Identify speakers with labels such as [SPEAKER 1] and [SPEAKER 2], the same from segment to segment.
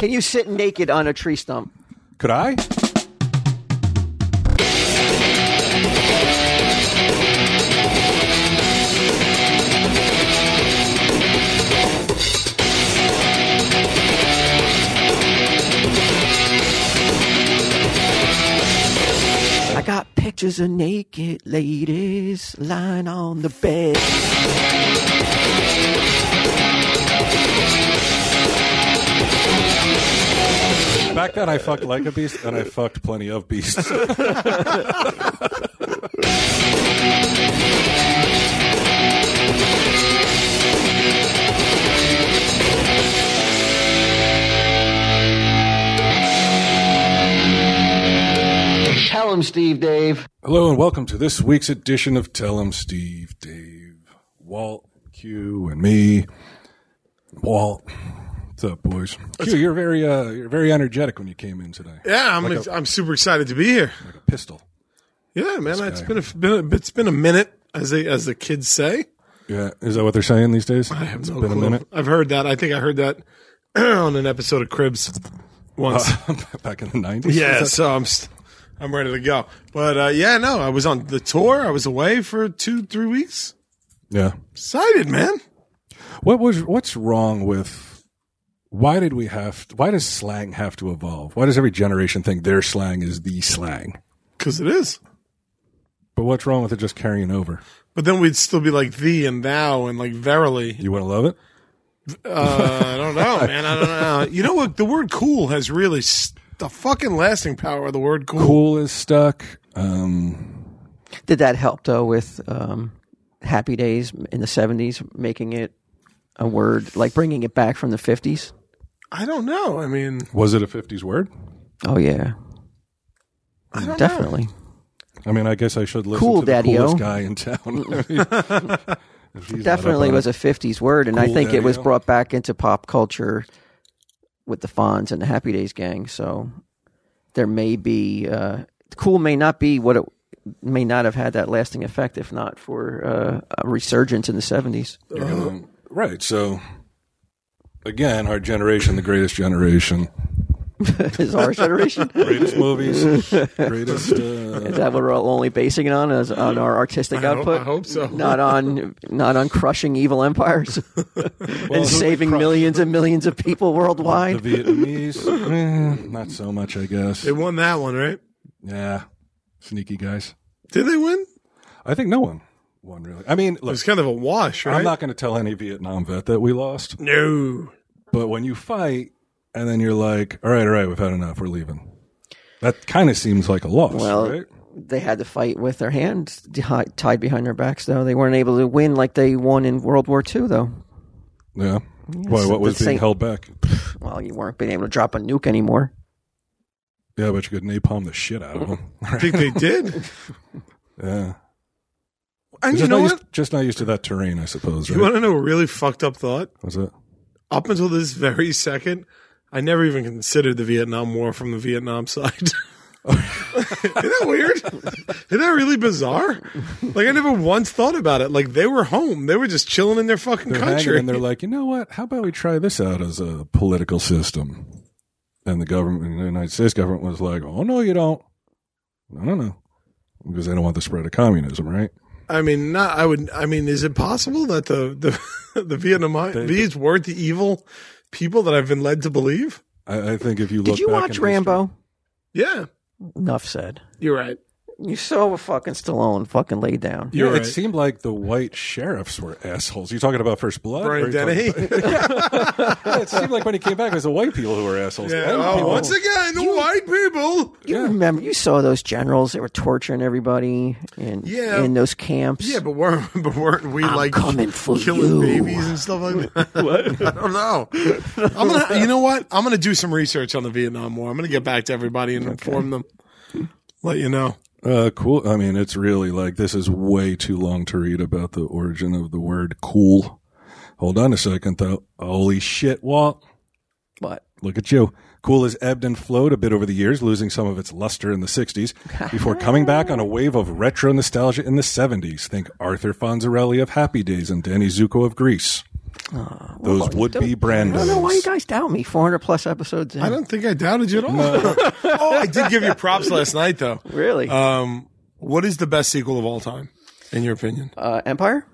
[SPEAKER 1] Can you sit naked on a tree stump?
[SPEAKER 2] Could I?
[SPEAKER 1] I got pictures of naked ladies lying on the bed.
[SPEAKER 2] Back then, I fucked like a beast, and I fucked plenty of beasts.
[SPEAKER 1] Tell him, Steve Dave.
[SPEAKER 2] Hello, and welcome to this week's edition of Tell 'em Steve, Dave, Walt, Q, and me. Walt, what's up, boys? Q, you're very, uh, you're very energetic when you came in today.
[SPEAKER 3] Yeah, I'm
[SPEAKER 2] Like a-
[SPEAKER 3] I'm super excited to be here.
[SPEAKER 2] Like a pistol.
[SPEAKER 3] Yeah, man, it's
[SPEAKER 2] guy.
[SPEAKER 3] been a, been a it's been a minute as they as the kids say.
[SPEAKER 2] Yeah, is that what they're saying these days?
[SPEAKER 3] I have
[SPEAKER 2] It's
[SPEAKER 3] no
[SPEAKER 2] been
[SPEAKER 3] clue.
[SPEAKER 2] a minute.
[SPEAKER 3] I've heard that. I think I heard that on an episode of Cribs once.
[SPEAKER 2] Back in the nineties.
[SPEAKER 3] Uh, yeah, so I'm st- I'm ready to go. But uh, yeah, no, I was on the tour. I was away for two three weeks.
[SPEAKER 2] yeah.
[SPEAKER 3] Excited, man.
[SPEAKER 2] What was? What's wrong with? Why did we have? Why does slang have to evolve? Why does every generation think their slang is the slang?
[SPEAKER 3] Because it is.
[SPEAKER 2] But what's wrong with it just carrying over?
[SPEAKER 3] But then we'd still be like thee and thou and like verily.
[SPEAKER 2] You want to love it?
[SPEAKER 3] Uh, I don't know, man. I don't know. You know what? The word cool has really st- the fucking lasting power of the word
[SPEAKER 2] Cool is stuck. Um,
[SPEAKER 1] Did that help though with um, Happy Days in the '70s, making it a word like bringing it back from the '50s?
[SPEAKER 3] I don't know. I mean,
[SPEAKER 2] was it a '50s word?
[SPEAKER 1] Oh yeah,
[SPEAKER 3] I don't know.
[SPEAKER 1] definitely.
[SPEAKER 2] I mean, I guess I should listen
[SPEAKER 1] Cool,
[SPEAKER 2] to the
[SPEAKER 1] Daddy-O.
[SPEAKER 2] coolest guy in town. I mean, if he's not up
[SPEAKER 1] Definitely
[SPEAKER 2] on
[SPEAKER 1] was a '50s word, and I
[SPEAKER 2] Cool
[SPEAKER 1] think it was
[SPEAKER 2] daddy-o.
[SPEAKER 1] brought back into pop culture with the Fonz and the Happy Days gang. So there may be uh, cool may not be what it may not have had that lasting effect if not for uh, a resurgence in the '70s.
[SPEAKER 2] You're gonna- Um, right. So, again, our generation, the greatest generation,
[SPEAKER 1] Is our generation?
[SPEAKER 2] greatest movies, greatest. Uh,
[SPEAKER 1] Is that what we're all only basing it on? Is on our artistic
[SPEAKER 3] I hope,
[SPEAKER 1] output?
[SPEAKER 3] I hope so.
[SPEAKER 1] Not on, not on crushing evil empires and saving millions and millions of people
[SPEAKER 2] the
[SPEAKER 1] worldwide.
[SPEAKER 2] Vietnamese, eh, not so much, I guess.
[SPEAKER 3] They won that one, right?
[SPEAKER 2] Yeah, sneaky guys.
[SPEAKER 3] Did they win?
[SPEAKER 2] I think no one won really. I mean,
[SPEAKER 3] It
[SPEAKER 2] look,
[SPEAKER 3] was kind of a wash, right?
[SPEAKER 2] I'm not going to tell any Vietnam vet that we lost,
[SPEAKER 3] no.
[SPEAKER 2] but when you fight and then you're like, all right, all right, we've had enough, we're leaving. That kind of seems like a loss,
[SPEAKER 1] Well,
[SPEAKER 2] right?
[SPEAKER 1] they had to fight with their hands di- tied behind their backs, though they weren't able to win like they won in World War II, though.
[SPEAKER 2] Yeah. Why? What was
[SPEAKER 1] the
[SPEAKER 2] being
[SPEAKER 1] same-
[SPEAKER 2] held back?
[SPEAKER 1] Well, you weren't being able to drop a nuke anymore.
[SPEAKER 2] Yeah, but you could napalm the shit out of them.
[SPEAKER 3] I think they did.
[SPEAKER 2] yeah.
[SPEAKER 3] And you
[SPEAKER 2] just,
[SPEAKER 3] know
[SPEAKER 2] not
[SPEAKER 3] what?
[SPEAKER 2] used, just not used to that terrain, I suppose.
[SPEAKER 3] You
[SPEAKER 2] Right?
[SPEAKER 3] want to know a really fucked up thought?
[SPEAKER 2] Was it?
[SPEAKER 3] Up until this very second, I never even considered the Vietnam War from the Vietnam side. Isn't that weird? Isn't that really bizarre? Like I never once thought about it. Like they were home. They were just chilling in their fucking
[SPEAKER 2] They're
[SPEAKER 3] country.
[SPEAKER 2] hanging and they're like, you know what? How about we try this out as a political system? And the government, the United States government, was like, oh no, you don't. No, no, no, because they don't want the spread of communism, right?
[SPEAKER 3] I mean, not. I would. I mean, is it possible that the the the Vietnam these weren't the evil people that I've been led to believe?
[SPEAKER 2] I, I think if you look,
[SPEAKER 1] Did you
[SPEAKER 2] back in
[SPEAKER 1] watch
[SPEAKER 2] history-
[SPEAKER 1] Rambo?
[SPEAKER 3] Yeah,
[SPEAKER 1] Enough said.
[SPEAKER 3] you're right.
[SPEAKER 1] You saw fucking Stallone fucking laid down.
[SPEAKER 2] Yeah,
[SPEAKER 3] You're
[SPEAKER 2] It
[SPEAKER 3] right.
[SPEAKER 2] seemed like the white sheriffs were assholes. You talking about First Blood? Or
[SPEAKER 3] Brian
[SPEAKER 2] you talking
[SPEAKER 3] Dennehy.
[SPEAKER 2] about- Yeah, it seemed like when he came back, it was the white people who were assholes.
[SPEAKER 3] Yeah,
[SPEAKER 2] And
[SPEAKER 3] oh,
[SPEAKER 2] people-
[SPEAKER 3] once again, the white people.
[SPEAKER 1] You
[SPEAKER 2] Yeah.
[SPEAKER 1] remember you saw those generals that were torturing everybody in
[SPEAKER 3] Yeah.
[SPEAKER 1] in those camps.
[SPEAKER 3] Yeah, but weren't but weren't we
[SPEAKER 1] I'm
[SPEAKER 3] like
[SPEAKER 1] coming for
[SPEAKER 3] killing
[SPEAKER 1] you.
[SPEAKER 3] babies and stuff like that? I don't know. I'm gonna. You know what? I'm gonna do some research on the Vietnam War. I'm gonna get back to everybody and inform them. Let you know.
[SPEAKER 2] Uh, cool. I mean, it's really like this is way too long to read about the origin of the word cool. Hold on a second, though. Holy shit, Walt.
[SPEAKER 1] But
[SPEAKER 2] Look at you. Cool has ebbed and flowed a bit over the years, losing some of its luster in the 60s before coming back on a wave of retro nostalgia in the 70s. Think Arthur Fonzarelli of Happy Days and Danny Zuko of Grease. Those would be brand
[SPEAKER 1] I don't know why you
[SPEAKER 2] names.
[SPEAKER 1] guys doubt me. 400 plus episodes in.
[SPEAKER 3] I don't think I doubted you at all. oh, I did give you props last night, though.
[SPEAKER 1] really. Uh,
[SPEAKER 3] Um, what is the best sequel of all time, in your opinion?
[SPEAKER 1] Uh, Empire?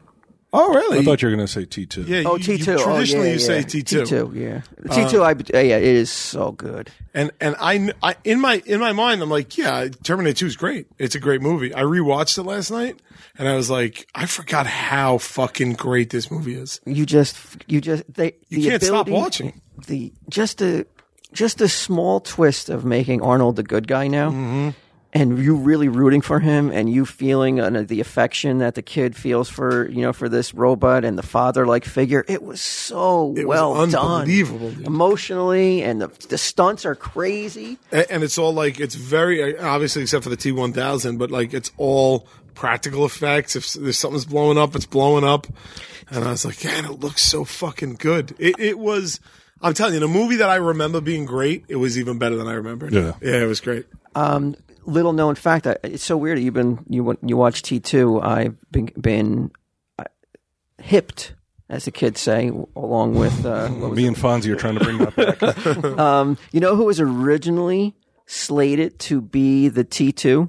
[SPEAKER 3] Oh, really?
[SPEAKER 2] I thought you were going to say T two.
[SPEAKER 3] yeah,
[SPEAKER 1] Oh,
[SPEAKER 3] you-
[SPEAKER 1] T2.
[SPEAKER 3] you-
[SPEAKER 1] Oh,
[SPEAKER 3] traditionally,
[SPEAKER 1] yeah,
[SPEAKER 3] you say
[SPEAKER 1] yeah.
[SPEAKER 3] T2.
[SPEAKER 1] T2, yeah. T2, I, uh, yeah, it is so good.
[SPEAKER 3] And and I, kn- I in my in my mind, I'm like, yeah, Terminator 2 is great. It's a great movie. I rewatched it last night, and I was like, I forgot how fucking great this movie is.
[SPEAKER 1] You just, you just, they, you the
[SPEAKER 3] can't stop
[SPEAKER 1] ability-
[SPEAKER 3] watching.
[SPEAKER 1] The, just the, just the small twist of making Arnold the good guy now.
[SPEAKER 3] Mm-hmm.
[SPEAKER 1] And you really rooting for him, and you feeling uh, the affection that the kid feels for you know for this robot and the father like figure. It was so
[SPEAKER 3] It was
[SPEAKER 1] well
[SPEAKER 3] unbelievable,
[SPEAKER 1] done,
[SPEAKER 3] dude.
[SPEAKER 1] emotionally, and the the stunts are crazy.
[SPEAKER 3] and, and it's all like it's very uh, obviously except for the T1000, but like it's all practical effects. If there's something's blowing up, it's blowing up. And I was like, man, it looks so fucking good. It, it was. I'm telling you, the movie that I remember being great, it was even better than I remembered.
[SPEAKER 2] Yeah.
[SPEAKER 3] yeah, it was great.
[SPEAKER 1] little known fact. I, it's so weird. You've been you wa- you watch T two. I've been been uh, hipped, as the kids say, along with uh, what was
[SPEAKER 2] Me and Fonzie are trying to bring that back.
[SPEAKER 1] you know who was originally slated to be the T two.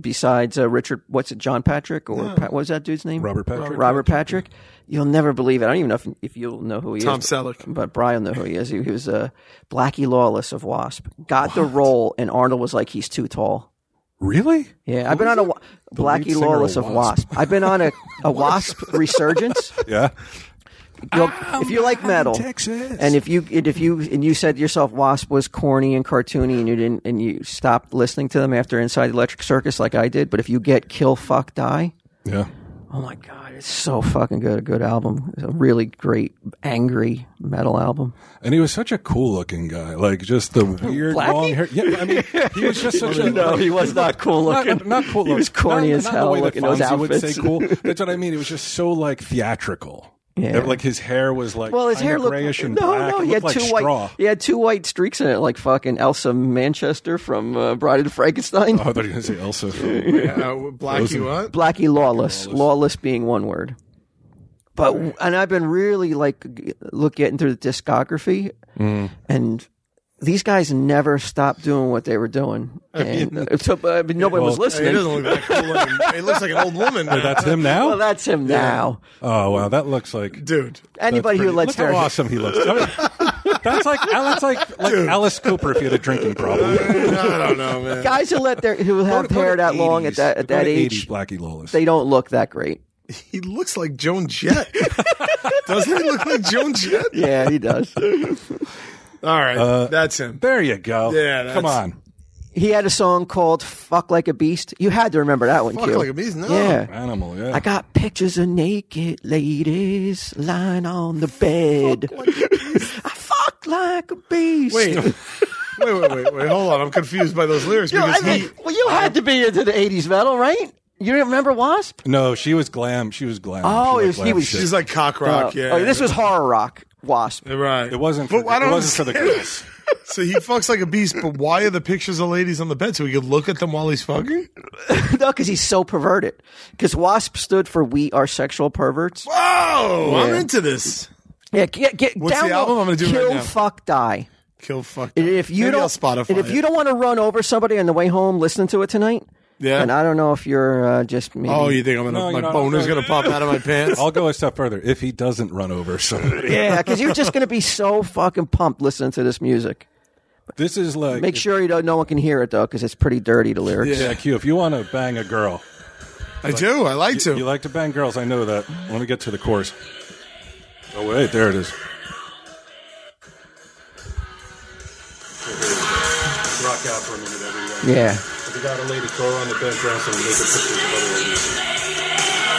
[SPEAKER 1] Besides uh, Richard, what's it? John Patrick or Pat, what was that dude's name?
[SPEAKER 2] Robert Patrick.
[SPEAKER 1] Robert Patrick. You'll never believe it. I don't even know if, if you'll know who he
[SPEAKER 3] Tom
[SPEAKER 1] is.
[SPEAKER 3] Selleck.
[SPEAKER 1] But Brian know who he is. He, he was uh, Blackie Lawless of Wasp. Got the role, and Arnold was like, "He's too tall."
[SPEAKER 2] really?
[SPEAKER 1] Yeah, I've been on a wa- Blackie
[SPEAKER 2] singer of
[SPEAKER 1] Lawless of
[SPEAKER 2] Wasp.
[SPEAKER 1] Wasp. I've been on a, a Wasp resurgence.
[SPEAKER 2] Yeah.
[SPEAKER 1] You'll- if you like metal,
[SPEAKER 2] Texas.
[SPEAKER 1] and if you and if you and you said to yourself Wasp was corny and cartoony, and you didn't and you stopped listening to them after Inside the Electric Circus, like I did. But if you get Kill, Fuck, Die,
[SPEAKER 2] Yeah.
[SPEAKER 1] oh my god, it's so fucking good. A good album, it's a really great angry metal album.
[SPEAKER 2] And he was such a cool looking guy. Like just the weird
[SPEAKER 1] Blackie?
[SPEAKER 2] long hair. Yeah, I mean, he was just such a
[SPEAKER 1] he was not cool
[SPEAKER 2] Not, not cool.
[SPEAKER 1] He was
[SPEAKER 2] looking.
[SPEAKER 1] corny
[SPEAKER 2] Not-
[SPEAKER 1] as
[SPEAKER 2] not
[SPEAKER 1] hell
[SPEAKER 2] The way
[SPEAKER 1] looking.
[SPEAKER 2] that
[SPEAKER 1] Those
[SPEAKER 2] Fonzie would
[SPEAKER 1] outfits.
[SPEAKER 2] say cool. That's what I mean. It was just so like theatrical.
[SPEAKER 1] Yeah.
[SPEAKER 2] Like his hair was like
[SPEAKER 1] Well, his hair looked
[SPEAKER 2] grayish and
[SPEAKER 1] no,
[SPEAKER 2] black.
[SPEAKER 1] no.
[SPEAKER 2] It
[SPEAKER 1] He had
[SPEAKER 2] looked
[SPEAKER 1] two
[SPEAKER 2] like straw.
[SPEAKER 1] white. He had two white streaks in it, like fucking Elsa Manchester from uh, Bride of Frankenstein.
[SPEAKER 2] Oh, I thought you were going to say Elsa.
[SPEAKER 3] Uh, Blackie, what?
[SPEAKER 1] Blackie Lawless. Lawless, being one word. But and I've been really like g- look getting through the discography,
[SPEAKER 2] Mm.
[SPEAKER 1] and these guys never stopped doing what they were doing, and uh, so, but, I mean, nobody was
[SPEAKER 2] well,
[SPEAKER 3] It
[SPEAKER 1] listening.
[SPEAKER 3] doesn't look that cool. looking. It looks like an old woman. now.
[SPEAKER 2] That's him now.
[SPEAKER 1] well, that's him now.
[SPEAKER 2] oh wow, that looks like
[SPEAKER 3] dude.
[SPEAKER 1] Anybody who
[SPEAKER 2] pretty-
[SPEAKER 1] lets
[SPEAKER 2] look
[SPEAKER 1] their
[SPEAKER 2] how awesome he looks. I mean, that's like that's like like Alice Cooper if he had a drinking problem.
[SPEAKER 3] I don't know, man.
[SPEAKER 1] guys who let their who have
[SPEAKER 2] Go to- go
[SPEAKER 1] hair
[SPEAKER 2] to
[SPEAKER 1] that long at
[SPEAKER 2] 80s.
[SPEAKER 1] that at
[SPEAKER 2] Go
[SPEAKER 1] that
[SPEAKER 2] to
[SPEAKER 1] age,
[SPEAKER 2] 80s Blackie Lawless.
[SPEAKER 1] they don't look that great.
[SPEAKER 3] He looks like Joan Jett. Doesn't he look like Joan Jett?
[SPEAKER 1] Yeah, he does.
[SPEAKER 3] All right,
[SPEAKER 2] Uh,
[SPEAKER 3] that's him.
[SPEAKER 2] there you go.
[SPEAKER 3] Yeah, that's-
[SPEAKER 2] come on.
[SPEAKER 1] He had a song called "Fuck Like a Beast." You had to remember that one,
[SPEAKER 3] Fuck
[SPEAKER 1] Q.
[SPEAKER 3] like a beast. Oh, No.
[SPEAKER 1] Yeah.
[SPEAKER 2] Animal, yeah.
[SPEAKER 1] I got pictures of naked ladies lying on the bed. I fuck like a beast.
[SPEAKER 3] Wait, wait, wait, wait, wait. Hold on. I'm confused by those lyrics
[SPEAKER 1] You know, I
[SPEAKER 3] because he.
[SPEAKER 1] mean, well, you had to be into the '80s metal, right? You remember Wasp?
[SPEAKER 2] no, she was glam. She was glam.
[SPEAKER 1] Oh,
[SPEAKER 2] She
[SPEAKER 1] it was-
[SPEAKER 2] glam
[SPEAKER 1] he was-
[SPEAKER 2] shit.
[SPEAKER 3] She's like cock rock.
[SPEAKER 1] Uh,
[SPEAKER 3] yeah.
[SPEAKER 1] oh, this was horror rock. Wasp.
[SPEAKER 3] right.
[SPEAKER 2] It wasn't. For,
[SPEAKER 3] But I
[SPEAKER 2] it
[SPEAKER 3] don't
[SPEAKER 2] wasn't for the
[SPEAKER 3] understand.
[SPEAKER 2] girls.
[SPEAKER 3] So he fucks like a beast. But why are the pictures of ladies on the bed so he could look at them while he's fucking?
[SPEAKER 1] no, because he's so perverted. Because Wasp stood for "We Are Sexual Perverts."
[SPEAKER 3] Whoa!
[SPEAKER 2] Oh,
[SPEAKER 3] I'm into this.
[SPEAKER 1] Yeah, get, get
[SPEAKER 3] What's the
[SPEAKER 1] download-
[SPEAKER 3] album? I'm gonna do it right
[SPEAKER 1] Kill,
[SPEAKER 3] now.
[SPEAKER 1] fuck, die.
[SPEAKER 3] Kill fuck.
[SPEAKER 1] And if you
[SPEAKER 3] Maybe
[SPEAKER 1] don't
[SPEAKER 3] I'll Spotify.
[SPEAKER 1] and if
[SPEAKER 3] it.
[SPEAKER 1] you don't want to run over somebody on the way home listening to it tonight,
[SPEAKER 3] Yeah.
[SPEAKER 1] And I don't know if you're uh, just maybe,
[SPEAKER 3] oh, you think I'm
[SPEAKER 2] No,
[SPEAKER 3] gonna
[SPEAKER 2] you're
[SPEAKER 3] my
[SPEAKER 2] not-
[SPEAKER 3] boner's
[SPEAKER 2] no.
[SPEAKER 3] gonna pop out of my pants?
[SPEAKER 2] I'll go a step further. If he doesn't run over somebody,
[SPEAKER 1] yeah, because you're just going to be so fucking pumped listening to this music.
[SPEAKER 2] this is like
[SPEAKER 1] Make sure you don't. No one can hear it though, because it's pretty dirty. The lyrics.
[SPEAKER 2] Yeah, Q. If you want to bang a girl,
[SPEAKER 3] I do. I like to.
[SPEAKER 2] you like to bang girls. I know that. Let me get to the chorus. Oh wait, there it is. Rock out for a minute, everyone.
[SPEAKER 1] Yeah.
[SPEAKER 2] If you got a lady, throw her on the bed, dress, and make a picture of other ladies.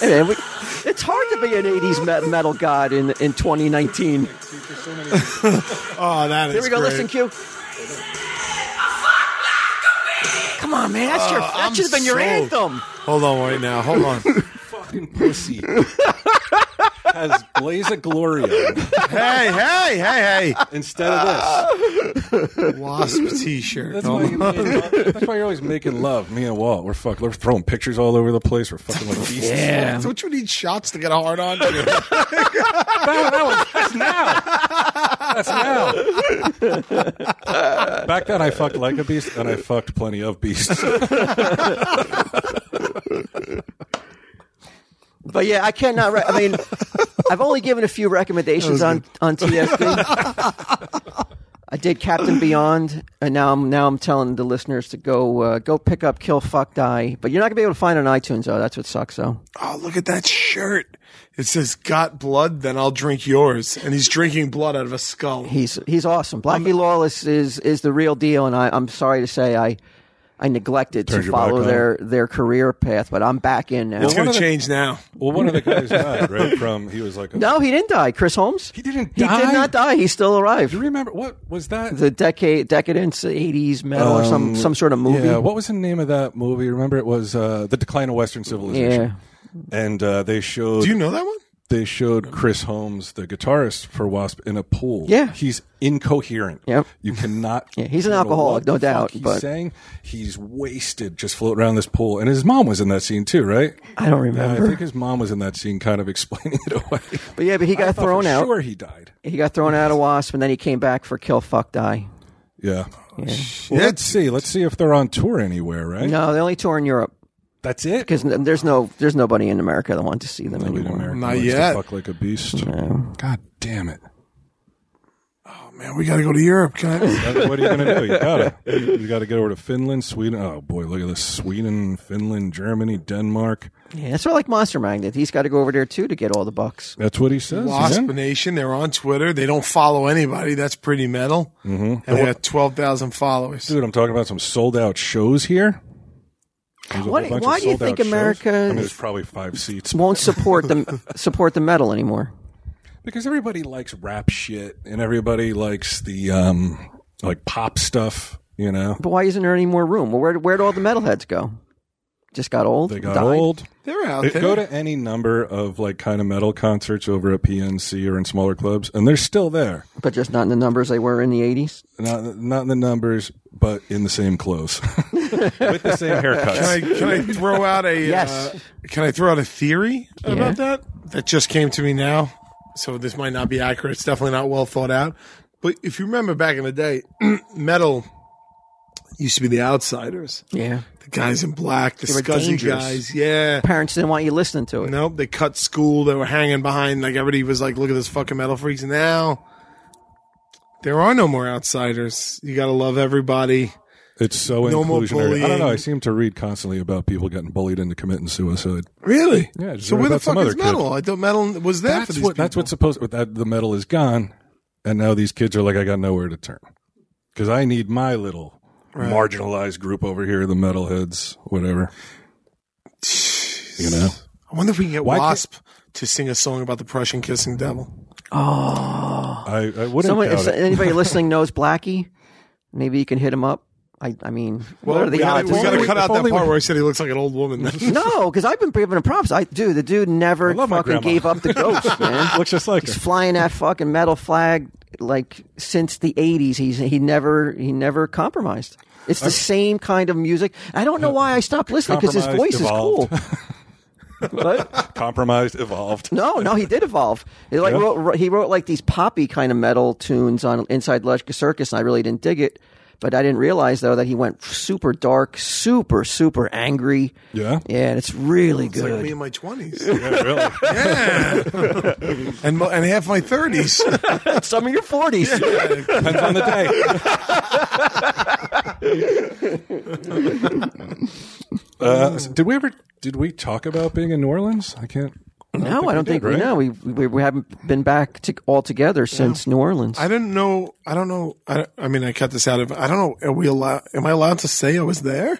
[SPEAKER 1] Hey, man, we- it's hard to be an '80s me- metal god in in 2019.
[SPEAKER 3] oh, that is.
[SPEAKER 1] Here we go.
[SPEAKER 3] Great.
[SPEAKER 1] Listen, Q. Come on, man. That's your that
[SPEAKER 3] Oh, I'm
[SPEAKER 1] should have been your
[SPEAKER 3] sold.
[SPEAKER 1] anthem.
[SPEAKER 3] Hold on, right now. Hold on.
[SPEAKER 2] Fucking pussy. has Blaze of Gloria
[SPEAKER 3] hey, hey, hey, hey.
[SPEAKER 2] instead of this.
[SPEAKER 3] Wasp t shirt.
[SPEAKER 2] That's why, you that's why you're always making love. Me and Walt, we're fucking. We're throwing pictures all over the place. We're fucking like beasts.
[SPEAKER 1] Yeah.
[SPEAKER 3] That's what you need shots to get hard on to.
[SPEAKER 2] That's now. That's now. Back then, I fucked like a beast, and I fucked plenty of beasts.
[SPEAKER 1] But yeah, I cannot. Re- I mean, I've only given a few recommendations on on TSB. I did Captain Beyond, and now I'm now I'm telling the listeners to go uh, go pick up Kill Fuck Die. But you're not gonna be able to find it on iTunes though. That's what sucks though.
[SPEAKER 3] oh, look at that shirt. It says, Got blood, then I'll drink yours. And he's drinking blood out of a skull.
[SPEAKER 1] He's he's awesome. Blackie Lawless is is the real deal, and I, I'm sorry to say I I neglected to
[SPEAKER 2] Turned your back
[SPEAKER 1] follow
[SPEAKER 2] on
[SPEAKER 1] their their career path, but I'm back in now.
[SPEAKER 3] It's
[SPEAKER 2] one
[SPEAKER 3] going
[SPEAKER 2] of
[SPEAKER 3] to
[SPEAKER 2] the-
[SPEAKER 3] change now.
[SPEAKER 2] well, one of the guys died right from. He was like, a,
[SPEAKER 1] no, he didn't die. Chris Holmes.
[SPEAKER 2] he didn't.
[SPEAKER 1] He
[SPEAKER 2] die?
[SPEAKER 1] did not die. He's still alive.
[SPEAKER 2] Do you remember what was that?
[SPEAKER 1] The decade decadence, '80s metal, or some
[SPEAKER 2] Um,
[SPEAKER 1] some sort of movie.
[SPEAKER 2] Yeah, what was the name of that movie? Remember, it was uh, the Decline of Western Civilization.
[SPEAKER 1] Yeah.
[SPEAKER 2] and uh, they showed
[SPEAKER 3] Do you know that one?
[SPEAKER 2] they showed Chris Holmes, the guitarist for Wasp, in a pool.
[SPEAKER 1] Yeah.
[SPEAKER 2] he's incoherent.
[SPEAKER 1] Yep.
[SPEAKER 2] you cannot.
[SPEAKER 1] Yeah, he's an
[SPEAKER 2] you know
[SPEAKER 1] alcoholic,
[SPEAKER 2] what
[SPEAKER 1] no
[SPEAKER 2] the
[SPEAKER 1] doubt,
[SPEAKER 2] fuck He's
[SPEAKER 1] but-
[SPEAKER 2] saying he's wasted, just floating around this pool. And his mom was in that scene too, right?
[SPEAKER 1] I don't
[SPEAKER 2] Yeah, I
[SPEAKER 1] remember.
[SPEAKER 2] think his mom was in that scene, kind of explaining it away. Oh,
[SPEAKER 1] but yeah, but he got thrown out.
[SPEAKER 2] Sure, he died.
[SPEAKER 1] He got thrown out of Wasp, and then he came back for Kill Fuck Die.
[SPEAKER 2] Yeah. Well, let's see. Let's see if they're on tour anywhere. Right.
[SPEAKER 1] No, they only tour in Europe
[SPEAKER 2] That's it.
[SPEAKER 1] because there's no there's nobody in America that wanted to see them
[SPEAKER 2] Wait,
[SPEAKER 1] anymore.
[SPEAKER 2] America
[SPEAKER 3] Not
[SPEAKER 2] likes to
[SPEAKER 3] yet.
[SPEAKER 2] Fuck like a beast. God damn it.
[SPEAKER 3] Oh, Man, we got to go to Europe. Can I?
[SPEAKER 2] That- what are you gonna do? You gotta, you gotta get over to Finland, Sweden. Oh boy, look at this: Sweden, Finland, Germany, Denmark.
[SPEAKER 1] Yeah, that's sort of like Monster Magnet. He's got to go over there too to get all the bucks.
[SPEAKER 2] That's what he says.
[SPEAKER 3] Wasp
[SPEAKER 2] man.
[SPEAKER 3] Nation. They're on Twitter. They don't follow anybody. That's pretty metal. Mm-hmm. And they got 12,000 followers.
[SPEAKER 2] Dude, I'm talking about some sold out shows here. There's a
[SPEAKER 1] Why-
[SPEAKER 2] whole bunch
[SPEAKER 1] why
[SPEAKER 2] of
[SPEAKER 1] do you
[SPEAKER 2] sold-out
[SPEAKER 1] think
[SPEAKER 2] shows.
[SPEAKER 1] America-
[SPEAKER 2] I mean, there's probably five seats
[SPEAKER 1] Won't support the support the metal anymore.
[SPEAKER 2] because everybody likes rap shit and everybody likes the um like pop stuff. You know,
[SPEAKER 1] But why isn't there any more room? Well, where where'd all the metalheads go? Just got old.
[SPEAKER 2] they got
[SPEAKER 1] died?
[SPEAKER 2] old.
[SPEAKER 3] They're out
[SPEAKER 2] They
[SPEAKER 3] there.
[SPEAKER 2] go to any number of like kind of metal concerts over at PNC or in smaller clubs, and they're still there.
[SPEAKER 1] but just not in the numbers they were in the '80s.
[SPEAKER 2] Not not in the numbers, but in the same clothes, with the same
[SPEAKER 3] Can I,
[SPEAKER 2] haircuts.
[SPEAKER 3] can I throw out a
[SPEAKER 1] Yes.
[SPEAKER 3] uh, Can I throw out a theory
[SPEAKER 1] Yeah.
[SPEAKER 3] about that that just came to me now? So this might not be accurate. It's definitely not well thought out. But if you remember back in the day, metal used to be the outsiders,
[SPEAKER 1] Yeah,
[SPEAKER 3] the guys in black, the
[SPEAKER 1] were
[SPEAKER 3] scuzzy
[SPEAKER 1] dangerous.
[SPEAKER 3] guys. Yeah.
[SPEAKER 1] parents didn't want you listening to it.
[SPEAKER 3] Nope, they cut school. They were hanging behind. Like everybody was like, "Look at this fucking metal freaks." Now there are no more outsiders. You got to love everybody.
[SPEAKER 2] It's so
[SPEAKER 3] No more
[SPEAKER 2] inclusionary. I don't know. I
[SPEAKER 3] bullying.
[SPEAKER 2] seem to read constantly about people getting bullied into committing suicide.
[SPEAKER 3] Really?
[SPEAKER 2] Yeah, just
[SPEAKER 3] So
[SPEAKER 2] heard
[SPEAKER 3] where the
[SPEAKER 2] about some
[SPEAKER 3] fuck is
[SPEAKER 2] other kid.
[SPEAKER 3] metal? I thought metal was there for
[SPEAKER 2] That's
[SPEAKER 3] these
[SPEAKER 2] what. That's
[SPEAKER 3] people.
[SPEAKER 2] what's supposed. That the metal is gone, and now these kids are like, I got nowhere to turn because I need my little marginalized group over here, the metalheads, whatever. You know,
[SPEAKER 3] I wonder if we can get
[SPEAKER 2] Why can't-
[SPEAKER 3] Wasp to sing a song about the Prussian kissing devil.
[SPEAKER 1] Oh,
[SPEAKER 2] I, I wouldn't
[SPEAKER 1] Someone,
[SPEAKER 2] doubt
[SPEAKER 1] if
[SPEAKER 2] it.
[SPEAKER 1] anybody listening knows Blackie, maybe you can hit him up. I, I mean, what are the
[SPEAKER 3] we gotta,
[SPEAKER 1] odds?
[SPEAKER 3] we gotta
[SPEAKER 2] only-
[SPEAKER 3] cut
[SPEAKER 2] if
[SPEAKER 3] out that
[SPEAKER 2] only
[SPEAKER 3] part
[SPEAKER 2] we-
[SPEAKER 3] where I said he looks like an old woman.
[SPEAKER 1] no, because I've been giving him props. I do. The dude never
[SPEAKER 2] love my
[SPEAKER 1] fucking
[SPEAKER 2] grandma.
[SPEAKER 1] gave up the ghost, man.
[SPEAKER 2] Looks just like
[SPEAKER 1] He's
[SPEAKER 2] her.
[SPEAKER 1] flying that fucking metal flag like since the '80s. He's he never he never compromised. It's the same kind of music. I don't know why I stopped listening because his
[SPEAKER 2] compromised,
[SPEAKER 1] voice
[SPEAKER 2] evolved.
[SPEAKER 1] is cool. What?
[SPEAKER 2] compromised, evolved.
[SPEAKER 1] No, no, he did evolve. He like
[SPEAKER 2] Yeah?
[SPEAKER 1] wrote, wrote- he wrote like these poppy kind of metal tunes on Inside Lusca Circus, and I really didn't dig it. But I didn't realize though that he went super dark, super super angry.
[SPEAKER 2] Yeah?
[SPEAKER 1] yeah, and it's really
[SPEAKER 3] It's like
[SPEAKER 1] good.
[SPEAKER 3] me in my twenties,
[SPEAKER 2] Yeah, really.
[SPEAKER 3] and mo- and half my thirties.
[SPEAKER 1] Some of your forties.
[SPEAKER 2] Depends on the day. uh, so did we ever? Did we talk about being in New Orleans? I can't.
[SPEAKER 1] No, I don't think
[SPEAKER 2] did,
[SPEAKER 1] we
[SPEAKER 2] right?
[SPEAKER 1] know. We, we we haven't been back to all together since New Orleans.
[SPEAKER 3] I didn't know. I don't know. I, don't- I mean, I cut this out of. I don't know. Are we allowed? Am I allowed to say I was there?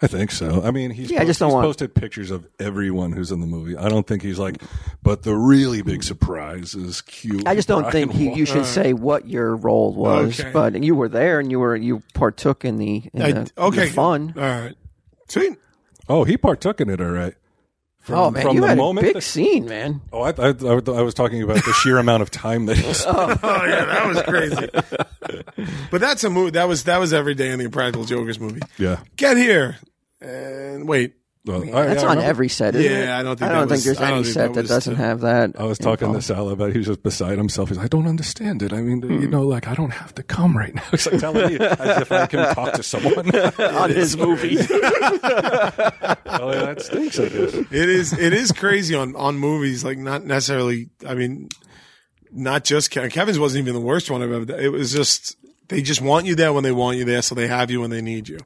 [SPEAKER 2] I think so. I mean, he's,
[SPEAKER 1] Yeah, I just don't
[SPEAKER 2] he's
[SPEAKER 1] want-
[SPEAKER 2] posted pictures of everyone who's in the movie. I don't think he's like, but the really big surprise is cute.
[SPEAKER 1] I just don't think he, you should say what your role was,
[SPEAKER 3] Okay.
[SPEAKER 1] but you were there and you were you partook in the, in
[SPEAKER 3] I-
[SPEAKER 1] the,
[SPEAKER 3] okay.
[SPEAKER 1] the fun.
[SPEAKER 3] All right. Sweet.
[SPEAKER 2] Oh, he partook in it, all right. From,
[SPEAKER 1] oh man,
[SPEAKER 2] from
[SPEAKER 1] you
[SPEAKER 2] the
[SPEAKER 1] had a
[SPEAKER 2] moment
[SPEAKER 1] big
[SPEAKER 2] that-
[SPEAKER 1] scene, man.
[SPEAKER 2] oh, I, I, I was talking about the sheer amount of time that he spent.
[SPEAKER 3] Oh yeah, that was crazy. but that's a movie. That was that was every day in the Impractical Jokers movie.
[SPEAKER 2] Yeah.
[SPEAKER 3] Get here and wait.
[SPEAKER 2] Well, I-
[SPEAKER 1] That's
[SPEAKER 2] I
[SPEAKER 1] on
[SPEAKER 2] remember-
[SPEAKER 1] every set, isn't
[SPEAKER 3] Yeah,
[SPEAKER 1] it?
[SPEAKER 3] I don't think
[SPEAKER 1] I don't
[SPEAKER 3] that
[SPEAKER 1] think
[SPEAKER 3] was-
[SPEAKER 1] there's
[SPEAKER 3] I don't
[SPEAKER 1] any
[SPEAKER 3] think
[SPEAKER 1] set
[SPEAKER 3] that
[SPEAKER 1] that,
[SPEAKER 3] was- Oh,
[SPEAKER 1] doesn't have that.
[SPEAKER 2] I was talking to Sal about he was just beside himself. He's like, I don't understand it. I mean,
[SPEAKER 1] Hmm.
[SPEAKER 2] you know, like I don't have to come right now. It's like telling you as if I can talk to someone. oh,
[SPEAKER 1] on his movie.
[SPEAKER 2] yeah, that stinks. I guess.
[SPEAKER 3] It is it is crazy on on movies like not necessarily. I mean, not just Kevin. Kevin's wasn't even the worst one I've ever. It was just they just want you there when they want you there, so they have you when they need you.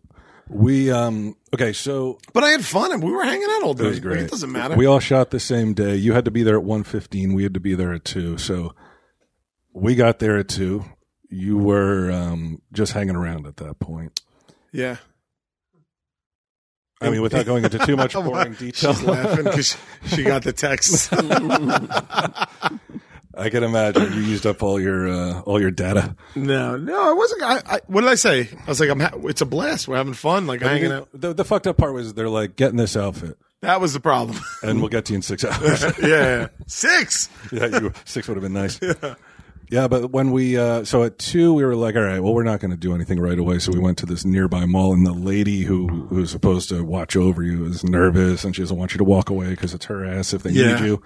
[SPEAKER 2] We um okay, so
[SPEAKER 3] But I had fun and we were hanging out all day.
[SPEAKER 2] it was great.
[SPEAKER 3] Like, it doesn't matter.
[SPEAKER 2] We all shot the same day. You had to be there at one fifteen. We had to be there at two. So we got there at two. You were um just hanging around at that point.
[SPEAKER 3] yeah.
[SPEAKER 2] I mean, without going into too much boring detail,
[SPEAKER 3] She's laughing because she got the text.
[SPEAKER 2] I can imagine you used up all your uh, all your data.
[SPEAKER 3] no, no, I wasn't. I, I, what did I say? I was like, I'm. Ha- it's a blast. We're having fun. Like hanging out.
[SPEAKER 2] The, the fucked up part was they're like, get in this outfit,
[SPEAKER 3] That was the problem.
[SPEAKER 2] and we'll get to you in six hours.
[SPEAKER 3] yeah, yeah. six.
[SPEAKER 2] yeah, you, six would have been nice. Yeah. but when we uh, so at two, we were like, all right, well, we're not going to do anything right away. So we went to this nearby mall, and the lady who who's supposed to watch over you is nervous, and she doesn't want you to walk away because it's her ass if they
[SPEAKER 3] Yeah.
[SPEAKER 2] need you.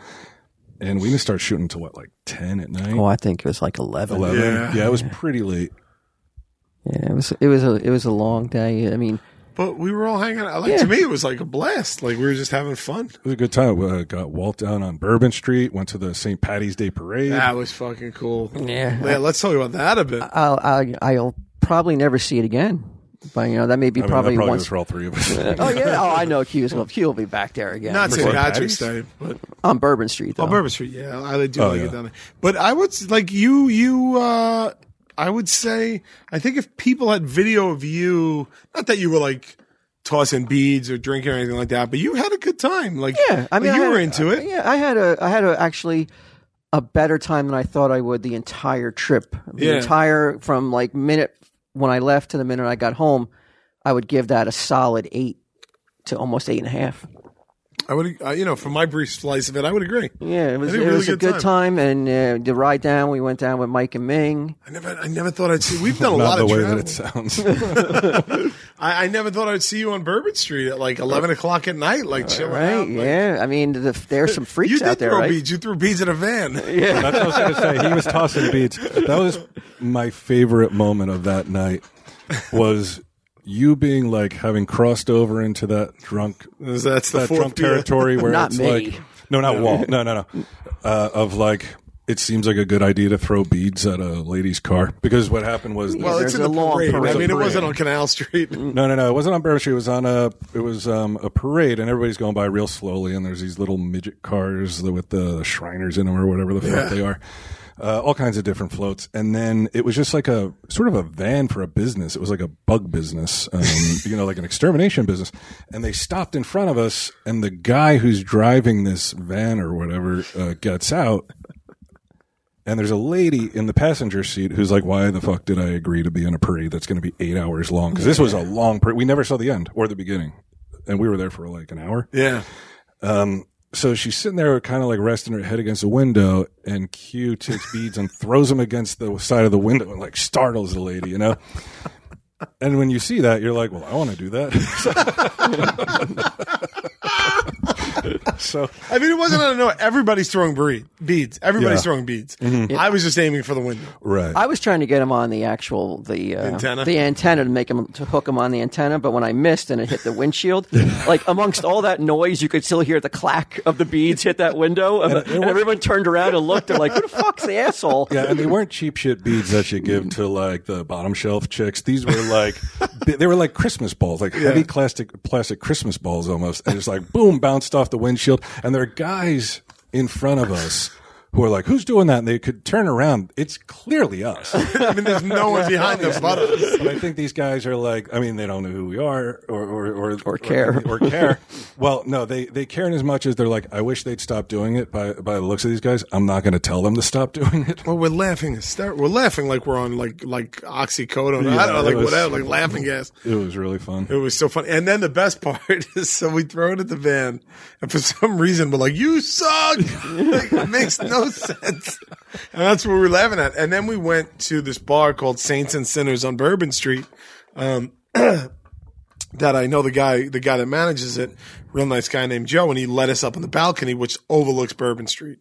[SPEAKER 2] And we didn't start shooting to what like ten at night,
[SPEAKER 1] oh, I think it was like 11.
[SPEAKER 2] eleven.
[SPEAKER 3] Yeah.
[SPEAKER 2] yeah, it was pretty late.
[SPEAKER 1] Yeah, it was it was a it was a long day. I mean,
[SPEAKER 3] But we were all hanging out. Like to me, it was like a blast. Like we were just having fun.
[SPEAKER 2] It was a good time. We uh, got walked down on Bourbon Street, went to the St. Patty's Day parade.
[SPEAKER 3] That was fucking cool.
[SPEAKER 1] Yeah.
[SPEAKER 3] Yeah, let's talk about that a bit.
[SPEAKER 1] I'll I, I'll probably never see it again. But you know, that may be
[SPEAKER 2] I mean,
[SPEAKER 1] probably,
[SPEAKER 2] that probably was
[SPEAKER 1] once.
[SPEAKER 2] for all three of us.
[SPEAKER 1] Oh yeah. Oh, I know Q's. Well, Q will be back there again
[SPEAKER 3] Not St.
[SPEAKER 2] St.
[SPEAKER 3] Patrick's Day,
[SPEAKER 2] Patty's?
[SPEAKER 3] but
[SPEAKER 1] on Bourbon Street though.
[SPEAKER 3] oh, Bourbon Street. Yeah, I
[SPEAKER 1] Oh,
[SPEAKER 3] do like
[SPEAKER 2] yeah.
[SPEAKER 3] it down there. But I would s- like you. You, uh I would say, I think if people had video of you, not that you were like tossing beads or drinking or anything like that, but you had a good time. Like,
[SPEAKER 1] Yeah, I mean,
[SPEAKER 3] like, you
[SPEAKER 1] I had- uh,
[SPEAKER 3] were into it.
[SPEAKER 1] Yeah, I had a I had a actually a better time than I thought I would the entire trip. The
[SPEAKER 3] Yeah.
[SPEAKER 1] entire from like minute when I left to the minute I got home, I would give that a solid eight to almost eight and a half.
[SPEAKER 3] I would, uh, you know, from my brief slice of it, I would agree.
[SPEAKER 1] Yeah, it was
[SPEAKER 3] Had
[SPEAKER 1] it
[SPEAKER 3] a really
[SPEAKER 1] was a
[SPEAKER 3] good
[SPEAKER 1] good time, and uh, the ride down we went down with Mike and Ming.
[SPEAKER 3] I never, I never thought I'd see. We've done a
[SPEAKER 2] Not
[SPEAKER 3] lot
[SPEAKER 2] the
[SPEAKER 3] of
[SPEAKER 2] way
[SPEAKER 3] traveling.
[SPEAKER 2] that it sounds.
[SPEAKER 3] I, I never thought I'd see you on Bourbon Street at like eleven o'clock at night, like chilling
[SPEAKER 1] Oh. Right?
[SPEAKER 3] out. Like,
[SPEAKER 1] yeah, I mean, the, there's some freaks
[SPEAKER 3] you did
[SPEAKER 1] out there,
[SPEAKER 3] throw
[SPEAKER 1] right?
[SPEAKER 3] beads. You threw beads in a van.
[SPEAKER 2] That's what I was going to say. He was tossing beads. That was my favorite moment of that night. Was you being like having crossed over into that drunk
[SPEAKER 3] That's the
[SPEAKER 2] that
[SPEAKER 3] fourth
[SPEAKER 2] drunk
[SPEAKER 3] beer.
[SPEAKER 2] territory where
[SPEAKER 1] Not
[SPEAKER 2] it's
[SPEAKER 1] me.
[SPEAKER 2] like no, not Walt. No, no, no. Uh, of like. It seems like a good idea to throw beads at a lady's car because what happened was this-
[SPEAKER 3] Well,
[SPEAKER 1] Yeah,
[SPEAKER 3] it's
[SPEAKER 1] there's a
[SPEAKER 3] in the
[SPEAKER 1] long
[SPEAKER 3] parade. I
[SPEAKER 1] parade.
[SPEAKER 3] mean, it
[SPEAKER 2] Parade.
[SPEAKER 3] wasn't on Canal Street.
[SPEAKER 2] No, no, no. It wasn't on Bourbon Street. It was on a it was um, a parade, and everybody's going by real slowly. And there's these little midget cars with the Shriners in them or whatever the fuck they are. Uh, all kinds of different floats, and then it was just like a sort of a van for a business. It was like a bug business, um, you know, like an extermination business. And they stopped in front of us, and the guy who's driving this van or whatever uh, gets out, and there's a lady in the passenger seat who's like, "Why the fuck did I agree to be in a parade that's going to be eight hours long? Because this was a long parade. We never saw the end or the beginning, and we were there for like an hour.
[SPEAKER 3] Yeah.
[SPEAKER 2] So she's sitting there, kind of like resting her head against the window, and Q takes beads and throws them against the side of the window and like startles the lady, you know. And when you see that, you're like, "Well, I want to do that." so
[SPEAKER 3] I mean, it wasn't out of nowhere. Everybody's throwing breed, beads. Everybody's
[SPEAKER 2] Yeah.
[SPEAKER 3] throwing beads. I was just aiming for the window.
[SPEAKER 2] right,
[SPEAKER 1] I was trying to get him on the actual the uh,
[SPEAKER 3] Antenna?
[SPEAKER 1] the antenna to make him to hook him on the antenna, but when I missed and it hit the windshield, like amongst all that noise, you could still hear the clack of the beads hit that window, and, and everyone turned around and looked. They're like, "Who the fuck's the asshole?"
[SPEAKER 2] Yeah, and they weren't cheap shit beads that you give to like the bottom shelf chicks. These were like they they were like Christmas balls, like heavy plastic plastic Christmas balls almost. And it's like boom, bounced off the windshield. And there are guys in front of us who are like, "Who's doing that?" And they could turn around. It's clearly us.
[SPEAKER 3] I mean, there's no one behind them but us.
[SPEAKER 2] but I think these guys are like, I mean, they don't know who we are or or or,
[SPEAKER 1] Or care.
[SPEAKER 2] or, care. well, no, they they care in as much as they're like, I wish they'd stop doing it. By by the looks of these guys, I'm not going to tell them to stop doing it.
[SPEAKER 3] Well, we're laughing. hyster- We're laughing like we're on like like oxycodone. I
[SPEAKER 2] Yeah,
[SPEAKER 3] don't know,
[SPEAKER 2] it
[SPEAKER 3] like
[SPEAKER 2] was-
[SPEAKER 3] whatever, like laughing gas.
[SPEAKER 2] It was really fun.
[SPEAKER 3] It was so funny. And then the best part is, so we throw it at the van, and for some reason we're like, "You suck!" like, it makes no sense. And that's what we were laughing at. And then we went to this bar called Saints and Sinners on Bourbon Street. Um, that I know the guy, the guy that manages it, real nice guy named Joe, and he let us up on the balcony, which overlooks Bourbon Street.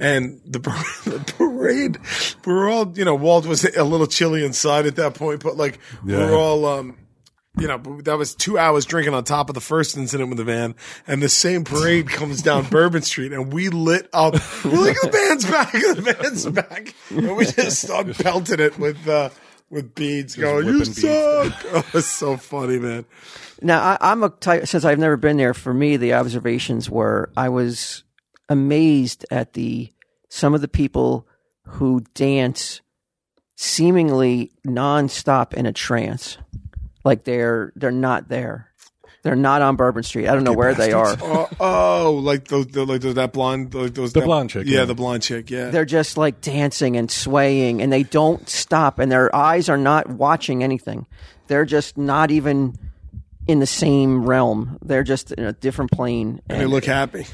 [SPEAKER 3] And the, par- the parade, we were all, you know, Walt was a little chilly inside at that point, but like we
[SPEAKER 2] Yeah.
[SPEAKER 3] were all, um, you know, but that was two hours drinking on top of the first incident with the van, and the same parade comes down Bourbon Street, and we lit up. We're like, the van's back, the van's back, and we just started pelting it with uh, with beads, going, "You
[SPEAKER 2] whipping beads.
[SPEAKER 3] suck!" Oh, it's so funny, man.
[SPEAKER 1] Now, I, I'm a type, since I've never been there, for me, the observations were I was amazed at the some of the people who dance seemingly nonstop in a trance. Like they're they're not there. They're not on Bourbon Street. I don't know where they are.
[SPEAKER 3] Oh, oh like those, the, like those, that blonde, like those, the
[SPEAKER 2] blonde chick,
[SPEAKER 3] Yeah,
[SPEAKER 2] yeah.
[SPEAKER 3] the blonde chick. Yeah,
[SPEAKER 1] They're just like dancing and swaying and they don't stop and their eyes are not watching anything. They're just not even in the same realm. They're just in a different plane.
[SPEAKER 3] and they look happy.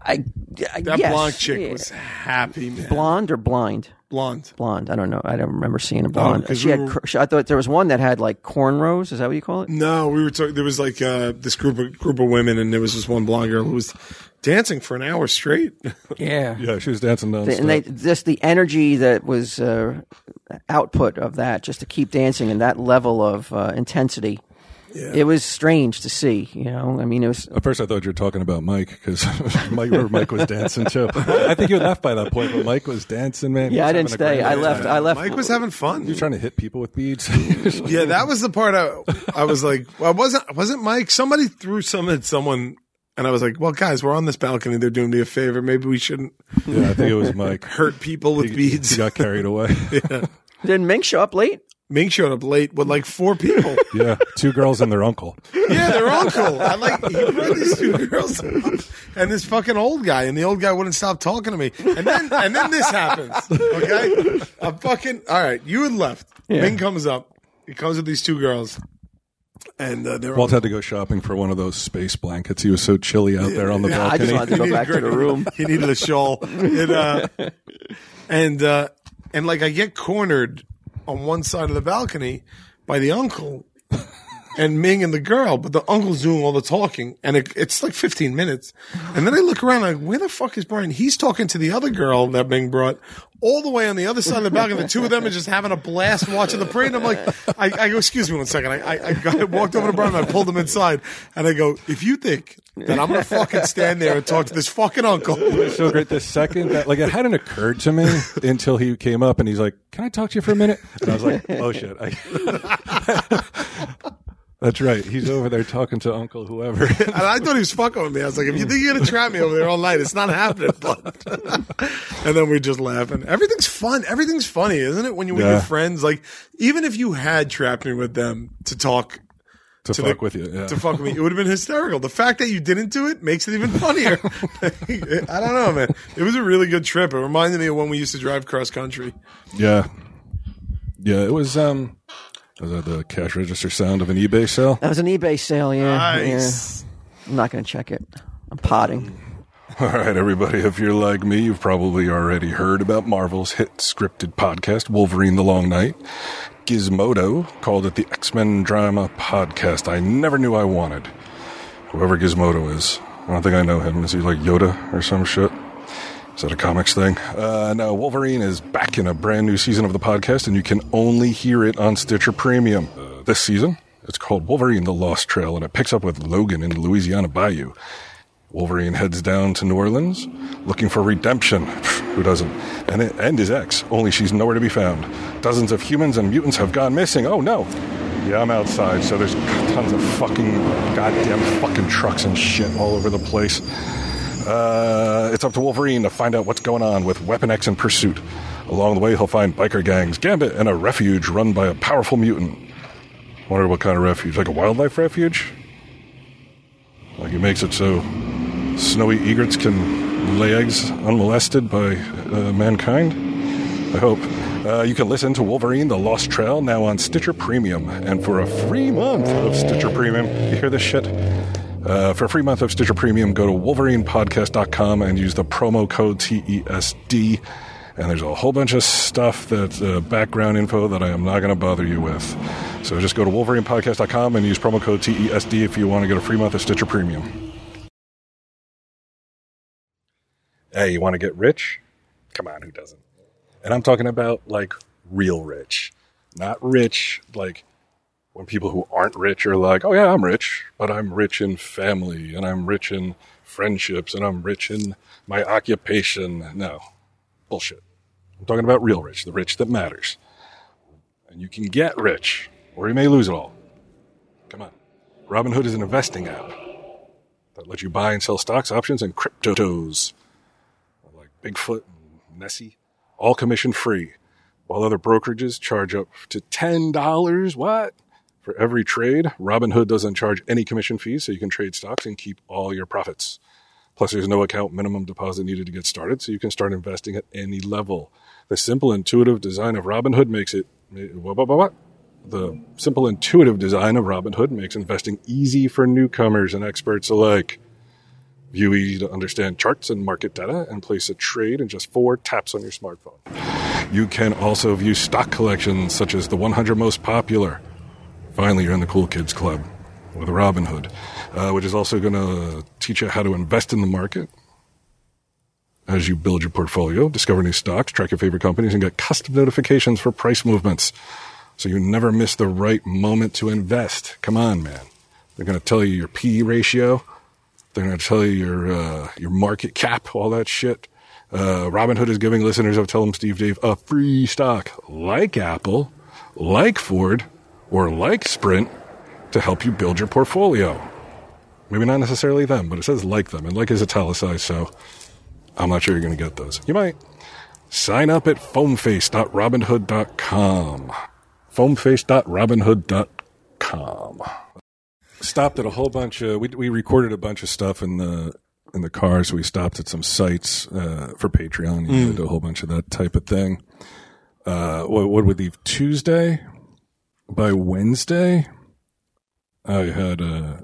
[SPEAKER 1] I, I
[SPEAKER 3] That
[SPEAKER 1] yes,
[SPEAKER 3] blonde chick
[SPEAKER 1] yeah.
[SPEAKER 3] was happy, man.
[SPEAKER 1] blonde or blind?
[SPEAKER 3] blonde.
[SPEAKER 1] Blonde. I don't know. I don't remember seeing a blonde.
[SPEAKER 3] Oh, 'cause
[SPEAKER 1] she
[SPEAKER 3] we
[SPEAKER 1] had.
[SPEAKER 3] were-
[SPEAKER 1] cr- she- I thought there was one that had like cornrows. Is that what you call it?
[SPEAKER 3] No, we were talking. There was like uh, this group of group of women, and there was this one blonde girl who was dancing for an hour straight.
[SPEAKER 1] Yeah.
[SPEAKER 2] Yeah, she was dancing nonstop.
[SPEAKER 1] And they just the energy that was uh, output of that, just to keep dancing and that level of uh, intensity. It was strange to see. You know, I mean, it was.
[SPEAKER 2] At first, I thought you were talking about Mike because Mike, or Mike was dancing too. I think you left by that point, but Mike was dancing, man. He
[SPEAKER 1] Yeah,
[SPEAKER 2] was
[SPEAKER 1] I didn't
[SPEAKER 2] having a
[SPEAKER 1] stay.
[SPEAKER 2] great
[SPEAKER 1] I
[SPEAKER 2] time.
[SPEAKER 1] left. I left.
[SPEAKER 3] Mike was having fun.
[SPEAKER 2] You're trying to hit people with beads.
[SPEAKER 3] Yeah, that was the part I I was like, well, wasn't wasn't Mike? Somebody threw some at someone, and I was like, well, guys, we're on this balcony. They're doing me a favor. Maybe we shouldn't
[SPEAKER 2] yeah, I think it was Mike.
[SPEAKER 3] hurt people with beads.
[SPEAKER 2] He got carried away.
[SPEAKER 1] Did Mink show up late?
[SPEAKER 3] Ming showed up late with like four people.
[SPEAKER 2] yeah, two girls and their uncle.
[SPEAKER 3] yeah, their uncle. I like he brought these two girls up and this fucking old guy, and the old guy wouldn't stop talking to me. And then and then this happens. Okay, a fucking all right. You had left. Ming comes up. He comes with these two girls, and uh, they're
[SPEAKER 2] Walt had to go shopping for one of those space blankets. He was so chilly out there on the
[SPEAKER 1] I just
[SPEAKER 2] balcony.
[SPEAKER 1] wanted to go
[SPEAKER 3] needed
[SPEAKER 1] back to the
[SPEAKER 3] great-
[SPEAKER 1] room.
[SPEAKER 3] He needed a shawl. And uh, and, uh, and like I get cornered on one side of the balcony by the uncle and Ming and the girl, but the uncle's doing all the talking, and it, it's like 15 minutes. And then I look around, like, where the fuck is Brian? He's talking to the other girl that Ming brought all the way on the other side of the balcony. The two of them are just having a blast watching the parade. And I'm like, I, I go, excuse me one second. I, I, I, got, I walked over to Brian, and I pulled him inside, and I go, if you think that I'm gonna fucking stand there and talk to this fucking uncle.
[SPEAKER 2] so great. The second that, like, it hadn't occurred to me until he came up and he's like, "Can I talk to you for a minute?" And I was like, "Oh shit!" I, that's right. He's over there talking to Uncle whoever.
[SPEAKER 3] And I thought he was fucking with me. I was like, if you think you're gonna trap me over there all night, it's not happening. But and then we just laughing. Everything's fun. Everything's funny, isn't it? When you with
[SPEAKER 2] Yeah.
[SPEAKER 3] your friends, like even if you had trapped me with them to talk
[SPEAKER 2] to,
[SPEAKER 3] to
[SPEAKER 2] fuck
[SPEAKER 3] the-
[SPEAKER 2] with you. Yeah.
[SPEAKER 3] to fuck with me, it would have been hysterical. The fact that you didn't do it makes it even funnier. I don't know, man. It was a really good trip. It reminded me of when we used to drive cross country.
[SPEAKER 2] yeah, yeah. It was um, was that the cash register sound of an eBay sale?
[SPEAKER 1] That was an eBay sale. Yeah.
[SPEAKER 3] Nice. Mm.
[SPEAKER 1] yeah. I'm not going to check it. I'm potting.
[SPEAKER 2] All right, everybody. If you're like me, you've probably already heard about Marvel's hit scripted podcast, Wolverine: The Long Night. Gizmodo called it the X Men Drama Podcast. I never knew I wanted. Whoever Gizmodo is, I don't think I know him. Is he like Yoda or some shit? Is that a comics thing? Uh, no, Wolverine is back in a brand new season of the podcast, and you can only hear it on Stitcher Premium. Uh, this season, it's called Wolverine the Lost Trail, and it picks up with Logan in the Louisiana Bayou. Wolverine heads down to New Orleans looking for redemption. Pfft, Who doesn't? And, it, and his ex, only she's nowhere to be found. Dozens of humans and mutants have gone missing. Oh no! Yeah, I'm outside, so there's tons of fucking goddamn fucking trucks and shit all over the place. Uh, it's up to Wolverine to find out what's going on with Weapon X in pursuit. Along the way, he'll find biker gangs, Gambit, and a refuge run by a powerful mutant. Wonder what kind of refuge? Like a wildlife refuge? Like it makes it so snowy egrets can lay eggs unmolested by uh, mankind? I hope. Uh, you can listen to Wolverine The Lost Trail now on Stitcher Premium. And for a free month of Stitcher Premium, you hear this shit? Uh, for a free month of Stitcher Premium, go to WolverinePodcast.com and use the promo code TESD. And there's a whole bunch of stuff that uh, background info that I am not going to bother you with. So just go to WolverinePodcast.com and use promo code TESD if you want to get a free month of Stitcher Premium. Hey, you want to get rich? Come on, who doesn't? And I'm talking about like real rich, not rich like when people who aren't rich are like, oh yeah, I'm rich, but I'm rich in family and I'm rich in friendships and I'm rich in my occupation. No, bullshit. I'm talking about real rich, the rich that matters. And you can get rich or you may lose it all. Come on. Robinhood is an investing app that lets you buy and sell stocks, options, and cryptos like Bigfoot and Nessie, all commission free, while other brokerages charge up to $10. What? For every trade, Robinhood doesn't charge any commission fees, so you can trade stocks and keep all your profits. Plus, there's no account minimum deposit needed to get started, so you can start investing at any level. The simple, intuitive design of Robinhood makes it. What, what, what, what? The simple, intuitive design of Robinhood makes investing easy for newcomers and experts alike. View easy to understand charts and market data and place a trade in just four taps on your smartphone. You can also view stock collections such as the 100 most popular. Finally, you're in the cool kids club with Robinhood, uh, which is also going to teach you how to invest in the market as you build your portfolio, discover new stocks, track your favorite companies, and get custom notifications for price movements. So you never miss the right moment to invest. Come on, man. They're going to tell you your PE ratio. They're going to tell you your uh, your market cap, all that shit. Uh, Robinhood is giving listeners of Tell 'em Steve Dave a free stock like Apple, like Ford, or like Sprint to help you build your portfolio. Maybe not necessarily them, but it says like them, and like is italicized, so I'm not sure you're going to get those. You might. Sign up at foamface.robinhood.com. Foamface.robinhood.com. Stopped at a whole bunch of, we, we recorded a bunch of stuff in the, in the car, so we stopped at some sites uh, for Patreon. You did a whole bunch of that type of thing. Uh, what, what would leave Tuesday? By Wednesday, I had uh,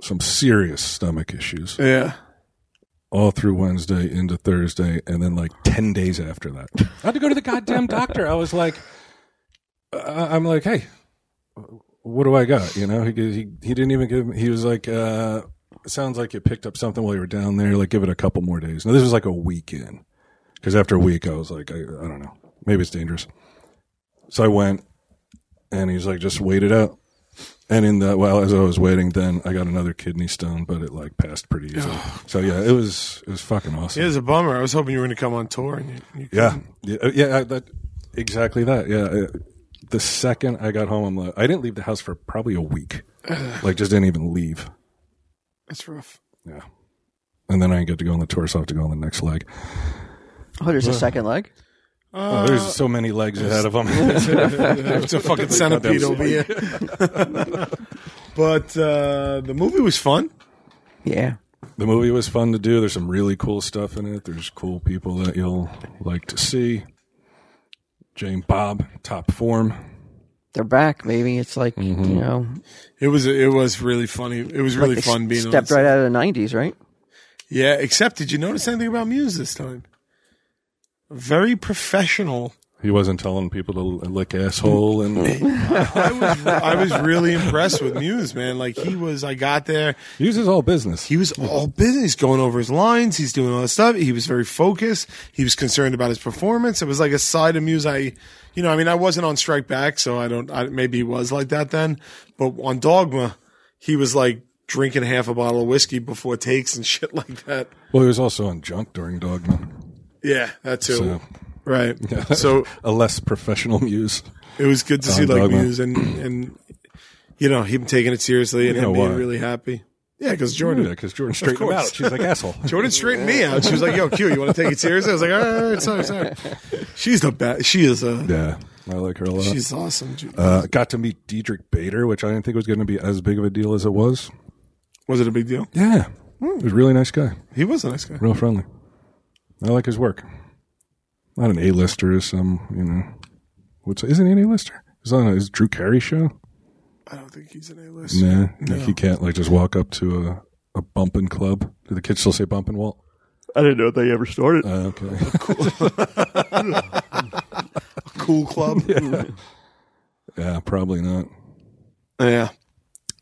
[SPEAKER 2] some serious stomach issues
[SPEAKER 3] Yeah.
[SPEAKER 2] all through Wednesday into Thursday, and then like ten days after that, I had to go to the goddamn doctor. I was like, I- I'm like, hey, what do I got? You know, he he, he didn't even give. He was like, uh, it sounds like you picked up something while you were down there. Like, give it a couple more days. Now this was like a weekend, because after a week, I was like, I, I don't know, maybe it's dangerous. So I went, and he's like, just wait it out. And in the well, as I was waiting, then I got another kidney stone, but it like passed pretty easily. so yeah, it was it was fucking awesome.
[SPEAKER 3] It was a bummer. I was hoping you were going to come on tour. And you, you
[SPEAKER 2] Yeah, yeah, uh, yeah. I- That exactly that. Yeah. Uh, The second I got home, I'm like, I didn't leave the house for probably a week. like, just didn't even leave.
[SPEAKER 3] It's rough.
[SPEAKER 2] Yeah. And then I get to go on the tour, so I have to go on the next leg.
[SPEAKER 1] Oh, there's a second leg.
[SPEAKER 2] oh, there's so many legs ahead of them.
[SPEAKER 3] It's a fucking centipede over here. but uh, the movie was fun.
[SPEAKER 1] Yeah.
[SPEAKER 2] the movie was fun to do. There's some really cool stuff in it. There's cool people that you'll like to see. Jane Bob, top form.
[SPEAKER 1] They're back, baby. It's like you know,
[SPEAKER 3] It was it was really funny. It was really
[SPEAKER 1] like they
[SPEAKER 3] fun being on
[SPEAKER 1] stepped
[SPEAKER 3] set.
[SPEAKER 1] right out of the '90s, right?
[SPEAKER 3] Yeah, except did you notice anything about Muse this time? Very professional.
[SPEAKER 2] He wasn't telling people to lick asshole and
[SPEAKER 3] I was I was really impressed with Muse, man. Like he was I got there.
[SPEAKER 2] uses all business.
[SPEAKER 3] He was all business, going over his lines, he's doing all that stuff. He was very focused. He was concerned about his performance. It was like a side of Muse I you know, I mean I wasn't on strike back, so I don't I, maybe he was like that then. But on Dogma, he was like drinking half a bottle of whiskey before takes and shit like that.
[SPEAKER 2] Well, he was also on junk during Dogma.
[SPEAKER 3] Yeah, that too.
[SPEAKER 2] So-
[SPEAKER 3] Right. So
[SPEAKER 2] a less professional muse.
[SPEAKER 3] it was good to see like
[SPEAKER 2] Dogma.
[SPEAKER 3] Muse and and you know him taking it seriously and
[SPEAKER 2] You
[SPEAKER 3] him
[SPEAKER 2] know
[SPEAKER 3] being
[SPEAKER 2] why.
[SPEAKER 3] really happy. Yeah, because Jordan.
[SPEAKER 2] Jordan, because Jordan straightened him
[SPEAKER 3] course.
[SPEAKER 2] out. She's like asshole.
[SPEAKER 3] Jordan straightened me out. She was like, "Yo, Q, you want to take it seriously?" I was like, "All right, sorry, sorry." She's the best. She is a.
[SPEAKER 2] yeah, I like her a lot.
[SPEAKER 3] She's awesome. She-
[SPEAKER 2] uh, got to meet Diedrich Bader, which I didn't think was going to be as big of a deal as it was.
[SPEAKER 3] Was it a big deal?
[SPEAKER 2] Yeah, he was a really nice guy,
[SPEAKER 3] He was a nice guy.
[SPEAKER 2] real friendly. I like his work. Not an A-lister as some, you know. What's isn't he an A-lister? Is on his Drew Carey show?
[SPEAKER 3] I don't think he's an A-list.
[SPEAKER 2] Nah, like he can't like just walk up to a a bumping club. Do the kids still say bumping Walt?
[SPEAKER 4] I didn't know they ever started.
[SPEAKER 2] Uh, okay.
[SPEAKER 3] Cool club. yeah.
[SPEAKER 2] yeah, probably not.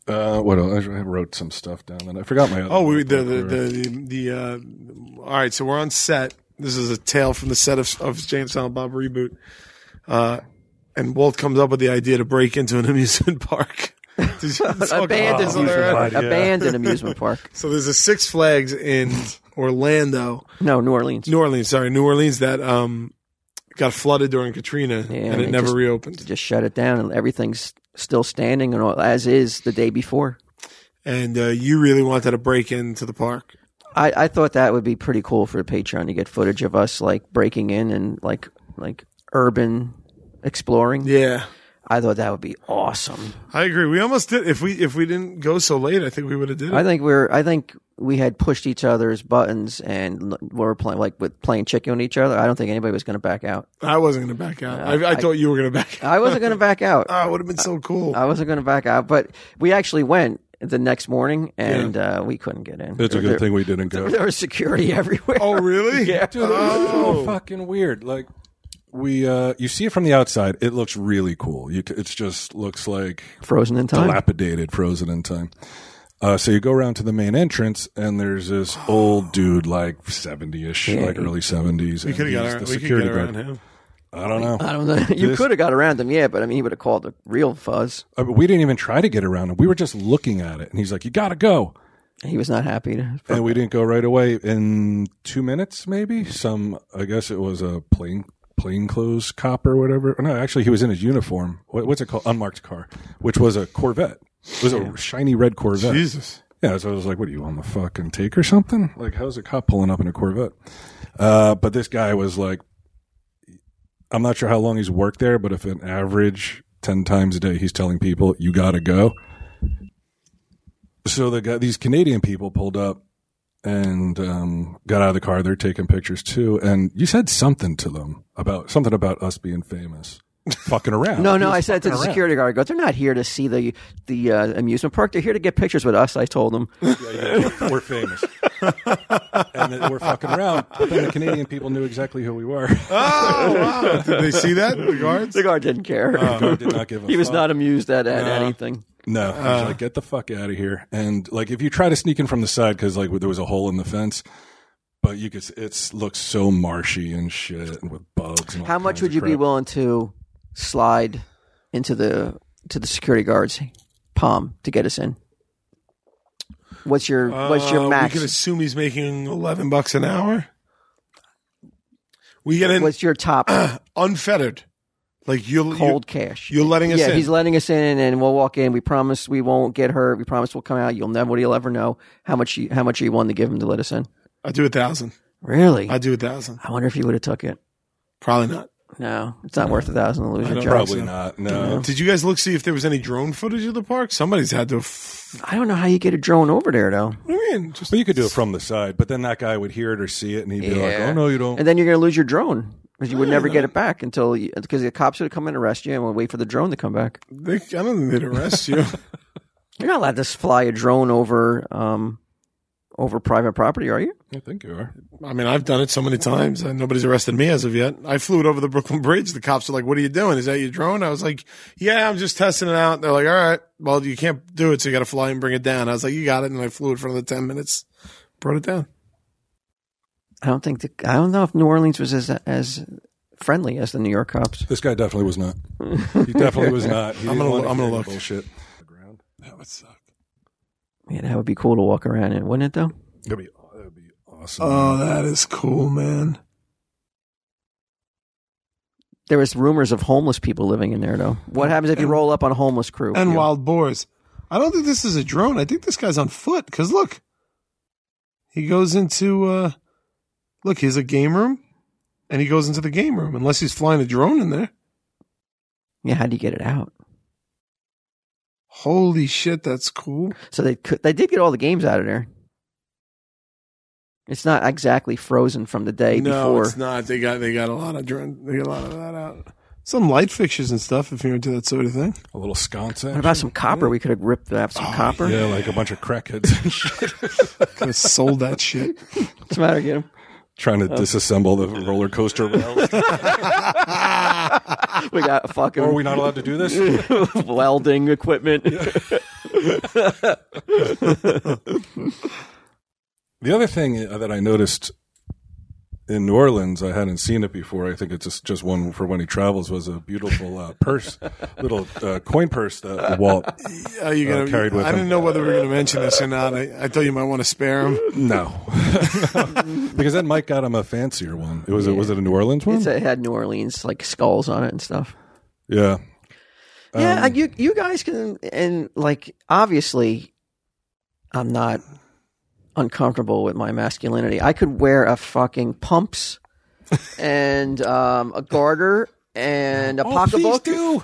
[SPEAKER 2] Uh, what else? I wrote some stuff down, and I forgot my. Other
[SPEAKER 3] Oh, we, the the the, the uh, all right. So we're on set. This is a tale from the set of, of James Silent Bob reboot. Uh, and Walt comes up with the idea to break into an amusement park.
[SPEAKER 1] abandoned,
[SPEAKER 3] so,
[SPEAKER 1] amusement,
[SPEAKER 3] there-
[SPEAKER 1] park. abandoned amusement park.
[SPEAKER 3] so there's a Six Flags in Orlando,
[SPEAKER 1] No, New Orleans.
[SPEAKER 3] New Orleans. Sorry, New Orleans that um got flooded during Katrina and
[SPEAKER 1] and
[SPEAKER 3] it
[SPEAKER 1] it
[SPEAKER 3] never
[SPEAKER 1] just-
[SPEAKER 3] reopened.
[SPEAKER 1] Just shut it down, and everything's still standing and all, as is the day before.
[SPEAKER 3] And uh, you really wanted to break into the park.
[SPEAKER 1] I, I thought that would be pretty cool for the Patreon to get footage of us like breaking in and like like urban exploring.
[SPEAKER 3] Yeah.
[SPEAKER 1] I thought that would be awesome.
[SPEAKER 3] I agree. We almost did. If we if we didn't go so late, I think we would have did it.
[SPEAKER 1] I think we're I think we had pushed each other's buttons and l- we were playing like with playing chicken with each other. I don't think anybody was going to back out.
[SPEAKER 3] I wasn't going to back out. I, I thought you were going to back out.
[SPEAKER 1] Uh, I wasn't going to back out.
[SPEAKER 3] Ah, it would have been so cool.
[SPEAKER 1] I wasn't going to back out, but we actually went the next morning and uh, we couldn't get in.
[SPEAKER 2] It's a
[SPEAKER 1] There-
[SPEAKER 2] good thing we didn't go.
[SPEAKER 1] There was security everywhere.
[SPEAKER 3] oh, really?
[SPEAKER 1] Yeah.
[SPEAKER 2] Dude, it was
[SPEAKER 3] Oh.
[SPEAKER 2] so fucking weird. Like we, uh, you see it from the outside. It looks really cool. You, c- it's just looks like
[SPEAKER 1] Frozen in time.
[SPEAKER 2] dilapidated, frozen in time. Uh, so you go around to the main entrance, and there's this old dude, like seventy-ish, like early seventies.
[SPEAKER 3] We could have got around, we could get around him.
[SPEAKER 2] I don't know. Uh,
[SPEAKER 1] I don't know. You
[SPEAKER 2] This-
[SPEAKER 1] could have got around him, yeah, but I mean, he would have called the real fuzz.
[SPEAKER 2] Uh, but we didn't even try to get around him. We were just looking at it, and he's like, "You gotta go."
[SPEAKER 1] He was not happy. To,
[SPEAKER 2] and we didn't go right away in two minutes maybe some i guess it was a plain plainclothes cop or whatever no actually he was in his uniform what, what's it called unmarked car which was a corvette it was a shiny red corvette
[SPEAKER 3] Jesus.
[SPEAKER 2] yeah so i was like what are you on the fucking take or something like how's a cop pulling up in a corvette uh, but this guy was like i'm not sure how long he's worked there but if an average 10 times a day he's telling people you gotta go so the guy, these Canadian people pulled up and um, got out of the car. They're taking pictures too. And you said something to them about something about us being famous, fucking around.
[SPEAKER 1] no,
[SPEAKER 2] He
[SPEAKER 1] no,
[SPEAKER 2] was
[SPEAKER 1] I said to
[SPEAKER 2] fucking
[SPEAKER 1] the
[SPEAKER 2] around.
[SPEAKER 1] security guard, I "Go, they're not here to see the the uh, amusement park. They're here to get pictures with us." I told him.
[SPEAKER 2] Yeah, we're famous, and that we're fucking around. But then the Canadian people knew exactly who we were.
[SPEAKER 3] Oh, wow. Did they see that? The guards?
[SPEAKER 1] The guard didn't care.
[SPEAKER 2] I did not give a
[SPEAKER 1] he was
[SPEAKER 2] Oh, fuck.
[SPEAKER 1] not amused at, at anything.
[SPEAKER 3] Uh.
[SPEAKER 2] No, I was like, get the fuck out of here. And like, if you try to sneak in from the side, because like there was a hole in the fence, but you could, s- it's looks so marshy and shit, and with bugs. And all
[SPEAKER 1] How much
[SPEAKER 2] kinds
[SPEAKER 1] would
[SPEAKER 2] of
[SPEAKER 1] you be
[SPEAKER 2] crap.
[SPEAKER 1] willing to slide into the to the security guard's palm to get us in? What's your what's
[SPEAKER 3] Uh,
[SPEAKER 1] your
[SPEAKER 3] We could
[SPEAKER 1] max?
[SPEAKER 3] assume he's making 11 bucks an hour. We get in
[SPEAKER 1] What's your top
[SPEAKER 3] unfettered. Like you're,
[SPEAKER 1] cold cash?
[SPEAKER 3] you're letting us
[SPEAKER 1] yeah,
[SPEAKER 3] in.
[SPEAKER 1] he's letting us in, and we'll walk in. We promise we won't get hurt. We promise we'll come out. You'll never, you'll ever know how much you, how much you wanted to give him to let us in.
[SPEAKER 3] I do a thousand.
[SPEAKER 1] Really?
[SPEAKER 3] I
[SPEAKER 1] I,
[SPEAKER 3] do a thousand.
[SPEAKER 1] wonder if you would have took it.
[SPEAKER 3] Probably not.
[SPEAKER 1] No, it's not worth a thousand to lose your
[SPEAKER 3] don't
[SPEAKER 1] job.
[SPEAKER 2] Probably not. No.
[SPEAKER 3] Did you guys look see if there was any drone footage of the park? Somebody's had to. F-
[SPEAKER 1] I don't know how you get a drone over there though.
[SPEAKER 3] what do you mean? Just
[SPEAKER 2] Well, you could do it from the side, but then that guy would hear it or see it, and he'd be like,
[SPEAKER 1] Yeah.
[SPEAKER 2] "Oh no, you don't."
[SPEAKER 1] And then you're going to lose your drone because you would never get it back until because the cops would come in and arrest you and would wait for the drone to come back.
[SPEAKER 3] They, I don't think they'd arrest you.
[SPEAKER 1] You're not allowed to fly a drone over um over private property, are you?
[SPEAKER 2] I think you are.
[SPEAKER 3] I mean, I've done it so many times, and nobody's arrested me as of yet. I flew it over the Brooklyn Bridge. The cops are like, "What are you doing? Is that your drone?" I was like, "Yeah, I'm just testing it out." They're like, "All right, well, you can't do it, so you got to fly and bring it down." I was like, "You got it," and I flew it for another ten minutes, brought it down.
[SPEAKER 1] I don't think the, I don't know if New Orleans was as as friendly as the New York cops.
[SPEAKER 2] This guy definitely was not. He definitely was not. He
[SPEAKER 3] I'm
[SPEAKER 2] didn't
[SPEAKER 3] gonna-
[SPEAKER 2] want to
[SPEAKER 3] I'm gonna
[SPEAKER 2] hear the
[SPEAKER 3] look.
[SPEAKER 2] Bullshit.
[SPEAKER 3] That would suck.
[SPEAKER 1] Man, that would be cool to walk around in, wouldn't it though?
[SPEAKER 2] That'd be, that'd be awesome.
[SPEAKER 1] Uh,
[SPEAKER 3] Oh, that is cool, man.
[SPEAKER 1] There was rumors of homeless people living in there though. What happens if you roll up on a homeless crew?
[SPEAKER 3] And
[SPEAKER 1] You-
[SPEAKER 3] wild boars. I don't think this is a drone. I think this guy's on foot because look, he goes into uh, look. He's a game room, and he goes into the game room unless he's flying a drone in there.
[SPEAKER 1] Yeah, how do you get it out?
[SPEAKER 3] Holy shit, that's cool.
[SPEAKER 1] So they could, they did get all the games out of there. It's not exactly frozen from the day
[SPEAKER 3] no,
[SPEAKER 1] before.
[SPEAKER 3] it's not. They got they got a lot of drone. They got a lot of that out. Some light fixtures and stuff. If you're into that sort of thing,
[SPEAKER 2] A little sconce.
[SPEAKER 1] What about some copper? We could have ripped out some copper.
[SPEAKER 2] Oh, Yeah, like a bunch of crackheads and shit.
[SPEAKER 3] could have sold that shit.
[SPEAKER 1] What's the matter? Get 'em?
[SPEAKER 2] trying to disassemble the roller coaster. rails.
[SPEAKER 1] We got a
[SPEAKER 2] Are we
[SPEAKER 1] fucking
[SPEAKER 2] not allowed to do this?
[SPEAKER 1] welding equipment.
[SPEAKER 2] The other thing that I noticed in New Orleans, I hadn't seen it before. I think it's just, just one for when he travels. Was a beautiful uh, purse, little uh, coin purse that Walt.
[SPEAKER 3] Are you gonna?
[SPEAKER 2] Uh, carried with
[SPEAKER 3] I
[SPEAKER 2] him.
[SPEAKER 3] didn't know whether we were gonna mention this or not. I, I thought you might want to spare him.
[SPEAKER 2] No, because then Mike got him a fancier one. It was it was it a New Orleans one?
[SPEAKER 1] It's- it had New Orleans like skulls on it and stuff.
[SPEAKER 2] yeah,
[SPEAKER 1] Yeah, I- you you guys can and like obviously, I'm not uncomfortable with my masculinity. I could wear a fucking pumps and um, a garter and a pocketbook, and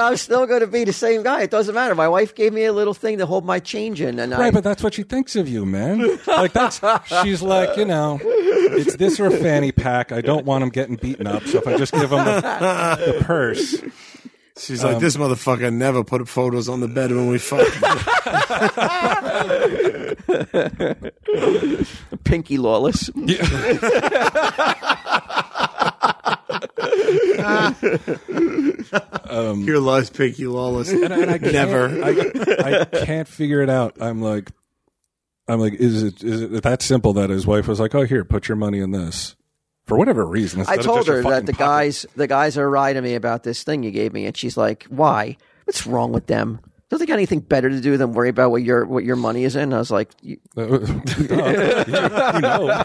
[SPEAKER 1] I'm still going to be the same guy. It doesn't matter. My wife gave me a little thing to hold my change in, and I
[SPEAKER 2] Right, but that's what she thinks of you, man. Like that's she's like, you know, it's this or a fanny pack. I don't want him getting beaten up, so if I just give him the, the purse,
[SPEAKER 3] She's
[SPEAKER 2] Um,
[SPEAKER 3] like, this motherfucker never put photos on the bed when we fucked.
[SPEAKER 1] pinky lawless.
[SPEAKER 3] Your lies, Pinky Lawless. never.
[SPEAKER 2] I, I can't figure it out. I'm like, I'm like, is it is it that simple that his wife was like, oh, here, put your money in this for whatever reason.
[SPEAKER 1] I
[SPEAKER 2] instead of
[SPEAKER 1] told
[SPEAKER 2] just your
[SPEAKER 1] her that
[SPEAKER 2] fucking
[SPEAKER 1] the
[SPEAKER 2] pocket-
[SPEAKER 1] guys the guys are riding me about this thing you gave me, and she's like, "Why? What's wrong with them? Don't they got anything better to do than worry about what your what your money is in?" I was like, you,
[SPEAKER 2] you know,
[SPEAKER 3] you know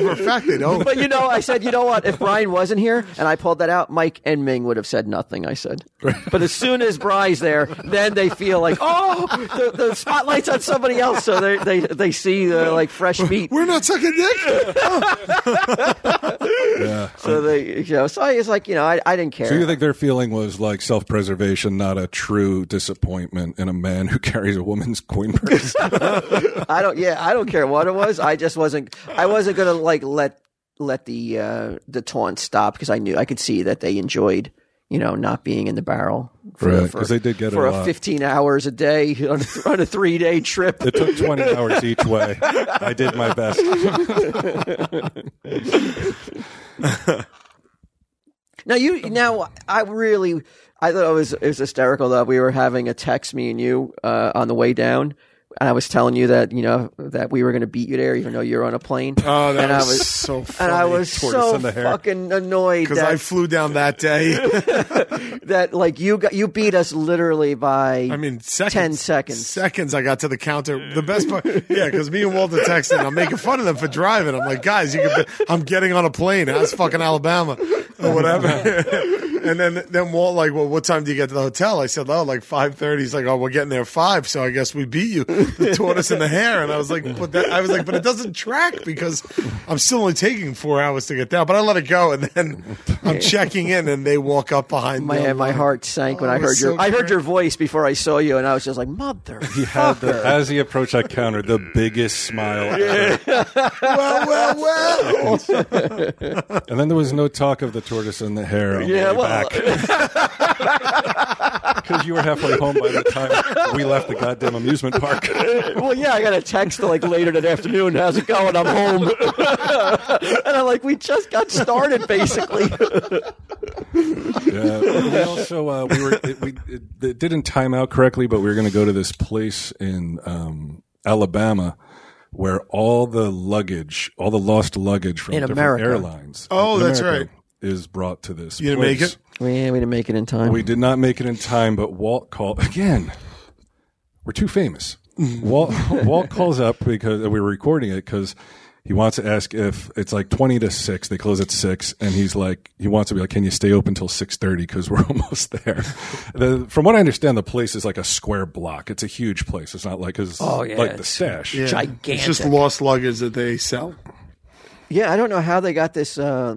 [SPEAKER 3] for a fact they don't.
[SPEAKER 1] "But you know," I said, "You know what? If Brian wasn't here and I pulled that out, Mike and Ming would have said nothing." I said, "But as soon as Bri's there, then they feel like, oh, the, the spotlight's on somebody else, so they they they see the like fresh meat."
[SPEAKER 3] We're not sucking dick.
[SPEAKER 1] So they, you know, so I was like, you know, I, I didn't care.
[SPEAKER 2] do you think their feeling was like self preservation, not a true disappointment in a man who carries a woman's coin purse?
[SPEAKER 1] I don't. Yeah, I don't care what it was. I just wasn't. I wasn't gonna like let let the uh, the taunt stop because I knew I could see that they enjoyed you know not being in the barrel for
[SPEAKER 2] Right, 'cause they did get a
[SPEAKER 1] for
[SPEAKER 2] lot.
[SPEAKER 1] fifteen hours a day on a, on a three day trip.
[SPEAKER 2] It took 20 hours each way. I did my best.
[SPEAKER 1] Now you now I really I thought it was it was hysterical that we were having a text me and you uh, on the way down. And I was telling you that you know that we were going to beat you there, even though you were on a plane.
[SPEAKER 3] Oh, that
[SPEAKER 1] and
[SPEAKER 3] was,
[SPEAKER 1] I was
[SPEAKER 3] so funny.
[SPEAKER 1] and I was
[SPEAKER 2] tortoise
[SPEAKER 1] so
[SPEAKER 2] in the hair.
[SPEAKER 1] fucking annoyed
[SPEAKER 3] because
[SPEAKER 1] that
[SPEAKER 3] I flew down that day.
[SPEAKER 1] that like you got you beat us literally by
[SPEAKER 3] I mean, seconds.
[SPEAKER 1] 10 seconds.
[SPEAKER 3] Seconds. I got to the counter. The best part, yeah, because me and Walter texted. and I'm making fun of them for driving. I'm like, guys, you can. Be, I'm getting on a plane. That's fucking Alabama or whatever. and then then Walt like, well, what time do you get to the hotel? I said, oh, like five thirty. He's like, oh, we're getting there at five, so I guess we beat you. The tortoise in the hair. And I was like, but that, I was like, but it doesn't track because I'm still only taking four hours to get down. But I let it go, and then I'm checking in, and they walk up behind
[SPEAKER 1] my
[SPEAKER 3] me.
[SPEAKER 1] my heart sank when
[SPEAKER 3] Oh,
[SPEAKER 1] I
[SPEAKER 3] it was
[SPEAKER 1] heard your
[SPEAKER 3] so
[SPEAKER 1] I heard
[SPEAKER 3] great.
[SPEAKER 1] your voice before I saw you and I was just like mother
[SPEAKER 2] He had the, as he approached that counter, the biggest smile. ever.
[SPEAKER 3] well, well, well.
[SPEAKER 2] And then there was no talk of the tortoise and the hare. On
[SPEAKER 1] Yeah,
[SPEAKER 2] the way
[SPEAKER 1] well-
[SPEAKER 2] Because you were halfway home by the time we left the goddamn amusement park.
[SPEAKER 1] well yeah I got a text like later that afternoon how's it going I'm home and I'm like we just got started basically
[SPEAKER 2] Yeah. We also uh, we were it, we it, it didn't time out correctly, but we were going to go to this place in um, Alabama where all the luggage, all the lost luggage from
[SPEAKER 1] In
[SPEAKER 2] different
[SPEAKER 1] America.
[SPEAKER 2] airlines.
[SPEAKER 3] Oh,
[SPEAKER 2] in
[SPEAKER 3] that's
[SPEAKER 2] America
[SPEAKER 3] right.
[SPEAKER 2] Is brought to this.
[SPEAKER 3] You didn't
[SPEAKER 2] place.
[SPEAKER 3] make it?
[SPEAKER 1] we we didn't make it in time
[SPEAKER 2] We did not make it in time, but Walt called again. We're too famous. Walt Walt calls up because we were recording it because He wants to ask if it's like twenty to six. They close at six, and he's like, he wants to be like, "Can you stay open till six thirty? Because we're almost there." the, from what I understand, the place is like a square block. It's a huge place. It's not like his,
[SPEAKER 1] Oh, yeah,
[SPEAKER 2] like the
[SPEAKER 1] it's-
[SPEAKER 2] stash.
[SPEAKER 3] Yeah. It's just
[SPEAKER 1] Gigantic.
[SPEAKER 3] lost luggage that they sell.
[SPEAKER 1] Yeah, I don't know how they got this uh,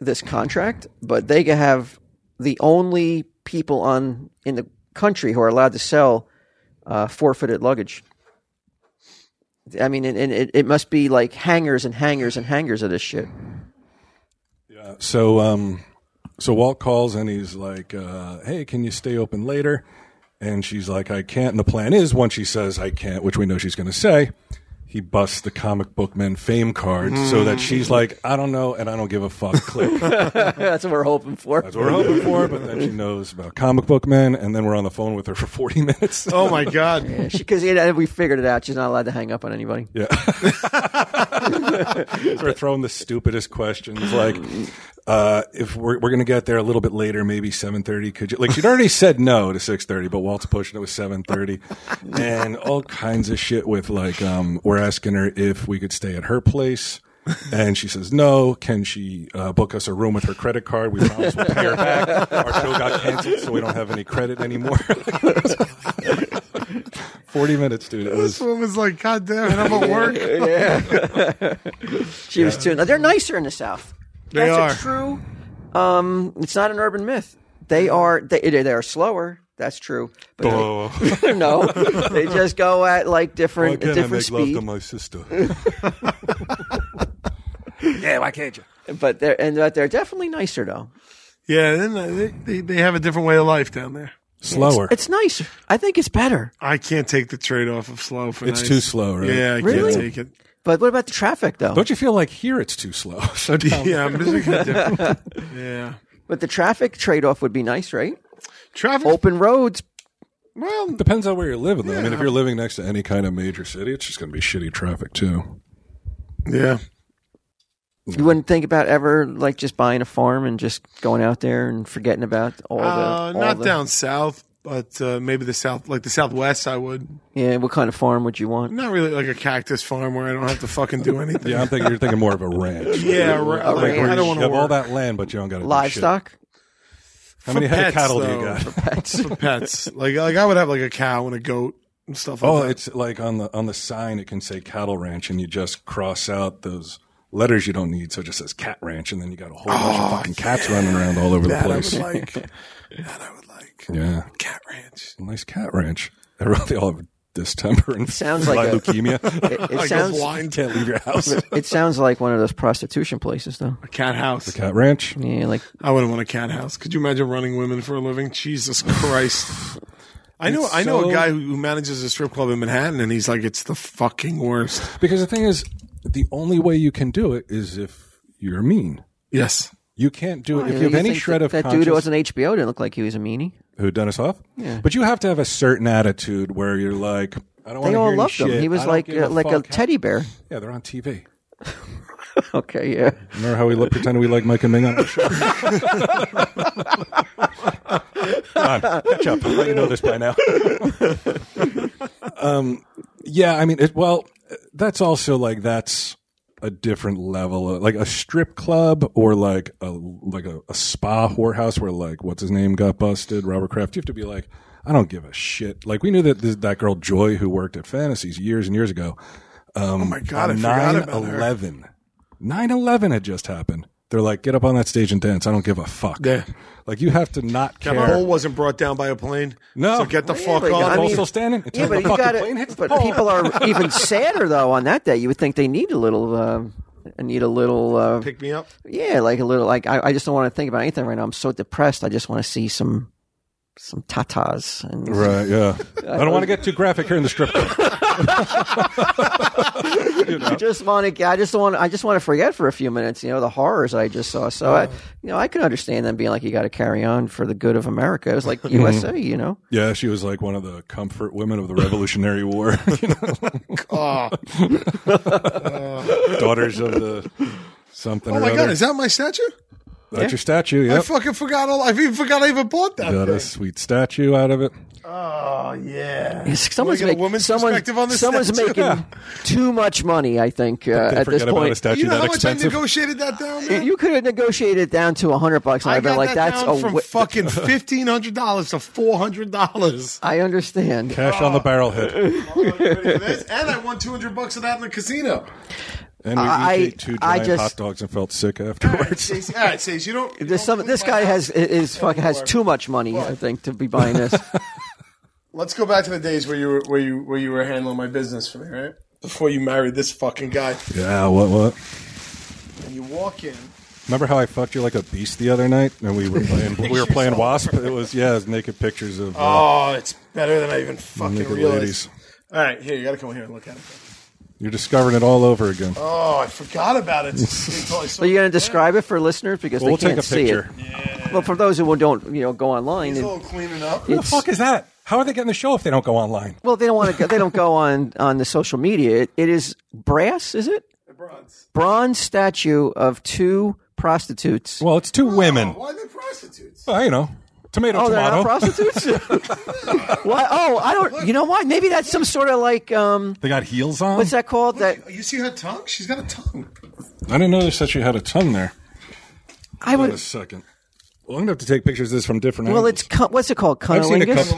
[SPEAKER 1] this contract, but they could have the only people on in the country who are allowed to sell uh, forfeited luggage. I mean, and, and it, it must be like hangers and hangers and hangers of this shit.
[SPEAKER 2] So um so Walt calls and he's like, uh, "Hey, can you stay open later?" And she's like, "I can't." And the plan is, once she says "I can't," which we know she's going to say, he busts the comic book man fame card so that she's like, "I don't know," and I don't give a fuck. Click.
[SPEAKER 1] That's what we're hoping for.
[SPEAKER 2] That's what we're hoping for. But then she knows about comic book man, and then we're on the phone with her for forty minutes.
[SPEAKER 3] Oh my god!
[SPEAKER 1] Because we figured it out. She's not allowed to hang up on anybody.
[SPEAKER 2] Yeah. We're throwing the stupidest questions like uh, if we're, we're going to get there a little bit later, maybe 7:30 could you like she'd already said no to 6:30, but Walt's pushing it with 7:30 and all kinds of shit with like um, we're asking her if we could stay at her place. And she says no. Can she uh, book us a room with her credit card? We promise we'll pay her back. Our show got canceled, so we don't have any credit anymore. Forty minutes, dude. It was
[SPEAKER 3] This woman's like, God damn it, I'm at work.
[SPEAKER 1] She was too. Now, they're nicer in the South.
[SPEAKER 3] They
[SPEAKER 1] That's
[SPEAKER 3] are.
[SPEAKER 1] a true. Um, it's not an urban myth. They are. They, they are slower. That's true. But they- no, they just go at like different
[SPEAKER 2] Oh. Why can't
[SPEAKER 1] different
[SPEAKER 2] I make
[SPEAKER 1] speed.
[SPEAKER 2] love to my sister? yeah, why can't you?
[SPEAKER 1] but they're and but they're definitely nicer though.
[SPEAKER 3] Yeah, then uh, they, they they have a different way of life down there.
[SPEAKER 2] Slower.
[SPEAKER 1] It's
[SPEAKER 2] It's,
[SPEAKER 1] nicer. I think it's better.
[SPEAKER 3] I can't take the trade off of slow for. nice.
[SPEAKER 2] too slow, right?
[SPEAKER 3] Yeah, I
[SPEAKER 1] Really?
[SPEAKER 3] can't take it.
[SPEAKER 1] But what about the traffic though?
[SPEAKER 2] Don't you feel like here it's too slow? So down-
[SPEAKER 3] Yeah, I'm just gonna do- yeah.
[SPEAKER 1] but the traffic trade off would be nice, right?
[SPEAKER 3] Traffic.
[SPEAKER 1] Open roads.
[SPEAKER 3] Well,
[SPEAKER 2] Depends on where you're living, though. I mean, if you're living next to any kind of major city, it's just going to be shitty traffic, too.
[SPEAKER 3] yeah.
[SPEAKER 1] You wouldn't think about ever like just buying a farm and just going out there and forgetting about all the
[SPEAKER 3] Uh,
[SPEAKER 1] all
[SPEAKER 3] not
[SPEAKER 1] the-
[SPEAKER 3] down south, but uh, maybe the south, like the southwest. I would
[SPEAKER 1] Yeah, what kind of farm would you want?
[SPEAKER 3] not really like a cactus farm where I don't have to fucking do anything.
[SPEAKER 2] Yeah, I'm thinking you're thinking more of a ranch.
[SPEAKER 3] Yeah, right.
[SPEAKER 1] A
[SPEAKER 3] like,
[SPEAKER 1] ranch.
[SPEAKER 3] I don't
[SPEAKER 2] You
[SPEAKER 3] want to
[SPEAKER 2] have
[SPEAKER 3] work.
[SPEAKER 2] all that land, but you don't got to do shit.
[SPEAKER 1] Livestock.
[SPEAKER 2] How many head of
[SPEAKER 3] pets,
[SPEAKER 2] cattle do
[SPEAKER 3] though.
[SPEAKER 2] you got?
[SPEAKER 1] Pets.
[SPEAKER 3] for pets. Like like I would have like a cow and a goat and stuff like
[SPEAKER 2] Oh,
[SPEAKER 3] that.
[SPEAKER 2] it's like on the on the sign it can say cattle ranch, and you just cross out those letters you don't need, so it just says cat ranch, and then you got a whole bunch of fucking cats running around all over
[SPEAKER 3] that
[SPEAKER 2] the
[SPEAKER 3] I
[SPEAKER 2] place.
[SPEAKER 3] would like. that I would like.
[SPEAKER 2] yeah,
[SPEAKER 3] Cat ranch.
[SPEAKER 2] nice cat ranch. Everyone they all have distemper and
[SPEAKER 1] Sounds like
[SPEAKER 2] like
[SPEAKER 1] a-
[SPEAKER 2] leukemia.
[SPEAKER 1] It, it
[SPEAKER 3] Like a
[SPEAKER 1] sounds.
[SPEAKER 3] blind
[SPEAKER 2] Can't leave your house.
[SPEAKER 1] It sounds like one of those prostitution places, though.
[SPEAKER 3] cat house.
[SPEAKER 2] Cat ranch.
[SPEAKER 1] Yeah, like
[SPEAKER 3] I wouldn't want a cat house. Could you imagine running women for a living? Jesus Christ. I know,
[SPEAKER 2] It's
[SPEAKER 3] I know
[SPEAKER 2] so-
[SPEAKER 3] a guy who who manages a strip club in Manhattan, and he's like, "It's the fucking worst."
[SPEAKER 2] Because the thing is, the only way you can do it is if you're mean.
[SPEAKER 3] Yes,
[SPEAKER 2] You can't do it if
[SPEAKER 1] You
[SPEAKER 2] you
[SPEAKER 1] know,
[SPEAKER 2] have
[SPEAKER 1] you
[SPEAKER 2] any
[SPEAKER 1] think
[SPEAKER 2] shred
[SPEAKER 1] that,
[SPEAKER 2] of
[SPEAKER 1] that
[SPEAKER 2] conscience.
[SPEAKER 1] dude that was on HBO didn't look like he was a meanie.
[SPEAKER 2] who done us off. But you have to have a certain attitude where you're like, I don't want
[SPEAKER 1] They
[SPEAKER 2] to
[SPEAKER 1] all
[SPEAKER 2] hear
[SPEAKER 1] loved
[SPEAKER 2] your shit.
[SPEAKER 1] him. He
[SPEAKER 2] I
[SPEAKER 1] was
[SPEAKER 2] don't
[SPEAKER 1] like
[SPEAKER 2] give
[SPEAKER 1] uh, like a
[SPEAKER 2] fuck.
[SPEAKER 1] teddy bear.
[SPEAKER 2] Yeah, they're on TV.
[SPEAKER 1] Okay, yeah.
[SPEAKER 2] Remember how we lo- pretended we like Mike and Ming on the show? Come on, catch up. I thought you know this by now. um, yeah, I mean, it, well, that's also like that's a different level, of, like a strip club or like a like a, a spa whorehouse where like what's his name got busted, Robert Kraft. You have to be like, I don't give a shit. Like we knew that this, that girl Joy who worked at Fantasies years and years ago. Um, oh
[SPEAKER 3] my God, I forgot
[SPEAKER 2] nine
[SPEAKER 3] about her.
[SPEAKER 2] eleven. 9 11 had just happened. They're like, get up on that stage and dance. I don't give a fuck.
[SPEAKER 3] Yeah.
[SPEAKER 2] Like, you have to not
[SPEAKER 3] that
[SPEAKER 2] care.
[SPEAKER 3] pole wasn't brought down by a plane.
[SPEAKER 2] No.
[SPEAKER 3] so get the
[SPEAKER 1] Really?
[SPEAKER 3] fuck off.
[SPEAKER 1] I
[SPEAKER 2] pole's
[SPEAKER 1] mean-
[SPEAKER 2] still standing until
[SPEAKER 1] Yeah, but
[SPEAKER 2] the
[SPEAKER 1] you
[SPEAKER 2] fucking
[SPEAKER 1] got
[SPEAKER 2] plane hits
[SPEAKER 1] to.
[SPEAKER 2] the
[SPEAKER 1] But
[SPEAKER 2] pole.
[SPEAKER 1] people are even sadder though on that day. You would think they need a little. Uh, need a little. Uh,
[SPEAKER 3] Pick me up.
[SPEAKER 1] yeah, like a little. Like I, I just don't want to think about anything right now. I'm so depressed. I just want to see some some tatas and
[SPEAKER 2] Right, yeah. I don't want to get too graphic here in the strip club.
[SPEAKER 1] I just want to. I just want. I just want to forget for a few minutes. You know the horrors I just saw. So
[SPEAKER 3] Uh-huh.
[SPEAKER 1] I, you know, I can understand them being like, you got to carry on for the good of America. It was like USA, you know.
[SPEAKER 2] Yeah, she was like one of the comfort women of the Revolutionary War. you know,
[SPEAKER 3] Oh,
[SPEAKER 2] daughters of the something
[SPEAKER 3] oh
[SPEAKER 2] or
[SPEAKER 3] my
[SPEAKER 2] other.
[SPEAKER 3] god, is that my statue?
[SPEAKER 2] That's your statue. Yep.
[SPEAKER 3] Oh I fucking forgot all. I even forgot I even bought that.
[SPEAKER 2] Got a sweet statue out of it.
[SPEAKER 3] Oh yeah.
[SPEAKER 1] Someone's,
[SPEAKER 3] get a
[SPEAKER 1] make,
[SPEAKER 3] woman's
[SPEAKER 1] someone-
[SPEAKER 3] perspective on this
[SPEAKER 1] someone's
[SPEAKER 3] statue?
[SPEAKER 1] making too much money, I think, uh,
[SPEAKER 2] They
[SPEAKER 1] at
[SPEAKER 2] forget
[SPEAKER 1] this
[SPEAKER 2] about a
[SPEAKER 1] point.
[SPEAKER 2] statue
[SPEAKER 3] You know
[SPEAKER 2] that
[SPEAKER 3] how much I
[SPEAKER 2] expensive.
[SPEAKER 3] negotiated that down, man.
[SPEAKER 1] You could have negotiated it down to a hundred bucks, and
[SPEAKER 3] I
[SPEAKER 1] I've
[SPEAKER 3] got
[SPEAKER 1] been like,
[SPEAKER 3] that
[SPEAKER 1] "That's
[SPEAKER 3] down
[SPEAKER 1] a."
[SPEAKER 3] from
[SPEAKER 1] wi-
[SPEAKER 3] fucking fifteen hundred dollars to four hundred dollars.
[SPEAKER 1] I understand.
[SPEAKER 2] Cash on the barrel head.
[SPEAKER 3] and I won two hundred bucks of that in the casino.
[SPEAKER 2] And we
[SPEAKER 1] I-
[SPEAKER 2] each ate E two
[SPEAKER 1] I
[SPEAKER 2] giant
[SPEAKER 1] just-
[SPEAKER 2] hot dogs and felt sick
[SPEAKER 3] All right,
[SPEAKER 2] afterwards.
[SPEAKER 3] Stacey. All right, Stacey. You don't. you
[SPEAKER 1] This, some,
[SPEAKER 3] don't think
[SPEAKER 1] this
[SPEAKER 3] my
[SPEAKER 1] guy
[SPEAKER 3] house-
[SPEAKER 1] has is fucking has too much money, I think, to be buying this.
[SPEAKER 3] Let's go back to the days where you were where you where you were handling my business for me, right? Before you married this fucking guy,
[SPEAKER 2] yeah, what, what?
[SPEAKER 3] and you walk in.
[SPEAKER 2] Remember how I fucked you like a beast the other night, and we were playing we were playing Wasp. It was yeah, it was naked pictures of uh,
[SPEAKER 3] Oh, it's better than I even fucking
[SPEAKER 2] naked
[SPEAKER 3] realized.
[SPEAKER 2] ladies.
[SPEAKER 3] All right, here you got to come in here and look at it.
[SPEAKER 2] You're discovering it all over again.
[SPEAKER 3] Oh, I forgot about it. Until I saw
[SPEAKER 1] Are you
[SPEAKER 3] it.
[SPEAKER 1] going to describe it for listeners because
[SPEAKER 2] Well, we'll
[SPEAKER 1] they
[SPEAKER 2] take
[SPEAKER 1] can't
[SPEAKER 2] a
[SPEAKER 1] see it?
[SPEAKER 2] picture.
[SPEAKER 1] Well, for those who don't, you know, go online.
[SPEAKER 3] He's a
[SPEAKER 1] And,
[SPEAKER 3] little cleaning up.
[SPEAKER 2] What the fuck is that? How are they getting the show if they don't go online?
[SPEAKER 1] well, they don't want to. Go, they don't go on on the social media. It, it is brass, is it?
[SPEAKER 3] Bronze.
[SPEAKER 1] Bronze statue of two prostitutes.
[SPEAKER 2] Well, it's two women.
[SPEAKER 3] Why are they prostitutes?
[SPEAKER 2] Well, you know, tomato,
[SPEAKER 1] Oh, they're
[SPEAKER 2] tomato.
[SPEAKER 1] not prostitutes. Why? Oh, I don't. You know what? Maybe that's some sort of like um,
[SPEAKER 2] they got heels on.
[SPEAKER 1] what's that called? That
[SPEAKER 3] Oh, You see her tongue? She's got a tongue.
[SPEAKER 2] I didn't know they said she had a ton there.
[SPEAKER 1] I
[SPEAKER 2] Wait a
[SPEAKER 1] would.
[SPEAKER 2] second. Well, I'm gonna have to take pictures of this from different.
[SPEAKER 1] Well,
[SPEAKER 2] angles.
[SPEAKER 1] it's cu- what's it called?
[SPEAKER 2] I've seen a
[SPEAKER 1] Cunnilingus.
[SPEAKER 2] couple-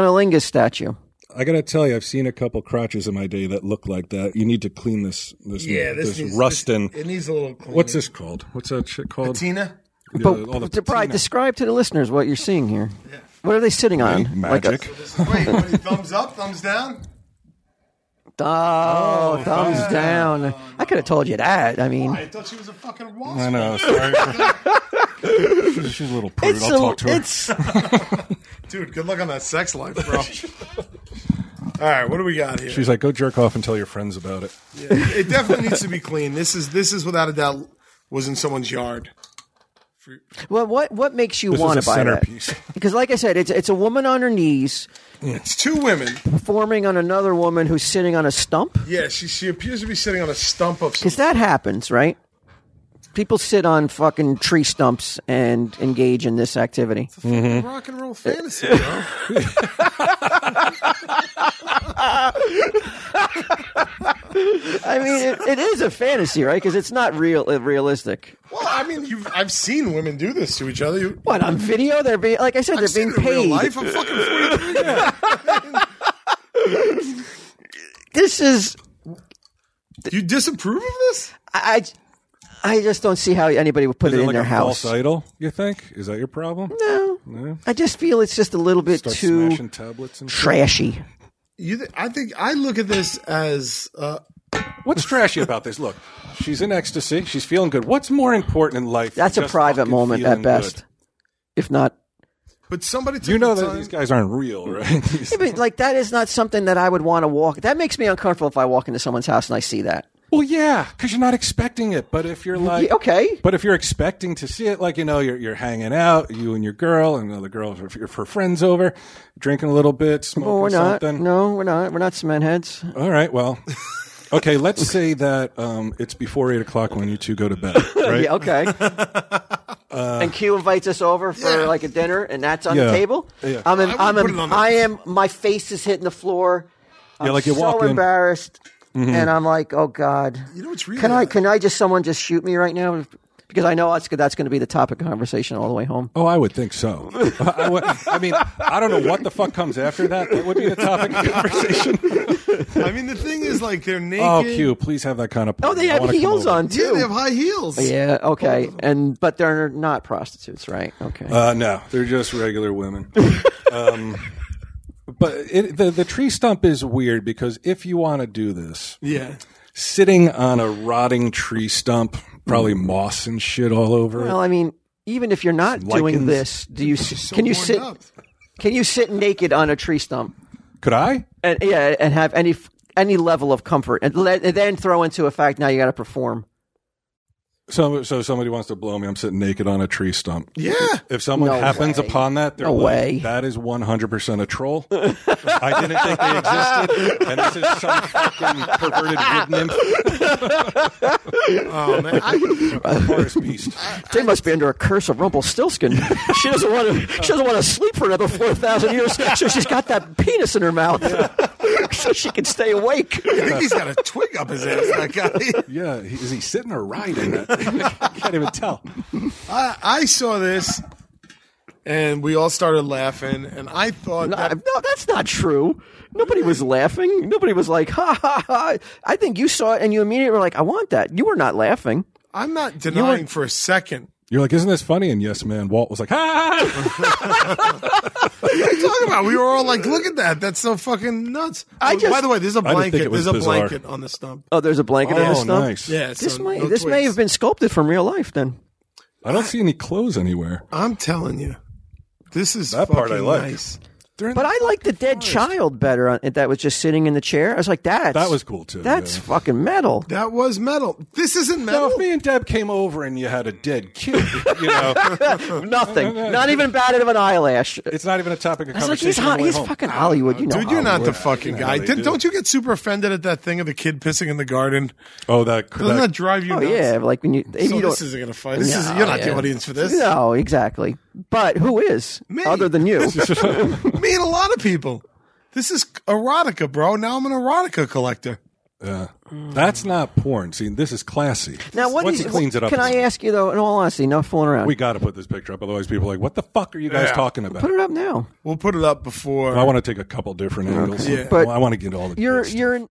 [SPEAKER 3] Cunnilingus.
[SPEAKER 1] Cunnilingus statue.
[SPEAKER 2] I gotta tell you, I've seen a couple crotches in my day that look like that. You need to clean this. This. this,
[SPEAKER 3] needs-
[SPEAKER 2] rustin.
[SPEAKER 3] It needs a little cleaning.
[SPEAKER 2] What's this called? What's that shit called?
[SPEAKER 3] Tina?
[SPEAKER 2] Yeah,
[SPEAKER 1] But,
[SPEAKER 2] all the
[SPEAKER 1] but Brian,
[SPEAKER 2] patina.
[SPEAKER 1] describe to the listeners what you're seeing here. What are they sitting on? Like a-
[SPEAKER 2] magic.
[SPEAKER 3] Wait, what, thumbs up, thumbs down?
[SPEAKER 1] oh, thumbs down. I could have told you that. I mean,
[SPEAKER 3] I thought she was a fucking wasp.
[SPEAKER 2] I know. Sorry. She's a little prude.
[SPEAKER 1] it's
[SPEAKER 2] I'll
[SPEAKER 1] a-
[SPEAKER 2] talk to her.
[SPEAKER 1] it's
[SPEAKER 3] Dude, good luck on that sex life, bro. All right, what do we got here?
[SPEAKER 2] She's like, go jerk off and tell your friends about it.
[SPEAKER 3] it definitely needs to be clean. This is this is without a doubt was in someone's yard.
[SPEAKER 1] well, what what makes you
[SPEAKER 2] This
[SPEAKER 1] want
[SPEAKER 2] is
[SPEAKER 1] to
[SPEAKER 2] a
[SPEAKER 1] buy
[SPEAKER 2] centerpiece.
[SPEAKER 1] that? Because, like I said, it's it's a woman on her knees
[SPEAKER 3] It's two women.
[SPEAKER 1] performing on another woman who's sitting on a stump.
[SPEAKER 3] Yeah, she she appears to be sitting on a stump of some
[SPEAKER 1] Because that happens, right? People sit on fucking tree stumps and engage in this activity.
[SPEAKER 2] Mm-hmm.
[SPEAKER 3] rock and roll fantasy, bro.
[SPEAKER 1] I mean, it, it is a fantasy, right? Because it's not real, uh, realistic.
[SPEAKER 3] Well, I mean, you've, I've seen women do this to each other. You,
[SPEAKER 1] What on video? They're being, like I said,
[SPEAKER 3] I've
[SPEAKER 1] they're
[SPEAKER 3] seen
[SPEAKER 1] being
[SPEAKER 3] it in real
[SPEAKER 1] paid.
[SPEAKER 3] life. I'm fucking 43.
[SPEAKER 1] This is,
[SPEAKER 3] You disapprove of this?
[SPEAKER 1] I, I I just don't see how anybody would put
[SPEAKER 2] Is
[SPEAKER 1] it
[SPEAKER 2] it
[SPEAKER 1] in
[SPEAKER 2] like
[SPEAKER 1] their
[SPEAKER 2] a
[SPEAKER 1] house.
[SPEAKER 2] false idol? You think? Is that your problem?
[SPEAKER 1] No, I just feel it's just a little bit
[SPEAKER 2] Start
[SPEAKER 1] too
[SPEAKER 2] smashing tablets and shit.
[SPEAKER 1] trashy.
[SPEAKER 3] You, th- I think I look at this as uh,
[SPEAKER 2] What's trashy about this? Look, she's in ecstasy. She's feeling good. What's more important in life? than
[SPEAKER 1] That's a
[SPEAKER 2] just
[SPEAKER 1] private
[SPEAKER 2] fucking
[SPEAKER 1] moment
[SPEAKER 2] feeling
[SPEAKER 1] at best,
[SPEAKER 2] good?
[SPEAKER 1] if not.
[SPEAKER 3] but somebody. Took
[SPEAKER 2] You know
[SPEAKER 3] the
[SPEAKER 2] that
[SPEAKER 3] time-
[SPEAKER 2] these guys aren't real, right? These-
[SPEAKER 1] I mean, like that is not something that I would want to walk. That makes me uncomfortable if I walk into someone's house and I see that.
[SPEAKER 2] well, yeah, because you're not expecting it. But if you're like,
[SPEAKER 1] Yeah, okay.
[SPEAKER 2] But if you're expecting to see it, like you know, you're you're hanging out, you and your girl, and another girl, if if her friends over, drinking a little bit, smoking
[SPEAKER 1] Well, we're not.
[SPEAKER 2] something.
[SPEAKER 1] No, we're not. We're not cement heads.
[SPEAKER 2] All right. Well, okay. Let's say that um, it's before eight o'clock when you two go to bed, right?
[SPEAKER 1] Yeah, okay. and Q invites us over for
[SPEAKER 3] Yeah.
[SPEAKER 1] like a dinner, and that's on the
[SPEAKER 2] Yeah.
[SPEAKER 1] table.
[SPEAKER 2] Yeah.
[SPEAKER 1] I'm, in,
[SPEAKER 3] I
[SPEAKER 1] I'm,
[SPEAKER 3] wouldn't
[SPEAKER 1] in-
[SPEAKER 3] put it on the-
[SPEAKER 1] I am. My face is hitting the floor. I'm
[SPEAKER 2] like you
[SPEAKER 1] so
[SPEAKER 2] walk in-
[SPEAKER 1] embarrassed, and I'm like, oh god.
[SPEAKER 3] Mm-hmm. You know what's really?
[SPEAKER 1] Can I? Can I just? Someone just shoot me right now? Because I know that's that's going to be the topic of conversation all the way home.
[SPEAKER 2] Oh, I would think so. I, would, I mean, I don't know what the fuck comes after that. That would be the topic of conversation.
[SPEAKER 3] I mean, the thing is, like they're naked.
[SPEAKER 2] Oh, Q, please have that kind of.
[SPEAKER 1] Oh, they
[SPEAKER 2] I
[SPEAKER 1] have
[SPEAKER 2] wanna come
[SPEAKER 1] heels
[SPEAKER 2] over.
[SPEAKER 1] on
[SPEAKER 3] Yeah,
[SPEAKER 1] too.
[SPEAKER 3] they have high heels.
[SPEAKER 1] yeah. Okay. And but they're not prostitutes, right? Okay.
[SPEAKER 2] Uh, no, they're just regular women. um, but it, the the tree stump is weird because if you want to do this,
[SPEAKER 3] Yeah.
[SPEAKER 2] sitting on a rotting tree stump, probably moss and shit all over it.
[SPEAKER 1] Mm. well, I mean, even if you're not doing
[SPEAKER 2] lichens.
[SPEAKER 1] this, do you
[SPEAKER 3] So
[SPEAKER 1] can you
[SPEAKER 3] warmed
[SPEAKER 1] sit?
[SPEAKER 3] up.
[SPEAKER 1] Can you sit naked on a tree stump?
[SPEAKER 2] Could I?
[SPEAKER 1] and yeah, and have any any level of comfort, and, let, and then throw into a fact now you got to perform.
[SPEAKER 2] So, so somebody wants to blow me. I'm sitting naked on a tree stump.
[SPEAKER 3] Yeah.
[SPEAKER 2] If someone
[SPEAKER 1] No
[SPEAKER 2] happens
[SPEAKER 1] way.
[SPEAKER 2] upon that, they're
[SPEAKER 1] No
[SPEAKER 2] like,
[SPEAKER 1] way.
[SPEAKER 2] that is 100% a troll. I didn't think they existed. And this is some fucking perverted wood nymph
[SPEAKER 3] Oh man. I,
[SPEAKER 2] forest beast.
[SPEAKER 1] They must be under a curse of Rumpelstiltskin. she doesn't want to. She doesn't want to sleep for another four thousand years, so she's got that penis in her mouth, so she can stay awake.
[SPEAKER 3] I think he's got a twig up his ass. That guy.
[SPEAKER 2] Yeah. he- Is he sitting or riding? I can't even tell.
[SPEAKER 3] I, I saw this, and we all started laughing, and I thought
[SPEAKER 1] No,
[SPEAKER 3] that,
[SPEAKER 1] no, that's not true. Nobody was laughing. Nobody was like, ha ha ha. I think you saw it and you immediately were like, I want that. You were not laughing.
[SPEAKER 3] I'm not denying for a second.
[SPEAKER 2] You're like, isn't this funny? And yes, man, Walt was like, ah!
[SPEAKER 3] What are you talking about? We were all like, "Look at that! That's so fucking nuts." Oh,
[SPEAKER 1] I just-
[SPEAKER 3] By the way, there's a
[SPEAKER 2] didn't think
[SPEAKER 3] blanket.
[SPEAKER 2] it was
[SPEAKER 3] There's a
[SPEAKER 2] bizarre.
[SPEAKER 3] blanket on the stump.
[SPEAKER 1] Oh, there's a blanket in
[SPEAKER 2] Oh,
[SPEAKER 1] this stump.
[SPEAKER 2] nice.
[SPEAKER 3] Yeah,
[SPEAKER 1] This
[SPEAKER 3] so
[SPEAKER 1] may
[SPEAKER 3] no
[SPEAKER 1] this may
[SPEAKER 3] twigs.
[SPEAKER 1] have been sculpted from real life then.
[SPEAKER 2] I don't see any clothes anywhere.
[SPEAKER 3] I'm telling you, this is
[SPEAKER 2] That part I
[SPEAKER 3] fucking
[SPEAKER 2] like.
[SPEAKER 3] Nice.
[SPEAKER 2] During
[SPEAKER 1] But I like the dead child better on, that was just sitting in the chair. I was like, that's
[SPEAKER 2] That was cool, too,
[SPEAKER 1] That's
[SPEAKER 2] yeah.
[SPEAKER 1] fucking metal.
[SPEAKER 3] That was metal. This isn't
[SPEAKER 2] now,
[SPEAKER 3] metal.
[SPEAKER 2] if me and Deb came over and you had a dead kid, you know,
[SPEAKER 1] Nothing. not even batted of an eyelash.
[SPEAKER 2] it's not even a topic of
[SPEAKER 1] I was like,
[SPEAKER 2] conversation.
[SPEAKER 1] he's
[SPEAKER 2] on
[SPEAKER 1] hot.
[SPEAKER 2] the way
[SPEAKER 1] He's
[SPEAKER 2] home.
[SPEAKER 1] fucking Hollywood. You know,
[SPEAKER 3] Dude, you're not the
[SPEAKER 1] Hollywood.
[SPEAKER 3] fucking guy.
[SPEAKER 2] they
[SPEAKER 3] Did,
[SPEAKER 2] do.
[SPEAKER 3] don't you get super offended at that thing of the kid pissing in the garden?
[SPEAKER 2] Oh, that,
[SPEAKER 3] Doesn't that
[SPEAKER 2] that
[SPEAKER 3] drive you
[SPEAKER 1] Oh
[SPEAKER 3] nuts?
[SPEAKER 1] yeah, like when you. if
[SPEAKER 3] So
[SPEAKER 1] you
[SPEAKER 3] this
[SPEAKER 1] don't-
[SPEAKER 3] isn't gonna fight. This is
[SPEAKER 1] No,
[SPEAKER 3] you're not
[SPEAKER 1] yeah.
[SPEAKER 3] the audience for this.
[SPEAKER 1] No, exactly. But who is
[SPEAKER 3] Me.
[SPEAKER 1] other than you?
[SPEAKER 3] Me and a lot of people. This is erotica, bro. Now I'm an erotica collector.
[SPEAKER 2] Yeah. That's not porn. See, this is classy.
[SPEAKER 1] Now, what
[SPEAKER 2] Once
[SPEAKER 1] is-
[SPEAKER 2] he cleans it up,
[SPEAKER 1] Can I
[SPEAKER 2] it's-
[SPEAKER 1] ask you though? In all honesty, no fooling around.
[SPEAKER 2] We got to put this picture up, otherwise people are like, "What the fuck are you guys talking about?"
[SPEAKER 1] Put it up now.
[SPEAKER 3] We'll put it up before.
[SPEAKER 2] I want to take a couple different angles.
[SPEAKER 3] Yeah.
[SPEAKER 1] But-
[SPEAKER 2] Well, I want to get all the.
[SPEAKER 1] You're
[SPEAKER 2] good stuff.
[SPEAKER 1] you're in,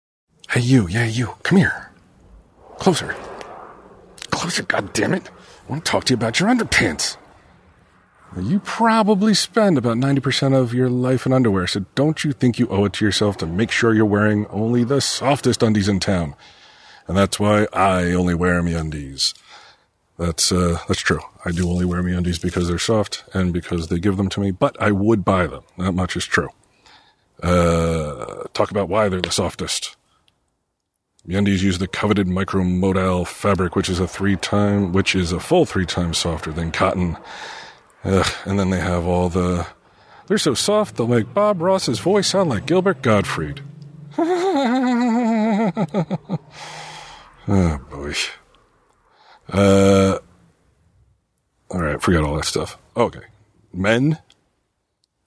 [SPEAKER 2] Hey, you. Yeah, you. Come here. Closer. Closer. God damn it! I want to talk to you about your underpants. You probably spend about ninety percent of your life in underwear, so don't you think you owe it to yourself to make sure you're wearing only the softest undies in town? And that's why I only wear me undies. That's uh, that's true. I do only wear me undies because they're soft and because they give them to me. But I would buy them. That much is true. Uh, talk about why they're the softest. Undies use the coveted micromodal fabric, which is a three time, which is a full three times softer than cotton. Ugh, and then they have all the. They're so soft they'll make Bob Ross's voice sound like Gilbert Gottfried. oh boy. Uh. All right, forget all that stuff. Okay, men.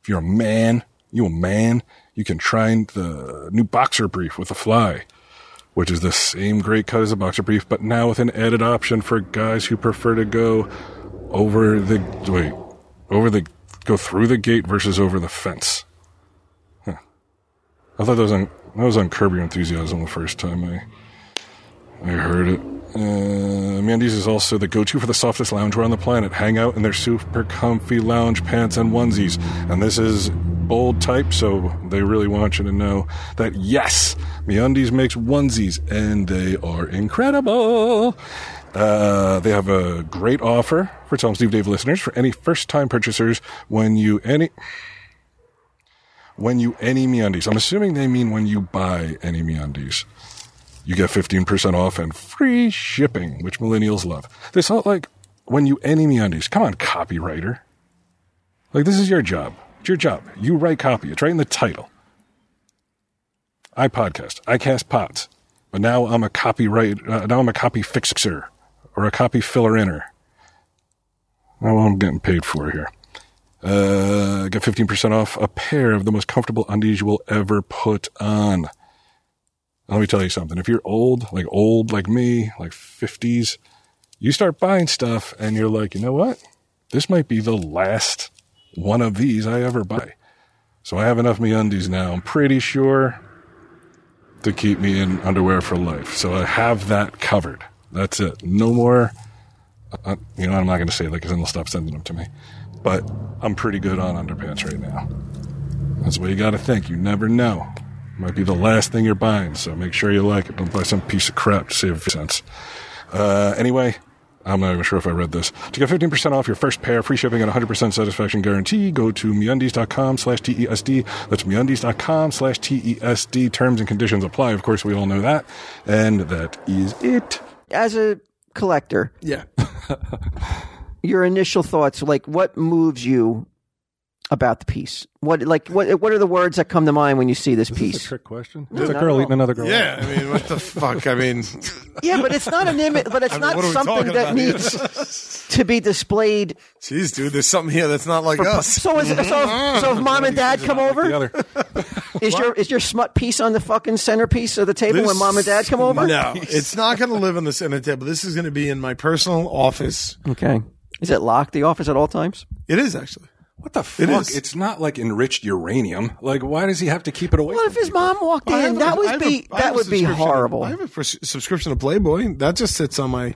[SPEAKER 2] If you're a man, you a man. You can try the new boxer brief with a fly which is the same great cut as a boxer brief, but now with an added option for guys who prefer to go over the wait, over the go through the gate versus over the fence. Huh. I thought that was on that was on Curb Your Enthusiasm the first time I I heard it. Uh, Mandy's is also the go-to for the softest loungewear on the planet. Hang out in their super comfy lounge pants and onesies. And this is bold type, so they really want you to know that yes, MeUndies makes onesies, and they are incredible. Uh, they have a great offer for Tom Steve Dave listeners for any first-time purchasers when you any when you any MeUndies. I'm assuming they mean when you buy any MeUndies. You get 15% off and free shipping, which millennials love. They sound like when you any MeUndies. Come on, copywriter. Like, this is your job. It's your job. You write copy. It's right in the title. I podcast. I cast pots. But now I'm a copyright, uh, now I'm a copy fixer or a copy filler-inner. Now I'm getting paid for here. Uh, get 15% off a pair of the most comfortable undies you will ever put on. Let me tell you something. If you're old, like old, like me, like 50s, you start buying stuff and you're like, you know what? This might be the last one of these I ever buy. So I have enough me undies now, I'm pretty sure, to keep me in underwear for life. So I have that covered. That's it. No more. Uh, you know, I'm not going to say it because then they'll stop sending them to me. But I'm pretty good on underpants right now. That's what you got to think. You never know. Might be the last thing you're buying, so make sure you like it. Don't buy some piece of crap to save cents. Uh, anyway, I'm not even sure if I read this. To get 15% off your first pair, free shipping, and 100% satisfaction guarantee, go to MeUndies.com slash TESD. That's MeUndies.com slash E TESD. Terms and conditions apply. Of course, we all know that. And that is it.
[SPEAKER 1] as a collector,
[SPEAKER 3] Yeah.
[SPEAKER 1] your initial thoughts, like what moves you about the piece? What like what what are the words that come to mind when you see this
[SPEAKER 2] Is this a
[SPEAKER 1] piece?
[SPEAKER 2] trick question? It's a
[SPEAKER 1] not at
[SPEAKER 2] girl
[SPEAKER 1] all.
[SPEAKER 2] eating another girl.
[SPEAKER 3] Yeah. I mean, what the fuck? I mean,
[SPEAKER 1] yeah, but it's not an image, but it's
[SPEAKER 3] I mean,
[SPEAKER 1] not
[SPEAKER 3] what are we
[SPEAKER 1] something
[SPEAKER 3] talking
[SPEAKER 1] that
[SPEAKER 3] about here?
[SPEAKER 1] needs to be displayed.
[SPEAKER 3] jeez, dude, there's something here that's not like us. Mm-hmm.
[SPEAKER 1] So is so if, so if mom and dad come
[SPEAKER 2] The
[SPEAKER 1] over,
[SPEAKER 2] other.
[SPEAKER 1] is your is your smut piece on the fucking centerpiece of the table when mom and dad come over?
[SPEAKER 3] No, it's not going to live on the center table. This is going to be in my personal office.
[SPEAKER 1] Okay. Is it locked the office at all times?
[SPEAKER 3] It is actually.
[SPEAKER 2] What the fuck?
[SPEAKER 3] is.
[SPEAKER 2] It's not like enriched uranium. Like, why does he have to keep it away?
[SPEAKER 1] Well,
[SPEAKER 2] from
[SPEAKER 1] if his
[SPEAKER 2] people?
[SPEAKER 1] mom walked
[SPEAKER 3] I have
[SPEAKER 1] in,
[SPEAKER 3] a-
[SPEAKER 1] that
[SPEAKER 3] I
[SPEAKER 1] would
[SPEAKER 3] have a-
[SPEAKER 1] be
[SPEAKER 3] I have
[SPEAKER 1] that
[SPEAKER 3] a
[SPEAKER 1] would be
[SPEAKER 3] subscription to-
[SPEAKER 1] horrible.
[SPEAKER 3] I have a pers- subscription to Playboy that just sits on my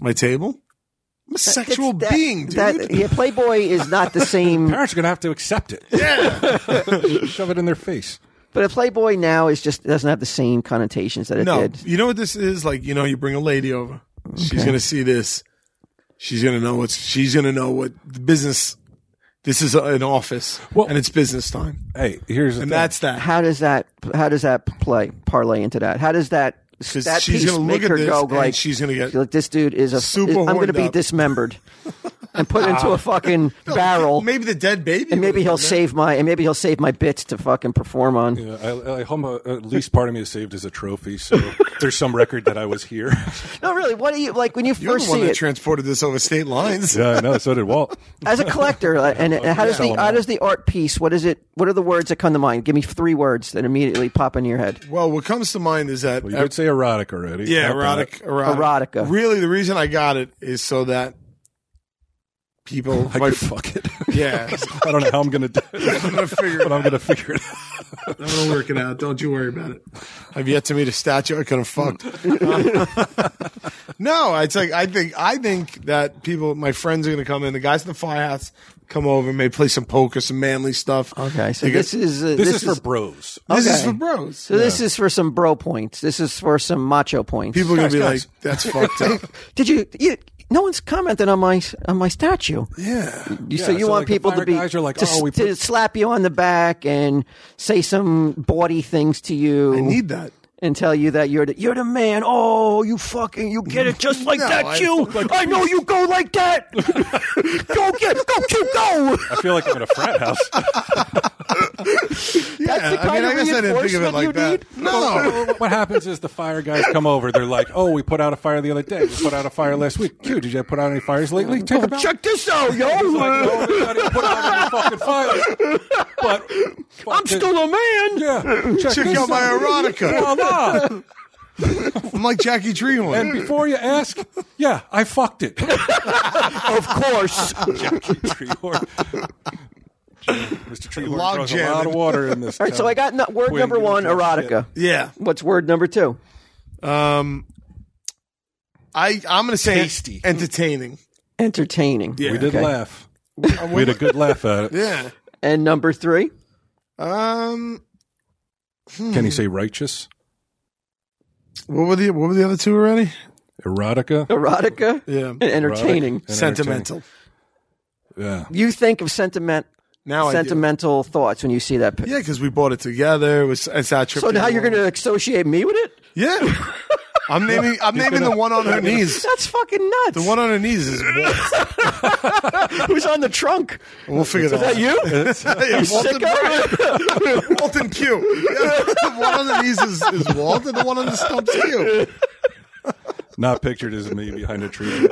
[SPEAKER 3] my table. I'm a sexual
[SPEAKER 1] It's that-
[SPEAKER 3] being, dude.
[SPEAKER 1] that- yeah, Playboy is not the same.
[SPEAKER 2] Parents are gonna have to accept it. shove it in their face.
[SPEAKER 1] but a Playboy now is just doesn't have the same connotations that it
[SPEAKER 3] no,
[SPEAKER 1] did.
[SPEAKER 3] you know what this is like. You know, you bring a lady over. She's gonna see this. She's gonna know what's. She's gonna know what the business. This is a, an office,
[SPEAKER 2] Well-
[SPEAKER 3] and it's business time,
[SPEAKER 2] Hey, here's the
[SPEAKER 3] and
[SPEAKER 2] thing.
[SPEAKER 3] that's that.
[SPEAKER 1] How does that how does that play parlay into that? How does that
[SPEAKER 3] Because
[SPEAKER 1] that
[SPEAKER 3] she's
[SPEAKER 1] piece
[SPEAKER 3] gonna look
[SPEAKER 1] make
[SPEAKER 3] at
[SPEAKER 1] her
[SPEAKER 3] this,
[SPEAKER 1] go
[SPEAKER 3] and
[SPEAKER 1] like
[SPEAKER 3] she's gonna get.
[SPEAKER 1] like this dude is a
[SPEAKER 3] super
[SPEAKER 1] is- I'm going to
[SPEAKER 3] horned
[SPEAKER 1] be
[SPEAKER 3] up.
[SPEAKER 1] dismembered and put into a fucking barrel.
[SPEAKER 3] Maybe the dead baby.
[SPEAKER 1] And maybe he'll
[SPEAKER 3] would've done
[SPEAKER 1] save my and maybe he'll save my bits to fucking perform on.
[SPEAKER 2] Yeah, I, I homo, at least part of me is saved as a trophy, so there's some record that I was here.
[SPEAKER 1] No, really, what do you like when you
[SPEAKER 3] that. You're
[SPEAKER 1] first
[SPEAKER 3] the one
[SPEAKER 1] see
[SPEAKER 3] that
[SPEAKER 1] it
[SPEAKER 3] transported this over state lines.
[SPEAKER 2] yeah, I know. So did Walt.
[SPEAKER 1] as a collector? uh, and, and how does the
[SPEAKER 2] Selling
[SPEAKER 1] how
[SPEAKER 2] out.
[SPEAKER 1] does the art piece? What is it? What are the words that come to mind? Give me three words that immediately pop into your head.
[SPEAKER 3] Well, what comes to mind is that
[SPEAKER 2] You would say erotic already.
[SPEAKER 3] Yeah,
[SPEAKER 2] Not
[SPEAKER 3] erotic, erotic.
[SPEAKER 1] Erotica.
[SPEAKER 3] Really, the reason I got it is so that people.
[SPEAKER 2] bad. I could fuck it.
[SPEAKER 3] yeah,
[SPEAKER 2] I don't know how I'm gonna do it,
[SPEAKER 3] I'm gonna figure.
[SPEAKER 2] but I'm gonna figure it out.
[SPEAKER 3] I'm gonna work it out. Don't you worry about it. I've yet to meet a statue I could have fucked. no, it's like I think I think that people, my friends, are gonna come in. The guys in the firehouse come over, may play some poker, some manly stuff.
[SPEAKER 1] Okay, so
[SPEAKER 3] They get-
[SPEAKER 1] this is uh,
[SPEAKER 2] This, is, for bros.
[SPEAKER 3] this is
[SPEAKER 1] okay.
[SPEAKER 3] for bros.
[SPEAKER 1] So this is for some bro points. This is for some macho points.
[SPEAKER 3] people are gonna
[SPEAKER 2] Guys,
[SPEAKER 3] be
[SPEAKER 2] guys.
[SPEAKER 3] like, "That's fucked up."
[SPEAKER 1] did you, you? No one's commented on my on my statue.
[SPEAKER 3] yeah.
[SPEAKER 1] You, so
[SPEAKER 2] Yeah,
[SPEAKER 1] you
[SPEAKER 2] so
[SPEAKER 1] want
[SPEAKER 2] like the
[SPEAKER 1] people to
[SPEAKER 2] fire
[SPEAKER 1] be
[SPEAKER 2] guys are like,
[SPEAKER 1] to,
[SPEAKER 2] "Oh, we
[SPEAKER 1] to
[SPEAKER 2] put-"
[SPEAKER 1] slap you on the back and say some bawdy things to you
[SPEAKER 3] I need that.
[SPEAKER 1] and tell you that you're the, you're the man. Oh, you fucking you get it just like
[SPEAKER 3] No,
[SPEAKER 1] that,
[SPEAKER 3] I-
[SPEAKER 1] you. I know you go like that. go get go Q, go.
[SPEAKER 2] I feel like I'm in a frat house.
[SPEAKER 3] Yeah,
[SPEAKER 1] That's the kind of reinforcement you need?
[SPEAKER 3] No,
[SPEAKER 2] what happens is the fire guys come over. They're like, "Oh, we put out a fire the other day. We put out a fire last week. Dude, did you put out any fires lately? Take them out.
[SPEAKER 1] Check this out, yo.
[SPEAKER 2] He's like, no, I didn't put out any fucking fires. But, but
[SPEAKER 1] I'm
[SPEAKER 2] the-
[SPEAKER 1] still a man.
[SPEAKER 2] Yeah, check,
[SPEAKER 3] check
[SPEAKER 2] this
[SPEAKER 3] out my erotica.
[SPEAKER 2] Voila.
[SPEAKER 3] I'm like Jackie Treehorn.
[SPEAKER 2] And before you ask, yeah, I fucked it.
[SPEAKER 1] Of course.
[SPEAKER 2] Treehorn. Mr. Treehorn
[SPEAKER 3] Log
[SPEAKER 2] draws a
[SPEAKER 3] jamming.
[SPEAKER 2] lot of water in this.
[SPEAKER 1] All right, so I got no, word
[SPEAKER 2] Quinn,
[SPEAKER 1] number
[SPEAKER 2] you
[SPEAKER 1] one,
[SPEAKER 2] don't give a
[SPEAKER 1] erotica.
[SPEAKER 3] yeah.
[SPEAKER 1] What's word number two?
[SPEAKER 3] Um, I I'm gonna say
[SPEAKER 2] Tasty.
[SPEAKER 3] entertaining.
[SPEAKER 1] Entertaining.
[SPEAKER 3] Yeah.
[SPEAKER 2] We did
[SPEAKER 1] Okay.
[SPEAKER 2] laugh. We had a good laugh at it.
[SPEAKER 3] Yeah.
[SPEAKER 1] And number three?
[SPEAKER 3] Um,
[SPEAKER 2] Can you say righteous?
[SPEAKER 3] what were the what were the other two already?
[SPEAKER 2] Erotica?
[SPEAKER 1] Erotica
[SPEAKER 3] Yeah,
[SPEAKER 1] and entertaining.
[SPEAKER 2] Erotic.
[SPEAKER 3] sentimental.
[SPEAKER 2] Yeah.
[SPEAKER 1] You think of sentiment,
[SPEAKER 3] Now I
[SPEAKER 1] sentimental thoughts when you see that
[SPEAKER 3] do.
[SPEAKER 1] picture.
[SPEAKER 3] Yeah, because we bought it together. It was, it's our trip.
[SPEAKER 1] so
[SPEAKER 3] to
[SPEAKER 1] now you're
[SPEAKER 3] New
[SPEAKER 1] going to associate me with it?
[SPEAKER 3] Orleans. yeah. I'm naming I'm naming the one on her knees.
[SPEAKER 1] That's fucking nuts.
[SPEAKER 3] The one on her knees is Walt.
[SPEAKER 1] Who's on the trunk?
[SPEAKER 3] We'll figure that out.
[SPEAKER 1] Is that you?
[SPEAKER 3] Yeah, Walton,
[SPEAKER 1] Sicko?
[SPEAKER 3] Walton Q. Yeah, the one on the knees is, is Walt, and the one on the stumps Q.
[SPEAKER 2] Not pictured as me behind a tree.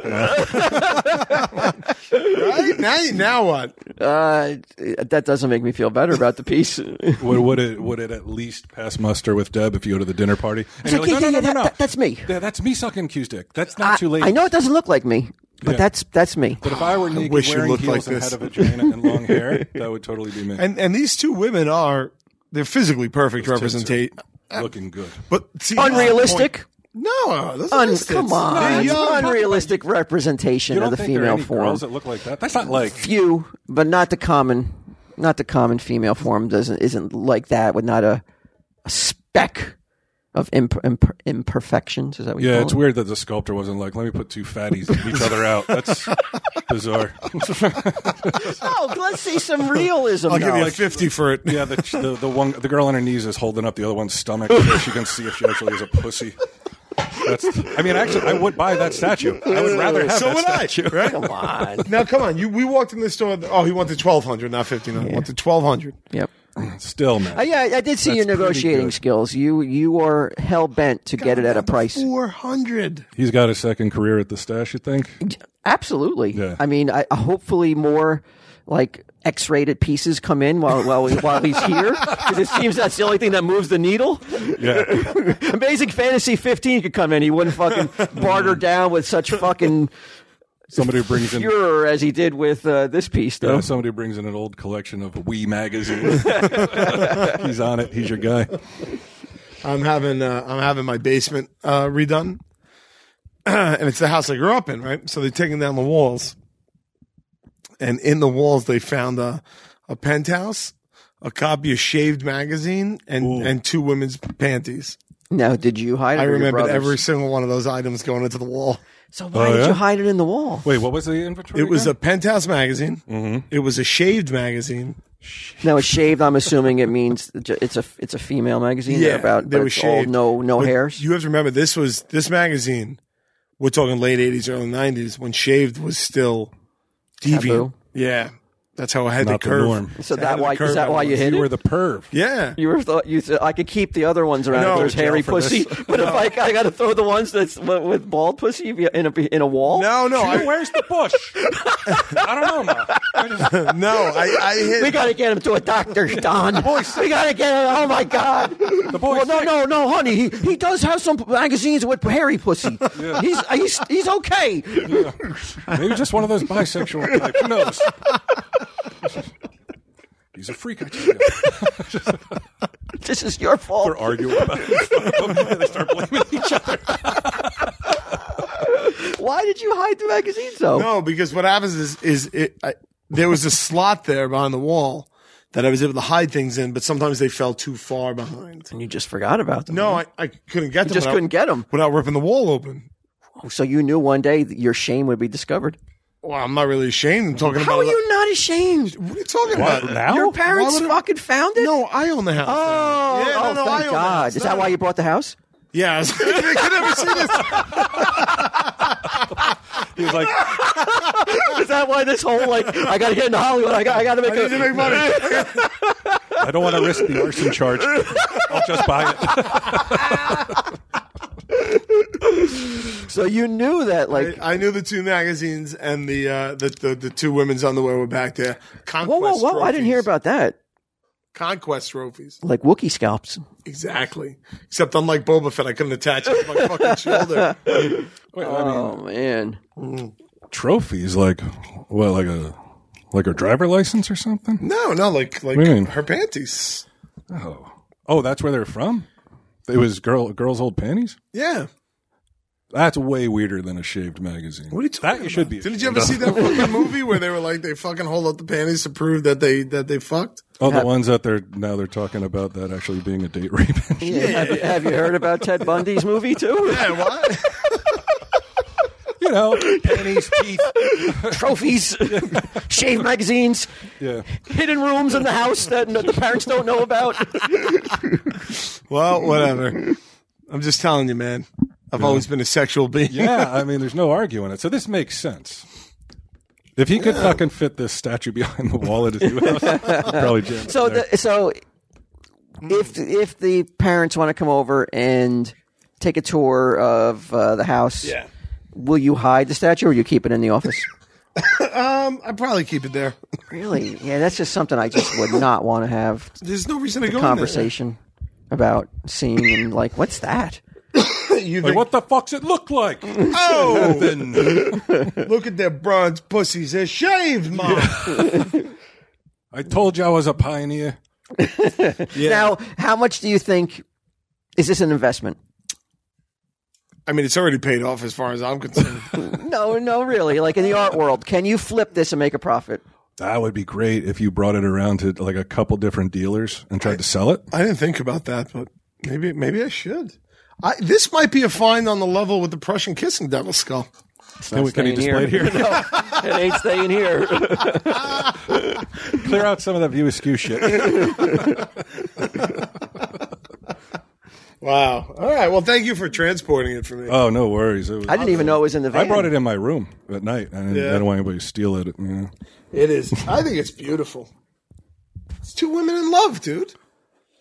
[SPEAKER 3] Right now, you- now what?
[SPEAKER 1] uh, that doesn't make me feel better about the piece.
[SPEAKER 2] would, would it would it at least pass muster with Deb if you go to the dinner party? And you're
[SPEAKER 1] like, yeah, yeah, yeah, that- that- that's me.
[SPEAKER 2] Yeah, that's me sucking Q's dick. That's not too late.
[SPEAKER 1] I know it doesn't look like me, but
[SPEAKER 2] Yeah.
[SPEAKER 1] that's that's me.
[SPEAKER 2] But if I were naked,
[SPEAKER 3] wish you
[SPEAKER 2] wearing
[SPEAKER 3] looked
[SPEAKER 2] heels
[SPEAKER 3] like
[SPEAKER 2] and
[SPEAKER 3] this.
[SPEAKER 2] had a vagina and long hair, that would totally be me.
[SPEAKER 3] And and these two women are they're physically perfect
[SPEAKER 2] tits are-
[SPEAKER 3] representation.
[SPEAKER 2] looking good.
[SPEAKER 3] But see,
[SPEAKER 1] Unrealistic.
[SPEAKER 3] No, those are
[SPEAKER 1] Un-
[SPEAKER 3] nice
[SPEAKER 1] come
[SPEAKER 3] tits.
[SPEAKER 1] on.
[SPEAKER 3] They're
[SPEAKER 1] It's
[SPEAKER 3] young.
[SPEAKER 1] an unrealistic representation
[SPEAKER 2] You
[SPEAKER 1] of
[SPEAKER 2] don't
[SPEAKER 1] the
[SPEAKER 2] think there
[SPEAKER 1] female
[SPEAKER 2] are any
[SPEAKER 1] form.
[SPEAKER 2] girls that look like that? That's not like
[SPEAKER 1] Few, but not the common. Not the common female form doesn't isn't like that with not a, a speck of imp, imp, imperfections. Is that what you
[SPEAKER 2] yeah.
[SPEAKER 1] call
[SPEAKER 2] It's
[SPEAKER 1] it?
[SPEAKER 2] weird that the sculptor wasn't like, let me put two fatties each other out. That's bizarre.
[SPEAKER 1] No, Oh, let's see some realism.
[SPEAKER 3] I'll give
[SPEAKER 1] now.
[SPEAKER 3] you a fifty for it.
[SPEAKER 2] yeah, the, the the one the girl on her knees is holding up the other one's stomach so she can see if she actually is a pussy. That's. I mean, actually, I would buy that statue. I would rather have
[SPEAKER 3] so
[SPEAKER 2] that
[SPEAKER 3] would
[SPEAKER 2] statue.
[SPEAKER 3] I. Right?
[SPEAKER 1] Come on.
[SPEAKER 3] Now, come on. You, we walked in the store. Oh, he wanted twelve hundred, not fifteen hundred.
[SPEAKER 1] Yeah.
[SPEAKER 3] Wanted twelve hundred.
[SPEAKER 1] Yep.
[SPEAKER 2] Still, man.
[SPEAKER 1] Uh, yeah, I I did see your
[SPEAKER 2] pretty
[SPEAKER 1] negotiating
[SPEAKER 2] good.
[SPEAKER 1] skills. You you are hell bent to get it at a price.
[SPEAKER 3] Four hundred.
[SPEAKER 2] He's got a second career at the stash, you think?
[SPEAKER 1] Absolutely.
[SPEAKER 2] Yeah.
[SPEAKER 1] I mean, I, hopefully more like X-rated pieces come in while while, we, while he's here 'cause it seems that's the only thing that moves the needle.
[SPEAKER 2] Yeah.
[SPEAKER 1] Amazing Fantasy 15 could come in. He wouldn't fucking barter down with such fucking
[SPEAKER 2] Somebody who brings in
[SPEAKER 1] furor as he did with uh, this piece, though.
[SPEAKER 2] yeah, somebody who brings in an old collection of Wee magazines. He's on it. He's your guy.
[SPEAKER 3] I'm having uh, I'm having my basement uh, redone, and it's the house I grew up in, right? So they're taking down the walls, and in the walls they found a a penthouse, a copy of Shaved magazine, and and two women's panties.
[SPEAKER 1] Now, did you hide it?
[SPEAKER 3] I
[SPEAKER 1] or your
[SPEAKER 3] remembered
[SPEAKER 1] brothers?
[SPEAKER 3] every single one of those items going into the wall.
[SPEAKER 1] So why
[SPEAKER 2] Oh,
[SPEAKER 1] did
[SPEAKER 2] yeah?
[SPEAKER 1] you hide it in the wall?
[SPEAKER 2] Wait, what was the inventory?
[SPEAKER 3] It was a
[SPEAKER 2] again?
[SPEAKER 3] penthouse magazine.
[SPEAKER 1] Mm-hmm.
[SPEAKER 3] It was a shaved magazine.
[SPEAKER 1] Now, it's shaved. I'm assuming it means it's a it's a female magazine. they're about
[SPEAKER 3] they
[SPEAKER 1] but
[SPEAKER 3] were
[SPEAKER 1] it's all
[SPEAKER 3] shaved.
[SPEAKER 1] no no
[SPEAKER 3] But
[SPEAKER 1] hairs.
[SPEAKER 3] You have to remember this was this magazine. We're talking late eighties, early nineties when shaved was still deviant.
[SPEAKER 1] Taboo.
[SPEAKER 3] Yeah, that's how I had
[SPEAKER 2] Not
[SPEAKER 3] the
[SPEAKER 2] the
[SPEAKER 3] curve.
[SPEAKER 2] norm.
[SPEAKER 1] so
[SPEAKER 3] It
[SPEAKER 1] that
[SPEAKER 3] had
[SPEAKER 1] why
[SPEAKER 3] the curve
[SPEAKER 1] is that why you
[SPEAKER 3] outwards.
[SPEAKER 1] hit
[SPEAKER 2] You
[SPEAKER 1] it?
[SPEAKER 2] were the perv.
[SPEAKER 3] Yeah,
[SPEAKER 1] You were thought you said I could keep the other ones around.
[SPEAKER 3] No,
[SPEAKER 1] if there's
[SPEAKER 2] jail
[SPEAKER 1] hairy
[SPEAKER 2] for
[SPEAKER 1] pussy,
[SPEAKER 2] this.
[SPEAKER 1] but if I, I got to throw the ones that's with, with bald pussy in a in a wall.
[SPEAKER 3] no, no,
[SPEAKER 2] Hey,
[SPEAKER 3] I,
[SPEAKER 2] where's the bush? I don't know, man. I just-
[SPEAKER 3] no, I, I hit.
[SPEAKER 1] We gotta get him to a doctor, Don. we gotta get him. Oh my God! The
[SPEAKER 2] boy's
[SPEAKER 1] well,
[SPEAKER 2] sick.
[SPEAKER 1] no, no, no, honey. He, he does have some magazines with hairy pussy. He's he's he's okay.
[SPEAKER 2] Maybe just one of those bisexual types. Who knows? He's a freak. I tell you.
[SPEAKER 1] This is your fault.
[SPEAKER 2] They're arguing about it. they start blaming each other.
[SPEAKER 1] Why did you hide the magazines though?
[SPEAKER 3] No, because what happens is is it I, there was a slot there behind the wall that I was able to hide things in, but sometimes they fell too far behind.
[SPEAKER 1] And you just forgot about them.
[SPEAKER 3] No, I, I couldn't get them.
[SPEAKER 1] just
[SPEAKER 3] without-
[SPEAKER 1] couldn't get them.
[SPEAKER 3] without ripping the wall open.
[SPEAKER 1] So you knew one day that your shame would be discovered.
[SPEAKER 3] Well, I'm not really ashamed. I'm talking
[SPEAKER 1] How
[SPEAKER 3] about
[SPEAKER 1] are you not ashamed?
[SPEAKER 3] What are you talking about?
[SPEAKER 1] Your parents
[SPEAKER 3] Why would I-
[SPEAKER 1] fucking found it.
[SPEAKER 3] No, I own the house.
[SPEAKER 1] Oh,
[SPEAKER 3] Yeah, no,
[SPEAKER 1] oh,
[SPEAKER 3] no, I
[SPEAKER 1] thank
[SPEAKER 3] own
[SPEAKER 1] God.
[SPEAKER 3] that.
[SPEAKER 1] Is that why you bought the house?
[SPEAKER 3] yeah, I was like, I could never see this.
[SPEAKER 2] He was like,
[SPEAKER 1] Is that why this whole, like, I got to get into Hollywood, I got, I got to make
[SPEAKER 3] I need to make money.
[SPEAKER 2] I don't want to risk the arson charge. I'll just buy it.
[SPEAKER 1] So you knew that, like,
[SPEAKER 3] I knew the two magazines and the uh, the, the the two women's underwear were back there. Conquest
[SPEAKER 1] whoa, whoa, whoa, I didn't hear
[SPEAKER 3] trophies.
[SPEAKER 1] about that.
[SPEAKER 3] conquest trophies.
[SPEAKER 1] Like Wookiee scalps.
[SPEAKER 3] Exactly. Except unlike Boba Fett, I couldn't attach it to my fucking shoulder.
[SPEAKER 2] Wait, I mean,
[SPEAKER 1] Oh, man.
[SPEAKER 2] trophies like what? Like a like her driver license or something?
[SPEAKER 3] No, no, like like
[SPEAKER 2] What do you mean?
[SPEAKER 3] her panties.
[SPEAKER 2] Oh, oh, that's where they're from. It was girl girls old panties.
[SPEAKER 3] Yeah.
[SPEAKER 2] That's way weirder than a shaved magazine. What
[SPEAKER 3] are you talking
[SPEAKER 2] That you should be.
[SPEAKER 3] Didn't you ever see that fucking movie where they were like they fucking hold up the panties to prove that they that they fucked?
[SPEAKER 2] Oh, the ones that they're now they're talking about that actually being a date rape.
[SPEAKER 1] Have, have you heard about Ted Bundy's movie, too?
[SPEAKER 3] Yeah, what?
[SPEAKER 2] you know, panties, teeth.
[SPEAKER 1] Trophies, shave magazines,
[SPEAKER 2] Yeah.
[SPEAKER 1] hidden rooms in the house that the parents don't know about.
[SPEAKER 3] Well, whatever. I'm just telling you, man. I've always been a sexual being.
[SPEAKER 2] Yeah, I mean, there's no arguing it. So this makes sense. If he could fucking fit this statue behind the wall at his new house, he'd probably jam it
[SPEAKER 1] So,
[SPEAKER 2] there.
[SPEAKER 1] the, so if if the parents want to come over and take a tour of uh, the house,
[SPEAKER 3] Yeah.
[SPEAKER 1] will you hide the statue or you keep it in the office?
[SPEAKER 3] Um, I probably keep it there.
[SPEAKER 1] really? Yeah, that's just something I just would not want to have
[SPEAKER 3] There's no reason to go in there.
[SPEAKER 1] conversation about seeing and like, what's that?
[SPEAKER 3] You
[SPEAKER 2] like,
[SPEAKER 3] think,
[SPEAKER 2] what the fuck's it look like?
[SPEAKER 3] Oh,
[SPEAKER 2] Then
[SPEAKER 3] look at their bronze pussies. They're shaved, mom.
[SPEAKER 2] I told you I was a pioneer.
[SPEAKER 3] Yeah.
[SPEAKER 1] Now, how much do you think is this an investment?
[SPEAKER 3] I mean, it's already paid off as far as I'm concerned.
[SPEAKER 1] No, no, really. Like in the art world, can you flip this and make a profit?
[SPEAKER 2] That would be great if you brought it around to like a couple different dealers and tried to sell it.
[SPEAKER 3] I didn't think about that, but maybe maybe I should. I, this might be a find on the level with the Prussian kissing devil skull.
[SPEAKER 2] Can, we, can he
[SPEAKER 1] Staying
[SPEAKER 2] display it here?
[SPEAKER 1] no, it ain't staying here.
[SPEAKER 2] Clear out some of that view askew shit.
[SPEAKER 3] Wow. All right. Well, thank you for transporting it for me.
[SPEAKER 2] Oh, no worries. It was,
[SPEAKER 1] I didn't even know it was in the van.
[SPEAKER 2] I brought it in my room at night. I didn't, I
[SPEAKER 3] Yeah.
[SPEAKER 2] didn't want anybody to steal it. You know.
[SPEAKER 3] It is. I think it's beautiful. It's two women in love, dude.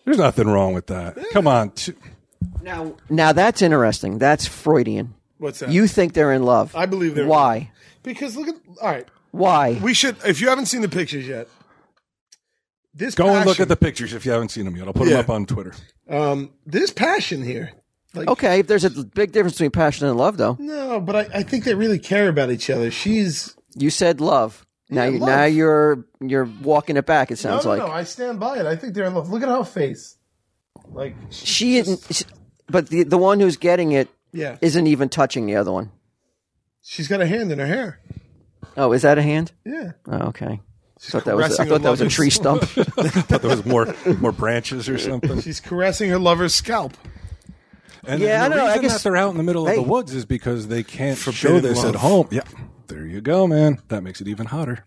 [SPEAKER 2] There's nothing wrong with that. Come on. T-
[SPEAKER 1] Now, now that's interesting. That's Freudian.
[SPEAKER 3] What's that?
[SPEAKER 1] You think they're in love?
[SPEAKER 3] I believe they're in
[SPEAKER 1] Why?
[SPEAKER 3] Because look at. All right.
[SPEAKER 1] Why?
[SPEAKER 3] We should. If you haven't seen the pictures yet, this
[SPEAKER 2] go
[SPEAKER 3] passion,
[SPEAKER 2] and look at the pictures if you haven't seen them yet. I'll put
[SPEAKER 3] Yeah.
[SPEAKER 2] them up on Twitter.
[SPEAKER 3] um this passion here. Like,
[SPEAKER 1] okay, if there's a big difference between passion and love, though.
[SPEAKER 3] No, but I, I think they really care about each other. She's
[SPEAKER 1] You said love. Now,
[SPEAKER 3] Yeah,
[SPEAKER 1] you,
[SPEAKER 3] love.
[SPEAKER 1] now you're you're walking it back. It
[SPEAKER 3] no,
[SPEAKER 1] sounds
[SPEAKER 3] no,
[SPEAKER 1] like
[SPEAKER 3] no. I stand by it. I think they're in love. Look at her face. Like
[SPEAKER 1] she isn't. she- but the the one who's getting it
[SPEAKER 3] yeah,
[SPEAKER 1] isn't even touching the other one.
[SPEAKER 3] she's got a hand in her hair.
[SPEAKER 1] Oh, is that a hand?
[SPEAKER 3] Yeah,
[SPEAKER 1] Oh, okay. I thought that was I
[SPEAKER 3] caressing
[SPEAKER 1] thought that was a
[SPEAKER 3] her
[SPEAKER 1] tree stump.
[SPEAKER 2] thought there was more more branches or something.
[SPEAKER 3] she's caressing her lover's scalp.
[SPEAKER 2] And
[SPEAKER 1] Yeah, I
[SPEAKER 2] the
[SPEAKER 1] don't know. I
[SPEAKER 2] reason
[SPEAKER 1] guess-
[SPEAKER 2] that they're out in the middle of
[SPEAKER 1] Hey.
[SPEAKER 2] the woods is because they can't show
[SPEAKER 3] Forbidden
[SPEAKER 2] this at
[SPEAKER 3] love.
[SPEAKER 2] home. Yeah, there you go, man. That makes it even hotter.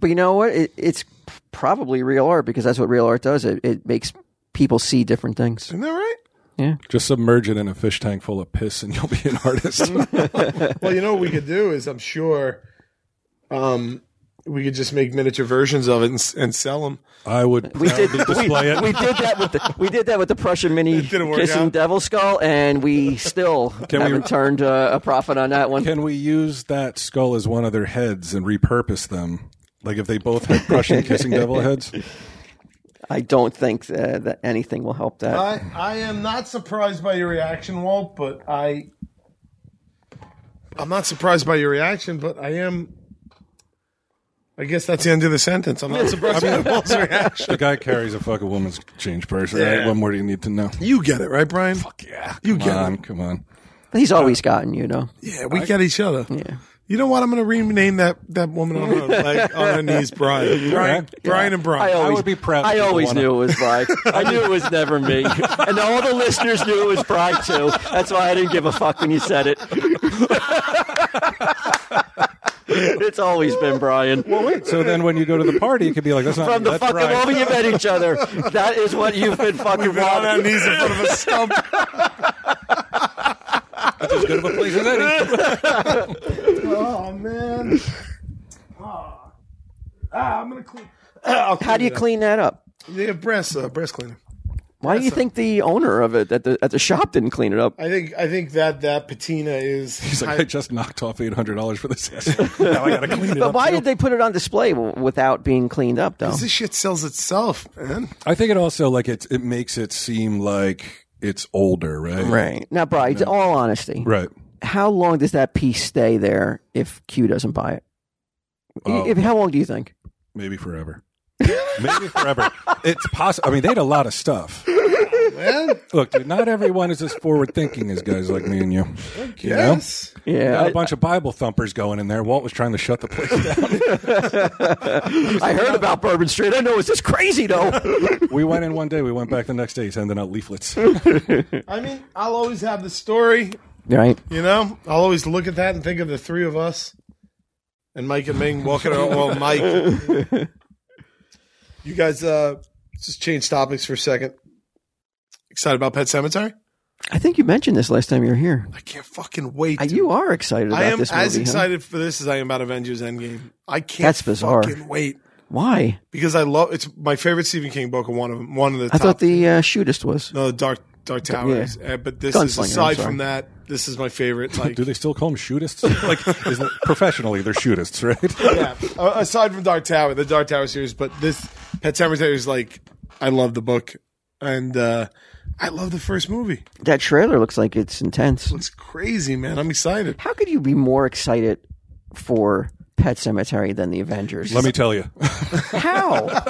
[SPEAKER 1] but you know what? It, it's probably real art because that's what real art does. It it makes people see different things.
[SPEAKER 3] Isn't that right?
[SPEAKER 2] Just submerge it in a fish tank full of piss, and you'll be an artist.
[SPEAKER 3] Well, you know what we could do is I'm sure, um, we could just make miniature versions of it and, s- and sell them.
[SPEAKER 2] I would
[SPEAKER 1] We did,
[SPEAKER 2] proudly
[SPEAKER 1] we,
[SPEAKER 2] display it.
[SPEAKER 1] we did that with the we did that with the Prussian mini
[SPEAKER 3] didn't work
[SPEAKER 1] kissing
[SPEAKER 3] out.
[SPEAKER 1] devil skull, and we still
[SPEAKER 2] Can we-
[SPEAKER 1] haven't turned uh, a profit on that one.
[SPEAKER 2] Can we use that skull as one of their heads and repurpose them? Like if they both had Prussian kissing devil heads?
[SPEAKER 1] I don't think uh, that anything will help
[SPEAKER 2] Uh,
[SPEAKER 1] that.
[SPEAKER 3] I I am not surprised by your reaction, Walt, but I I'm not surprised by your reaction, but I am. I guess that's the end of the sentence. I'm not surprised by Walt's reaction.
[SPEAKER 2] The guy carries a fucking woman's change purse, right?
[SPEAKER 3] Yeah.
[SPEAKER 2] What more do you need to know?
[SPEAKER 3] You get it, right, Brian?
[SPEAKER 2] Yeah,
[SPEAKER 3] You
[SPEAKER 2] come
[SPEAKER 3] get
[SPEAKER 2] on, come on.
[SPEAKER 1] He's always gotten you know.
[SPEAKER 3] Yeah, we get each other. Yeah. You know what? I'm going to rename that, that woman on her leg, on her knees, Brian. Brian, Brian, and Brian.
[SPEAKER 1] I always
[SPEAKER 2] would be proud
[SPEAKER 1] I
[SPEAKER 2] if you
[SPEAKER 1] always
[SPEAKER 2] won it.
[SPEAKER 1] knew it was Bry. I knew it was never me, and all the listeners knew it was Bry too. That's why I didn't give a fuck when you said it. it's always been Brian.
[SPEAKER 2] So then when you go to the party, you could be like, that's not
[SPEAKER 1] From the
[SPEAKER 2] me, that's
[SPEAKER 1] fucking
[SPEAKER 2] Brian.
[SPEAKER 1] moment you met each other, that is what you've been fucking
[SPEAKER 3] Been on our
[SPEAKER 1] wanting.
[SPEAKER 3] knees in front of a stump.
[SPEAKER 2] That's as good of a place as any.
[SPEAKER 3] oh, man. Ah. Ah, I'm going to clean. I'll
[SPEAKER 1] How do you
[SPEAKER 3] it up.
[SPEAKER 1] clean that up?
[SPEAKER 3] They have breast, uh, breast cleaner.
[SPEAKER 1] Why do you think the owner of it at the at the shop didn't clean it up?
[SPEAKER 3] I think I think that that patina is.
[SPEAKER 2] He's like, I just knocked off eight hundred dollars for this. now I gotta clean it
[SPEAKER 1] But
[SPEAKER 2] up.
[SPEAKER 1] why
[SPEAKER 2] too.
[SPEAKER 1] did they put it on display w- without being cleaned up though?
[SPEAKER 3] this shit sells itself, man.
[SPEAKER 2] I think it also like it it makes it seem like it's older, right?
[SPEAKER 1] Right now, Bry. to All honesty,
[SPEAKER 2] Right.
[SPEAKER 1] how long does that piece stay there if Q doesn't buy it?
[SPEAKER 2] Oh.
[SPEAKER 1] If, how long do you think?
[SPEAKER 2] Maybe forever. Maybe forever. It's possible. I mean, they had a lot of stuff.
[SPEAKER 3] Man,
[SPEAKER 2] Look, dude, not everyone is as forward thinking as guys like me and you. You know?
[SPEAKER 3] yes.
[SPEAKER 1] Yeah,
[SPEAKER 2] Got a
[SPEAKER 1] I,
[SPEAKER 2] bunch of Bible thumpers going in there. Walt was trying to shut the place down.
[SPEAKER 1] I heard about Bourbon Street. I know it's just crazy though.
[SPEAKER 2] we went in one day, we went back the next day, he's handing out leaflets.
[SPEAKER 3] I mean, I'll always have the story.
[SPEAKER 1] right?
[SPEAKER 3] You know, I'll always look at that and think of the three of us and Mike and Ming walking around. Well, Mike, you guys, uh, let's just change topics for a second. Excited about Pet Cemetery?
[SPEAKER 1] I think you mentioned this last time you were here.
[SPEAKER 3] I can't fucking wait.
[SPEAKER 1] Uh,
[SPEAKER 3] dude.
[SPEAKER 1] You are excited about
[SPEAKER 3] I am
[SPEAKER 1] this movie.
[SPEAKER 3] as
[SPEAKER 1] huh?
[SPEAKER 3] excited for this as I am about Avengers Endgame. I can't.
[SPEAKER 1] That's bizarre.
[SPEAKER 3] Fucking wait,
[SPEAKER 1] Why?
[SPEAKER 3] because I love it's my favorite Stephen King book and one of them, one of the.
[SPEAKER 1] I
[SPEAKER 3] top
[SPEAKER 1] thought the uh, shootist was.
[SPEAKER 3] no Dark Dark Towers, uh, but this is
[SPEAKER 1] Gunslinger, I'm
[SPEAKER 3] aside
[SPEAKER 1] sorry.
[SPEAKER 3] from that. This is my favorite. Like
[SPEAKER 2] Do they still call them shootists? Like, isn't it- professionally, they're shootists, right?
[SPEAKER 3] yeah. A- Aside from Dark Tower, the Dark Tower series, but this Pet Cemetery is like, I love the book, and uh, I love the first movie.
[SPEAKER 1] That trailer looks like it's intense.
[SPEAKER 3] It's crazy, man. I'm excited.
[SPEAKER 1] How could you be more excited for Pet Cemetery than the Avengers?
[SPEAKER 2] Let me tell you.
[SPEAKER 1] How?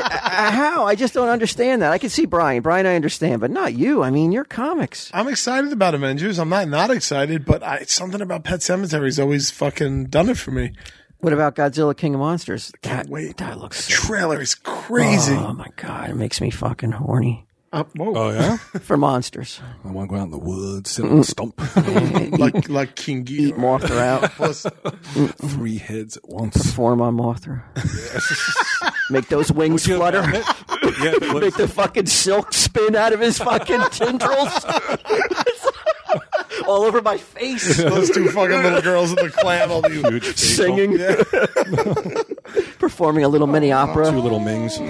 [SPEAKER 1] Uh, How? I just don't understand that. I can see Brian. Brian, I understand, but not you. I mean, you're comics.
[SPEAKER 3] I'm excited about Avengers. I'm not not excited, but I, something about Pet Cemetery's always fucking done it for me.
[SPEAKER 1] What about Godzilla King of Monsters? That,
[SPEAKER 3] wait.
[SPEAKER 1] that looks Uh,
[SPEAKER 3] Trailer is crazy.
[SPEAKER 1] Oh my god, it makes me fucking horny.
[SPEAKER 3] Uh, whoa.
[SPEAKER 2] Oh yeah,
[SPEAKER 1] for monsters.
[SPEAKER 2] I want to go out in the woods, sit on a stump,
[SPEAKER 3] Mm-hmm. like like King
[SPEAKER 1] Eat
[SPEAKER 3] Ghidorah.
[SPEAKER 1] Mothra out.
[SPEAKER 3] Plus,
[SPEAKER 2] three heads at once.
[SPEAKER 1] Form on Mothra. Make those wings
[SPEAKER 2] You-
[SPEAKER 1] flutter.
[SPEAKER 2] Yeah, it was-
[SPEAKER 1] Make the fucking silk spin out of his fucking tendrils. All over my face.
[SPEAKER 3] those two fucking little girls in the clan, all these
[SPEAKER 2] huge facial.
[SPEAKER 1] Singing. Performing a little mini opera.
[SPEAKER 2] Oh, Two little mings.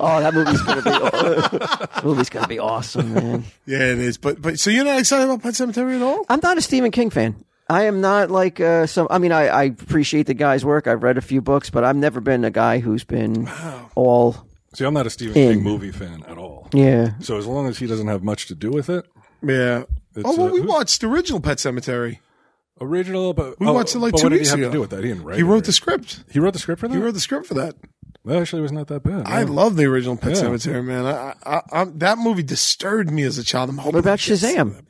[SPEAKER 1] Oh, that movie's gonna be that movie's gonna be awesome, man.
[SPEAKER 3] Yeah, it is. But but so you're not excited about Pet Cemetery at all?
[SPEAKER 1] I'm not a Stephen King fan. I am not like uh, some. I mean, I, I appreciate the guy's work. I've read a few books, but I've never been a guy who's been all
[SPEAKER 2] See, I'm not a Stephen
[SPEAKER 1] In.
[SPEAKER 2] King movie fan at all.
[SPEAKER 1] yeah.
[SPEAKER 2] So as long as he doesn't have much to do with it,
[SPEAKER 3] Yeah. oh
[SPEAKER 2] It's,
[SPEAKER 3] well,
[SPEAKER 2] uh,
[SPEAKER 3] we
[SPEAKER 2] who-
[SPEAKER 3] watched the original Pet Cemetery.
[SPEAKER 2] original, but
[SPEAKER 3] We
[SPEAKER 2] oh,
[SPEAKER 3] watched it like
[SPEAKER 2] but
[SPEAKER 3] two
[SPEAKER 2] what
[SPEAKER 3] weeks
[SPEAKER 2] did he have
[SPEAKER 3] ago.
[SPEAKER 2] to do with that? He didn't write.
[SPEAKER 3] He
[SPEAKER 2] it,
[SPEAKER 3] wrote the
[SPEAKER 2] right?
[SPEAKER 3] script.
[SPEAKER 2] He wrote the script for that.
[SPEAKER 3] He wrote the script for that.
[SPEAKER 2] that actually was not that bad.
[SPEAKER 3] I love the original Pet
[SPEAKER 2] Yeah.
[SPEAKER 3] Cemetery, man. I, I, I, am that movie disturbed me as a child. I'm hoping
[SPEAKER 1] What about
[SPEAKER 3] it gets-
[SPEAKER 1] Shazam?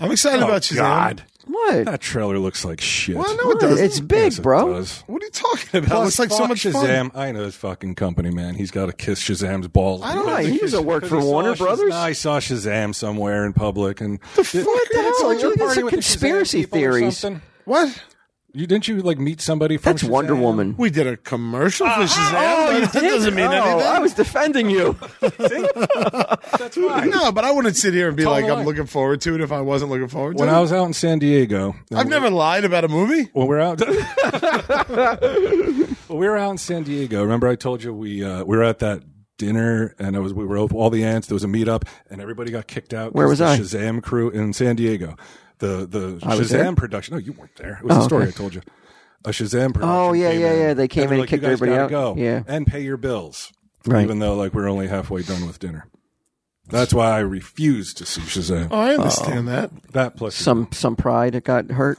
[SPEAKER 3] I'm excited about Shazam.
[SPEAKER 2] Oh, God.
[SPEAKER 1] What?
[SPEAKER 2] That trailer looks like shit.
[SPEAKER 3] Well, I know it does.
[SPEAKER 1] It's big,
[SPEAKER 2] Yes, it
[SPEAKER 1] bro.
[SPEAKER 2] does.
[SPEAKER 3] What are you talking about? it's
[SPEAKER 2] Plus,
[SPEAKER 3] like so
[SPEAKER 2] fuck
[SPEAKER 3] much fun.
[SPEAKER 2] Shazam. I know this fucking company, man. He's got to kiss Shazam's balls.
[SPEAKER 3] I don't
[SPEAKER 1] Why?
[SPEAKER 3] know.
[SPEAKER 1] He doesn't work for Warner Brothers.
[SPEAKER 2] I saw Shazam somewhere in public, and the fuck?
[SPEAKER 1] What the hell? Look at some conspiracy theories.
[SPEAKER 3] What?
[SPEAKER 2] You didn't you like meet somebody from
[SPEAKER 1] That's Wonder
[SPEAKER 2] Shazam?
[SPEAKER 1] Woman.
[SPEAKER 3] We did a commercial for Shazam. that doesn't mean
[SPEAKER 1] Uh, oh,
[SPEAKER 3] anything.
[SPEAKER 1] I was defending you.
[SPEAKER 2] That's right.
[SPEAKER 3] no, but I wouldn't sit here and be like,
[SPEAKER 2] alike.
[SPEAKER 3] I'm looking forward to it if I wasn't looking forward to
[SPEAKER 2] When
[SPEAKER 3] it.
[SPEAKER 2] I was out in San Diego,
[SPEAKER 3] I've never lied about a movie.
[SPEAKER 2] when we're out Well, we were out in San Diego. Remember I told you we uh, we were at that dinner and it was we were over all the ants, there was a meetup and everybody got kicked out. 'cause
[SPEAKER 1] Where was
[SPEAKER 2] the
[SPEAKER 1] I?
[SPEAKER 2] Shazam crew in San Diego. The the
[SPEAKER 1] was there?
[SPEAKER 2] Shazam production. No, you weren't there. It was the story I told you. A Shazam production.
[SPEAKER 1] Oh, yeah,
[SPEAKER 2] came
[SPEAKER 1] yeah,
[SPEAKER 2] in,
[SPEAKER 1] yeah. They came
[SPEAKER 2] they're
[SPEAKER 1] in and
[SPEAKER 2] like, "You
[SPEAKER 1] kicked
[SPEAKER 2] guys
[SPEAKER 1] everybody
[SPEAKER 2] gotta
[SPEAKER 1] out."
[SPEAKER 2] Go
[SPEAKER 1] Yeah.
[SPEAKER 2] And pay your bills.
[SPEAKER 1] Right.
[SPEAKER 2] Even though like we're only halfway done with dinner. That's why I refuse to see Shazam.
[SPEAKER 3] Oh, I understand that.
[SPEAKER 2] That plus
[SPEAKER 1] Some some pride that got hurt.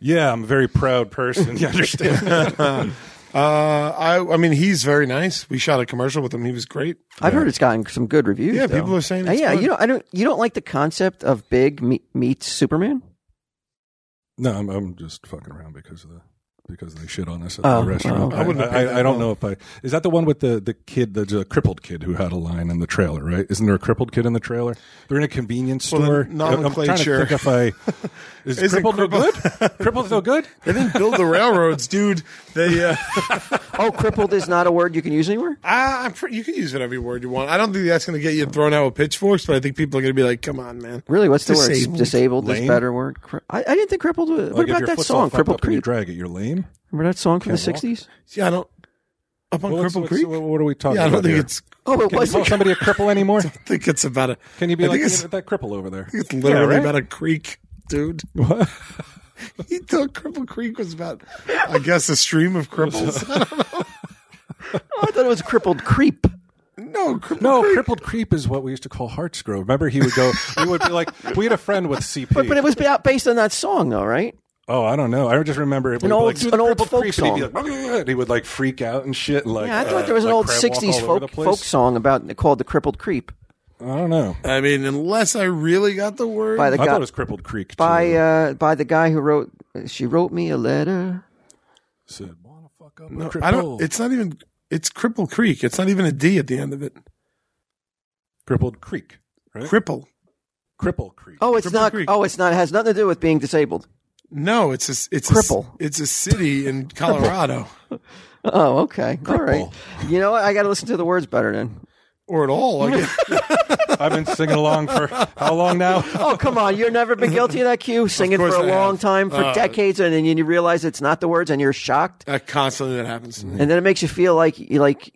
[SPEAKER 2] Yeah, I'm a very proud person. You understand?
[SPEAKER 3] Uh, I, I mean, he's very nice. We shot a commercial with him. He was great.
[SPEAKER 1] I've heard it's gotten some good reviews.
[SPEAKER 3] Yeah,
[SPEAKER 1] though.
[SPEAKER 3] people are saying
[SPEAKER 1] Uh,
[SPEAKER 3] it's
[SPEAKER 1] yeah,
[SPEAKER 3] good.
[SPEAKER 1] you know, I don't. You don't like the concept of big me- meets Superman?
[SPEAKER 2] No, I'm, I'm just fucking around because of the because they shit on us at
[SPEAKER 1] Oh,
[SPEAKER 2] the restaurant.
[SPEAKER 1] oh,
[SPEAKER 2] I,
[SPEAKER 1] okay.
[SPEAKER 3] wouldn't have
[SPEAKER 2] I,
[SPEAKER 3] paid
[SPEAKER 2] I,
[SPEAKER 3] that
[SPEAKER 2] don't
[SPEAKER 3] well.
[SPEAKER 2] know if I is that the one with the the kid, the, the crippled kid who had a line in the trailer, right? Isn't there a crippled kid in the trailer? They're in a convenience
[SPEAKER 3] Well, the
[SPEAKER 2] store. I'm- I'm trying to
[SPEAKER 3] nomenclature.
[SPEAKER 2] think if I is
[SPEAKER 3] Isn't
[SPEAKER 2] crippled no good? Crippled's no good.
[SPEAKER 3] They didn't build the railroads, dude. They, uh,
[SPEAKER 1] Oh, crippled is not a word you can use anywhere.
[SPEAKER 3] I, I'm pretty, you can use whatever word you want. I don't think that's going to get you thrown out with pitchforks, but I think people are going to be like, come on, man.
[SPEAKER 1] Really, what's the word? It's
[SPEAKER 3] Disabled.
[SPEAKER 1] Disabled is
[SPEAKER 2] Lame.
[SPEAKER 1] better word. Cri- I, I didn't think crippled. Was,
[SPEAKER 2] Like,
[SPEAKER 1] what
[SPEAKER 2] if
[SPEAKER 1] about
[SPEAKER 2] your
[SPEAKER 1] that
[SPEAKER 2] foot's all
[SPEAKER 1] song,
[SPEAKER 2] fucked
[SPEAKER 1] Crippled
[SPEAKER 2] up and you
[SPEAKER 1] Creek?
[SPEAKER 2] drag it, you're lame.
[SPEAKER 1] Remember that song from the
[SPEAKER 2] Can't walk.
[SPEAKER 1] '60s?
[SPEAKER 3] Yeah, I don't. Up on
[SPEAKER 2] Well, what's-
[SPEAKER 3] Cripple
[SPEAKER 2] what's-
[SPEAKER 3] Creek?
[SPEAKER 2] What, what are we talking
[SPEAKER 3] yeah, I
[SPEAKER 2] about?
[SPEAKER 3] don't think
[SPEAKER 2] here?
[SPEAKER 3] it's.
[SPEAKER 1] Oh, it
[SPEAKER 2] Can you
[SPEAKER 1] was.
[SPEAKER 2] call somebody a cripple anymore?
[SPEAKER 3] I think it's about a.
[SPEAKER 2] Can you be
[SPEAKER 3] I
[SPEAKER 2] like
[SPEAKER 3] think it's,
[SPEAKER 2] "Yeah, that cripple over there?
[SPEAKER 3] it's literally
[SPEAKER 2] Yeah, right?
[SPEAKER 3] about a creek, dude.
[SPEAKER 2] What?
[SPEAKER 3] He thought Cripple Creek was about, I guess, a stream of cripples.
[SPEAKER 1] Oh, I thought it was crippled creep.
[SPEAKER 3] no, Cripple
[SPEAKER 2] No,
[SPEAKER 3] Creek.
[SPEAKER 2] crippled creep is what we used to call Hearts Grove. Remember, he would go. We would be like, we had a friend with CP.
[SPEAKER 1] But, but it was ba- based on that song, though, right?
[SPEAKER 2] oh, I don't know. I just remember it. We'd be
[SPEAKER 1] old-
[SPEAKER 2] like, "Do the
[SPEAKER 1] an old
[SPEAKER 2] crippled
[SPEAKER 1] folk
[SPEAKER 2] creep," And he'd, be like, "Ugh," and he would like freak out and shit. And like,
[SPEAKER 1] Yeah, I
[SPEAKER 2] uh,
[SPEAKER 1] thought there was an
[SPEAKER 2] like
[SPEAKER 1] old
[SPEAKER 2] crab walk
[SPEAKER 1] '60s
[SPEAKER 2] all over the
[SPEAKER 1] folk
[SPEAKER 2] place.
[SPEAKER 1] folk song about called "The Crippled Creep"
[SPEAKER 2] I don't know.
[SPEAKER 3] I mean, unless I really got the word.
[SPEAKER 1] by the
[SPEAKER 2] I thought
[SPEAKER 1] guy
[SPEAKER 2] it was crippled creek.
[SPEAKER 1] by
[SPEAKER 2] too.
[SPEAKER 1] uh, by the guy who wrote. She wrote me a letter.
[SPEAKER 2] said, "Wanna fuck up a
[SPEAKER 3] no, I
[SPEAKER 2] cripple."
[SPEAKER 3] don't. It's not even. It's Cripple Creek. It's not even a D at the end of it.
[SPEAKER 2] crippled creek, right?
[SPEAKER 3] Cripple.
[SPEAKER 2] cripple creek.
[SPEAKER 1] Oh, it's
[SPEAKER 3] Cripple
[SPEAKER 1] not.
[SPEAKER 3] Creek.
[SPEAKER 1] Oh, it's not. It has nothing to do with being disabled.
[SPEAKER 3] No, it's a. It's
[SPEAKER 1] Cripple.
[SPEAKER 3] A, it's a city in Colorado,
[SPEAKER 1] Oh, okay. All right.
[SPEAKER 2] Cripple.
[SPEAKER 1] You know what? I got to listen to the words better then.
[SPEAKER 3] or at all. I guess.
[SPEAKER 2] I've been singing along for how long now?
[SPEAKER 1] Oh, come on. You've never been guilty of that cue, singing for
[SPEAKER 3] course
[SPEAKER 1] a
[SPEAKER 3] I
[SPEAKER 1] long
[SPEAKER 3] have.
[SPEAKER 1] time, for
[SPEAKER 3] Uh,
[SPEAKER 1] decades, and then you realize it's not the words and you're shocked.
[SPEAKER 3] Uh, constantly that happens to me.
[SPEAKER 1] And then it makes you feel like you like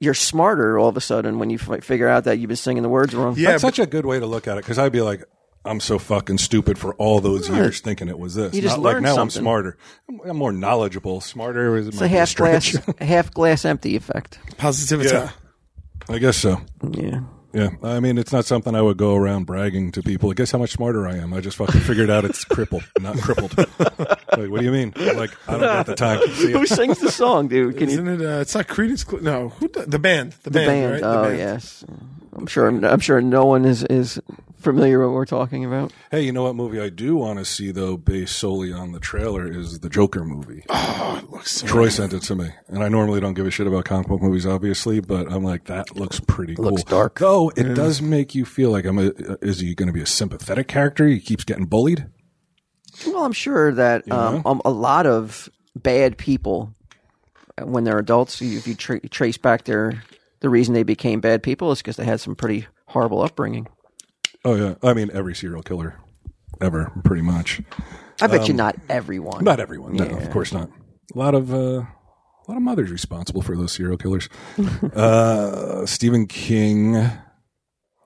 [SPEAKER 1] you're smarter all of a sudden when you f- figure out that you've been singing the words wrong.
[SPEAKER 3] Yeah,
[SPEAKER 2] That's such a good way to look at it because I'd be like, I'm so fucking stupid for all those years thinking it was this.
[SPEAKER 1] You just
[SPEAKER 2] Not like
[SPEAKER 1] learned
[SPEAKER 2] now
[SPEAKER 1] something.
[SPEAKER 2] I'm smarter. I'm, I'm more knowledgeable. Smarter is
[SPEAKER 1] It's a half glass, half glass empty effect.
[SPEAKER 3] positivity.
[SPEAKER 2] Yeah. I guess so.
[SPEAKER 1] Yeah.
[SPEAKER 2] Yeah. I mean, it's not something I would go around bragging to people. Guess how much smarter I am. I just fucking figured out it's crippled, not crippled. like, what do you mean? I'm like, I don't got the time. See ya.
[SPEAKER 1] Who sings the song, dude? Can you?
[SPEAKER 3] Isn't it? Uh, it's not Creedence. Cl- no, who, the, the band.
[SPEAKER 1] The
[SPEAKER 3] The,
[SPEAKER 1] band.
[SPEAKER 3] Right?
[SPEAKER 1] Oh,
[SPEAKER 3] the band.
[SPEAKER 1] yes. I'm sure. I'm sure no one is is familiar with what we're talking about?
[SPEAKER 2] Hey, you know what movie I do want to see though, based solely on the trailer, is the Joker movie.
[SPEAKER 3] Oh, it looks so
[SPEAKER 2] Troy sent it to me, and I normally don't give a shit about comic book movies, obviously, but I'm like, that looks pretty cool.
[SPEAKER 1] Looks dark.
[SPEAKER 2] though. It does make you feel like I'm. A, is he going to be a sympathetic character? He keeps getting bullied.
[SPEAKER 1] Well, I'm sure that um, um, a lot of bad people, uh, when they're adults, you- if you tra- trace back their the reason they became bad people is because they had some pretty horrible upbringing.
[SPEAKER 2] Oh yeah, I mean every serial killer ever, pretty much.
[SPEAKER 1] I bet you not everyone.
[SPEAKER 2] Not everyone, no, of course not. A lot of uh, a lot of mothers responsible for those serial killers. uh, Stephen King,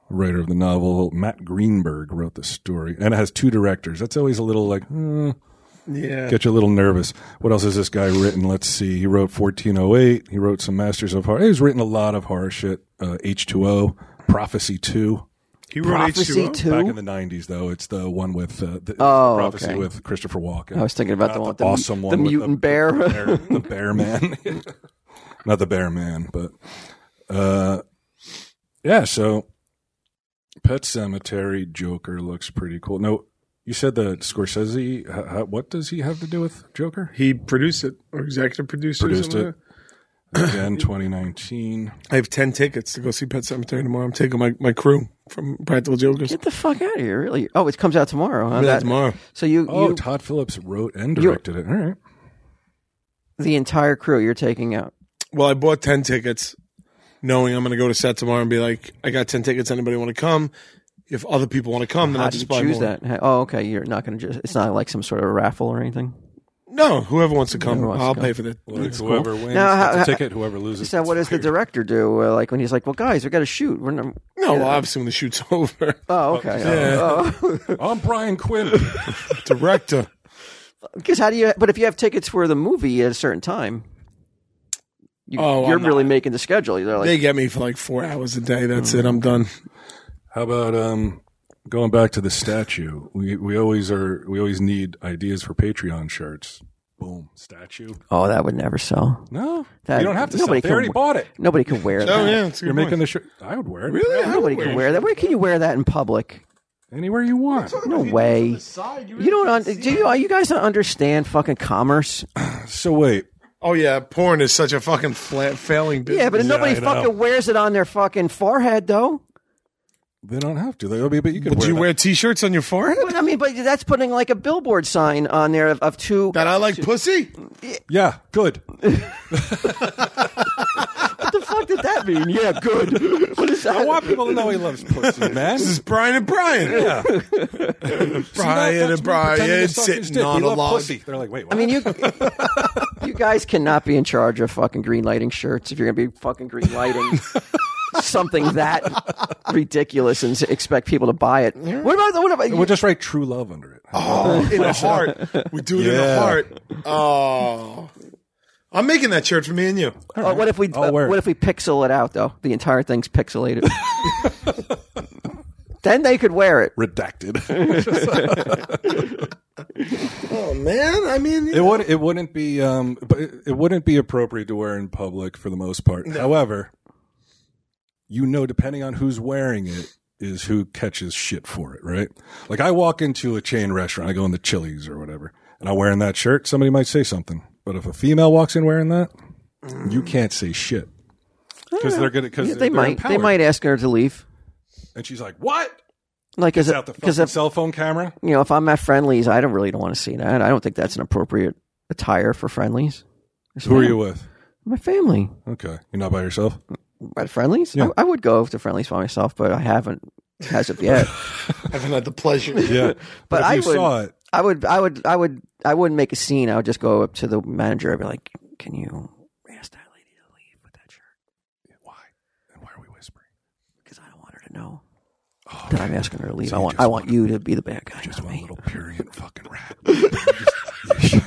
[SPEAKER 2] writer of the novel, Matt Greenberg wrote the story, and it has two directors. That's always a little like hmm,
[SPEAKER 3] yeah.
[SPEAKER 2] get you a little nervous. What else has this guy written? Let's see. He wrote 1408. He wrote some Masters of Horror. He's written a lot of horror shit. Uh, H2O, Prophecy 2.
[SPEAKER 3] He wrote
[SPEAKER 1] Prophecy
[SPEAKER 3] H2O.
[SPEAKER 1] Two?
[SPEAKER 2] Back in the '90s, though, it's the one with uh, the
[SPEAKER 1] Oh,
[SPEAKER 2] prophecy
[SPEAKER 1] okay.
[SPEAKER 2] with Christopher Walken.
[SPEAKER 1] I was thinking about the one with the-
[SPEAKER 2] awesome
[SPEAKER 1] the
[SPEAKER 2] one, with
[SPEAKER 1] mutant bear.
[SPEAKER 2] the bear, the bear man, not the bear man, but uh, yeah. So, Pet Cemetery Joker looks pretty cool. No, you said that Scorsese. h- h- what does he have to do with Joker?
[SPEAKER 3] He produced it or executive produced,
[SPEAKER 2] Produced
[SPEAKER 3] it. or something
[SPEAKER 2] it.
[SPEAKER 3] like
[SPEAKER 2] Again, 2019.
[SPEAKER 3] that. I have 10 tickets to go see Pet Cemetery tomorrow. I'm taking my, my crew from Practical Jokers.
[SPEAKER 1] Get the fuck out of here, really. Oh, it comes out tomorrow. Huh?
[SPEAKER 3] Comes out
[SPEAKER 1] That-
[SPEAKER 3] tomorrow.
[SPEAKER 1] So you,
[SPEAKER 2] Oh,
[SPEAKER 1] you
[SPEAKER 2] Todd Phillips wrote and directed it. All right.
[SPEAKER 1] the entire crew you're taking out.
[SPEAKER 3] Well, I bought 10 tickets knowing I'm going to go to set tomorrow and be like, I got 10 tickets. Anybody want to come? If other people want to come, then
[SPEAKER 1] How
[SPEAKER 3] I'll
[SPEAKER 1] do you
[SPEAKER 3] just buy
[SPEAKER 1] choose
[SPEAKER 3] more.
[SPEAKER 1] that? How- Oh, okay. You're not going to just. It's not like some sort of raffle or anything.
[SPEAKER 3] No, whoever wants to come,
[SPEAKER 1] Whoever wants to
[SPEAKER 3] I'll
[SPEAKER 1] come.
[SPEAKER 3] pay for that.
[SPEAKER 2] Like, whoever wins
[SPEAKER 1] Now,
[SPEAKER 2] gets
[SPEAKER 1] how-
[SPEAKER 2] a ticket. Whoever loses.
[SPEAKER 1] So
[SPEAKER 2] gets
[SPEAKER 1] what does the
[SPEAKER 2] fired.
[SPEAKER 1] director do? Uh, like when he's like, "Well, guys, we got to shoot." We're not,
[SPEAKER 3] No, well, obviously when the shoot's over,
[SPEAKER 1] oh, okay. Oh, oh.
[SPEAKER 2] I'm Brian Quinn.
[SPEAKER 3] director.
[SPEAKER 1] Because how do you? But if you have tickets for the movie at a certain time, you,
[SPEAKER 3] Oh,
[SPEAKER 1] you're
[SPEAKER 3] I'm
[SPEAKER 1] really making the schedule. They're like, Oh.
[SPEAKER 3] They get me for like four hours a day. That's it. I'm done.
[SPEAKER 2] How about um, going back to the statue? We we always are. We always need ideas for Patreon shirts. Boom, statue.
[SPEAKER 1] "Oh, that would never sell.
[SPEAKER 2] No,
[SPEAKER 1] That-
[SPEAKER 2] you don't have to. Sell.
[SPEAKER 1] nobody
[SPEAKER 2] it. They
[SPEAKER 1] can
[SPEAKER 2] already
[SPEAKER 1] w-
[SPEAKER 2] bought it.
[SPEAKER 1] Nobody can wear
[SPEAKER 3] Oh
[SPEAKER 1] that.
[SPEAKER 3] yeah, it's a good
[SPEAKER 2] You're
[SPEAKER 3] point.
[SPEAKER 2] making the shirt. I would wear it.
[SPEAKER 3] Really? I
[SPEAKER 1] Nobody
[SPEAKER 3] would
[SPEAKER 1] can
[SPEAKER 3] wear
[SPEAKER 1] wear
[SPEAKER 3] it.
[SPEAKER 1] that. Where can you wear that in public?
[SPEAKER 2] anywhere you want.
[SPEAKER 1] No way. You don't. Un- do you? You guys don't understand fucking commerce.
[SPEAKER 2] So wait,
[SPEAKER 3] Oh yeah, porn is such a fucking flat, failing business.
[SPEAKER 1] Yeah, but nobody
[SPEAKER 2] I know.
[SPEAKER 1] fucking wears it on their fucking forehead, though.
[SPEAKER 2] they don't have to. They, but you can.
[SPEAKER 3] do
[SPEAKER 2] wear
[SPEAKER 3] you
[SPEAKER 2] that.
[SPEAKER 3] wear t-shirts on your forehead?
[SPEAKER 1] But I mean, but that's putting like a billboard sign on there of, of two.
[SPEAKER 3] That I like pussy.
[SPEAKER 2] Yeah, good.
[SPEAKER 1] what the fuck did that mean? Yeah, good. what is
[SPEAKER 2] I
[SPEAKER 1] that?
[SPEAKER 2] want people to know he loves pussy, man.
[SPEAKER 3] This is Brian and Brian.
[SPEAKER 2] yeah.
[SPEAKER 3] Brian and Brian sitting on a log.
[SPEAKER 2] They're like, wait.
[SPEAKER 1] I mean, you you guys cannot be in charge of fucking green lighting shirts if you're gonna be fucking green lighting something that ridiculous and expect people to buy it. What about the- what about
[SPEAKER 2] We'll just write true love under it.
[SPEAKER 3] Oh, in the heart. We do it in the
[SPEAKER 2] Yeah.
[SPEAKER 3] heart. Oh. I'm making that shirt for me and you.
[SPEAKER 1] uh, what if we
[SPEAKER 2] I'll
[SPEAKER 1] uh,
[SPEAKER 2] wear it.
[SPEAKER 1] what if we pixel it out though? The entire thing's pixelated. then they could wear it.
[SPEAKER 2] Redacted.
[SPEAKER 3] Oh man, I mean,
[SPEAKER 2] It would it wouldn't be um but it it wouldn't be appropriate to wear in public for the most part. However, you know depending on who's wearing it is who catches shit for it, right? Like I walk into a chain restaurant, I go in the Chili's or whatever, and I'm wearing that shirt, somebody might say something. But if a female walks in wearing that, you can't say shit. Because Mm. Ah. they're gonna because
[SPEAKER 1] Yeah, they might they might ask her to leave.
[SPEAKER 2] and she's like, What?
[SPEAKER 1] Like, is
[SPEAKER 2] Out
[SPEAKER 1] it
[SPEAKER 2] the
[SPEAKER 1] because
[SPEAKER 2] fucking
[SPEAKER 1] if
[SPEAKER 2] cell phone camera?
[SPEAKER 1] you know, if I'm at friendlies, I don't really don't want to see that. I don't think that's an appropriate attire for friendlies.
[SPEAKER 2] Who are you with?
[SPEAKER 1] My family.
[SPEAKER 2] Okay. You're not by yourself?
[SPEAKER 1] At friendlies?
[SPEAKER 2] Yeah.
[SPEAKER 1] I, I would go to friendlies by myself, but I haven't as of yet.
[SPEAKER 3] I haven't had the pleasure.
[SPEAKER 2] Yeah.
[SPEAKER 1] But
[SPEAKER 2] if
[SPEAKER 1] I
[SPEAKER 2] you
[SPEAKER 1] would-
[SPEAKER 2] saw it,
[SPEAKER 1] I would, I would, I would, I wouldn't make a scene. I would just go up to the manager. I'd be like, "Can you ask that lady to leave with that shirt?
[SPEAKER 2] why? And why are we whispering?
[SPEAKER 1] Because I don't want her to know that I'm asking her to leave. I
[SPEAKER 2] you
[SPEAKER 1] want,
[SPEAKER 2] just
[SPEAKER 1] I want Oh, you to be the bad guy,
[SPEAKER 2] Just
[SPEAKER 1] not
[SPEAKER 2] one
[SPEAKER 1] me.
[SPEAKER 2] little purient fucking rat. You just- you sh-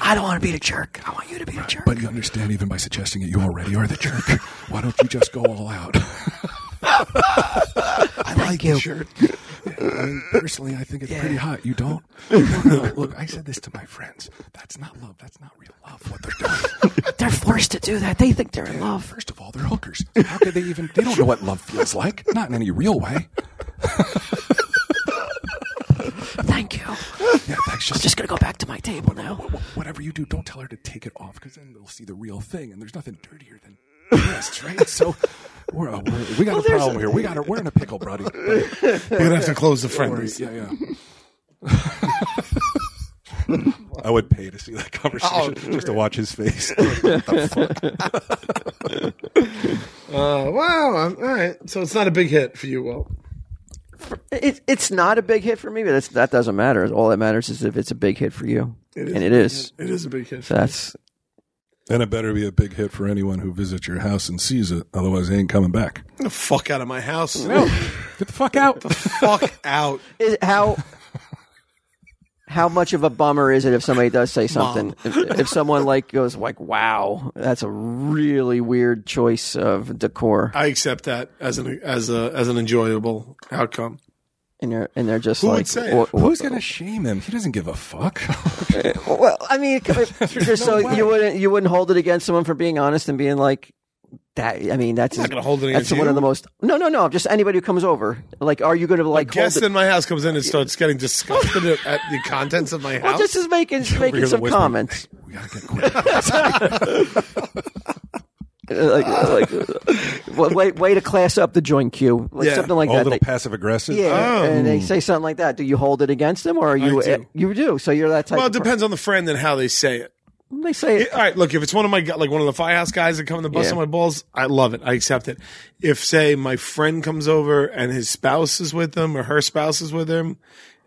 [SPEAKER 1] I don't want to be the jerk. I want you to be the jerk.
[SPEAKER 2] but you understand, even by suggesting it, you already are the jerk. Why don't you just go all out?
[SPEAKER 1] I like you.
[SPEAKER 2] Shirt. I mean, personally, I think it's pretty hot. You don't? Look, I said this to my friends. That's not love. That's not real love. What they're doing.
[SPEAKER 1] They're forced to do that. They think they're in love.
[SPEAKER 2] First of all, they're hookers. How could they even? They don't know what love feels like. Not in any real way.
[SPEAKER 1] Thank you.
[SPEAKER 2] Yeah, thanks.
[SPEAKER 1] I'm
[SPEAKER 2] Just,
[SPEAKER 1] just gonna go back to my table now.
[SPEAKER 2] wh- whatever you do, don't tell her to take it off because then they'll see the real thing, and there's nothing dirtier than breasts, right? So we're, uh, we're we got a
[SPEAKER 1] there's
[SPEAKER 2] problem here. We got a, we're in a pickle, buddy. Don't
[SPEAKER 3] You're gonna have to close the
[SPEAKER 2] worry.
[SPEAKER 3] friend.
[SPEAKER 2] yeah, yeah. I would pay to see that
[SPEAKER 1] Oh,
[SPEAKER 2] conversation just to watch his face.
[SPEAKER 3] Uh, wow. I'm, all right. So it's not a big hit for you, Will.
[SPEAKER 1] It, it's not a big hit for me, but it's, that doesn't matter. All that matters is if it's a big hit for you,
[SPEAKER 3] It is
[SPEAKER 1] and it is.
[SPEAKER 3] It is a big hit.
[SPEAKER 1] So that's
[SPEAKER 2] and it better be a big hit for anyone who visits your house and sees it. Otherwise, they ain't coming back.
[SPEAKER 3] Get the fuck out of my house.
[SPEAKER 2] Get the fuck out.
[SPEAKER 3] fuck out.
[SPEAKER 1] is, how. How much of a bummer is it if somebody does say something? If, if someone like goes like, "Wow, that's a really weird choice of decor,"
[SPEAKER 3] I accept that as an as a as an enjoyable outcome.
[SPEAKER 1] and they're and they're just
[SPEAKER 3] Who would
[SPEAKER 1] like,
[SPEAKER 3] say it?
[SPEAKER 1] "Wha- wha-
[SPEAKER 2] Who's gonna shame him? He doesn't give a fuck.
[SPEAKER 1] Well, I mean, c- just so
[SPEAKER 2] way.
[SPEAKER 1] you wouldn't you wouldn't hold it against someone for being honest and being like that. I mean, that's
[SPEAKER 3] not gonna hold it
[SPEAKER 1] That's
[SPEAKER 3] against
[SPEAKER 1] one
[SPEAKER 3] you.
[SPEAKER 1] of the most. No, no, no. Just anybody who comes over. Like, are you going to like hold
[SPEAKER 3] Guest
[SPEAKER 1] it?
[SPEAKER 3] in my house comes in and starts getting disgusted at at the contents of my
[SPEAKER 1] Well,
[SPEAKER 3] house.
[SPEAKER 1] just is making making
[SPEAKER 2] the
[SPEAKER 1] some
[SPEAKER 2] whisper.
[SPEAKER 1] comments.
[SPEAKER 2] we gotta get quick.
[SPEAKER 1] Uh, like, like uh, way way to class up the joint queue, like
[SPEAKER 3] Yeah.
[SPEAKER 1] something like
[SPEAKER 2] Oh, a
[SPEAKER 1] that.
[SPEAKER 2] little
[SPEAKER 1] They-
[SPEAKER 2] passive aggressive.
[SPEAKER 1] yeah, and they say something like that. Do you hold it against them, or are you
[SPEAKER 3] Oh.
[SPEAKER 1] eh,
[SPEAKER 3] do.
[SPEAKER 1] you do? So you're that type.
[SPEAKER 3] well, it
[SPEAKER 1] of per-
[SPEAKER 3] depends on the friend and how they say it. um,
[SPEAKER 1] They say it.
[SPEAKER 3] All right, look, if it's one of my gu- like one of the firehouse guys that come in the bus
[SPEAKER 1] Yeah.
[SPEAKER 3] on my balls, I love it. I accept it. If say my friend comes over and his spouse is with them or her spouse is with him,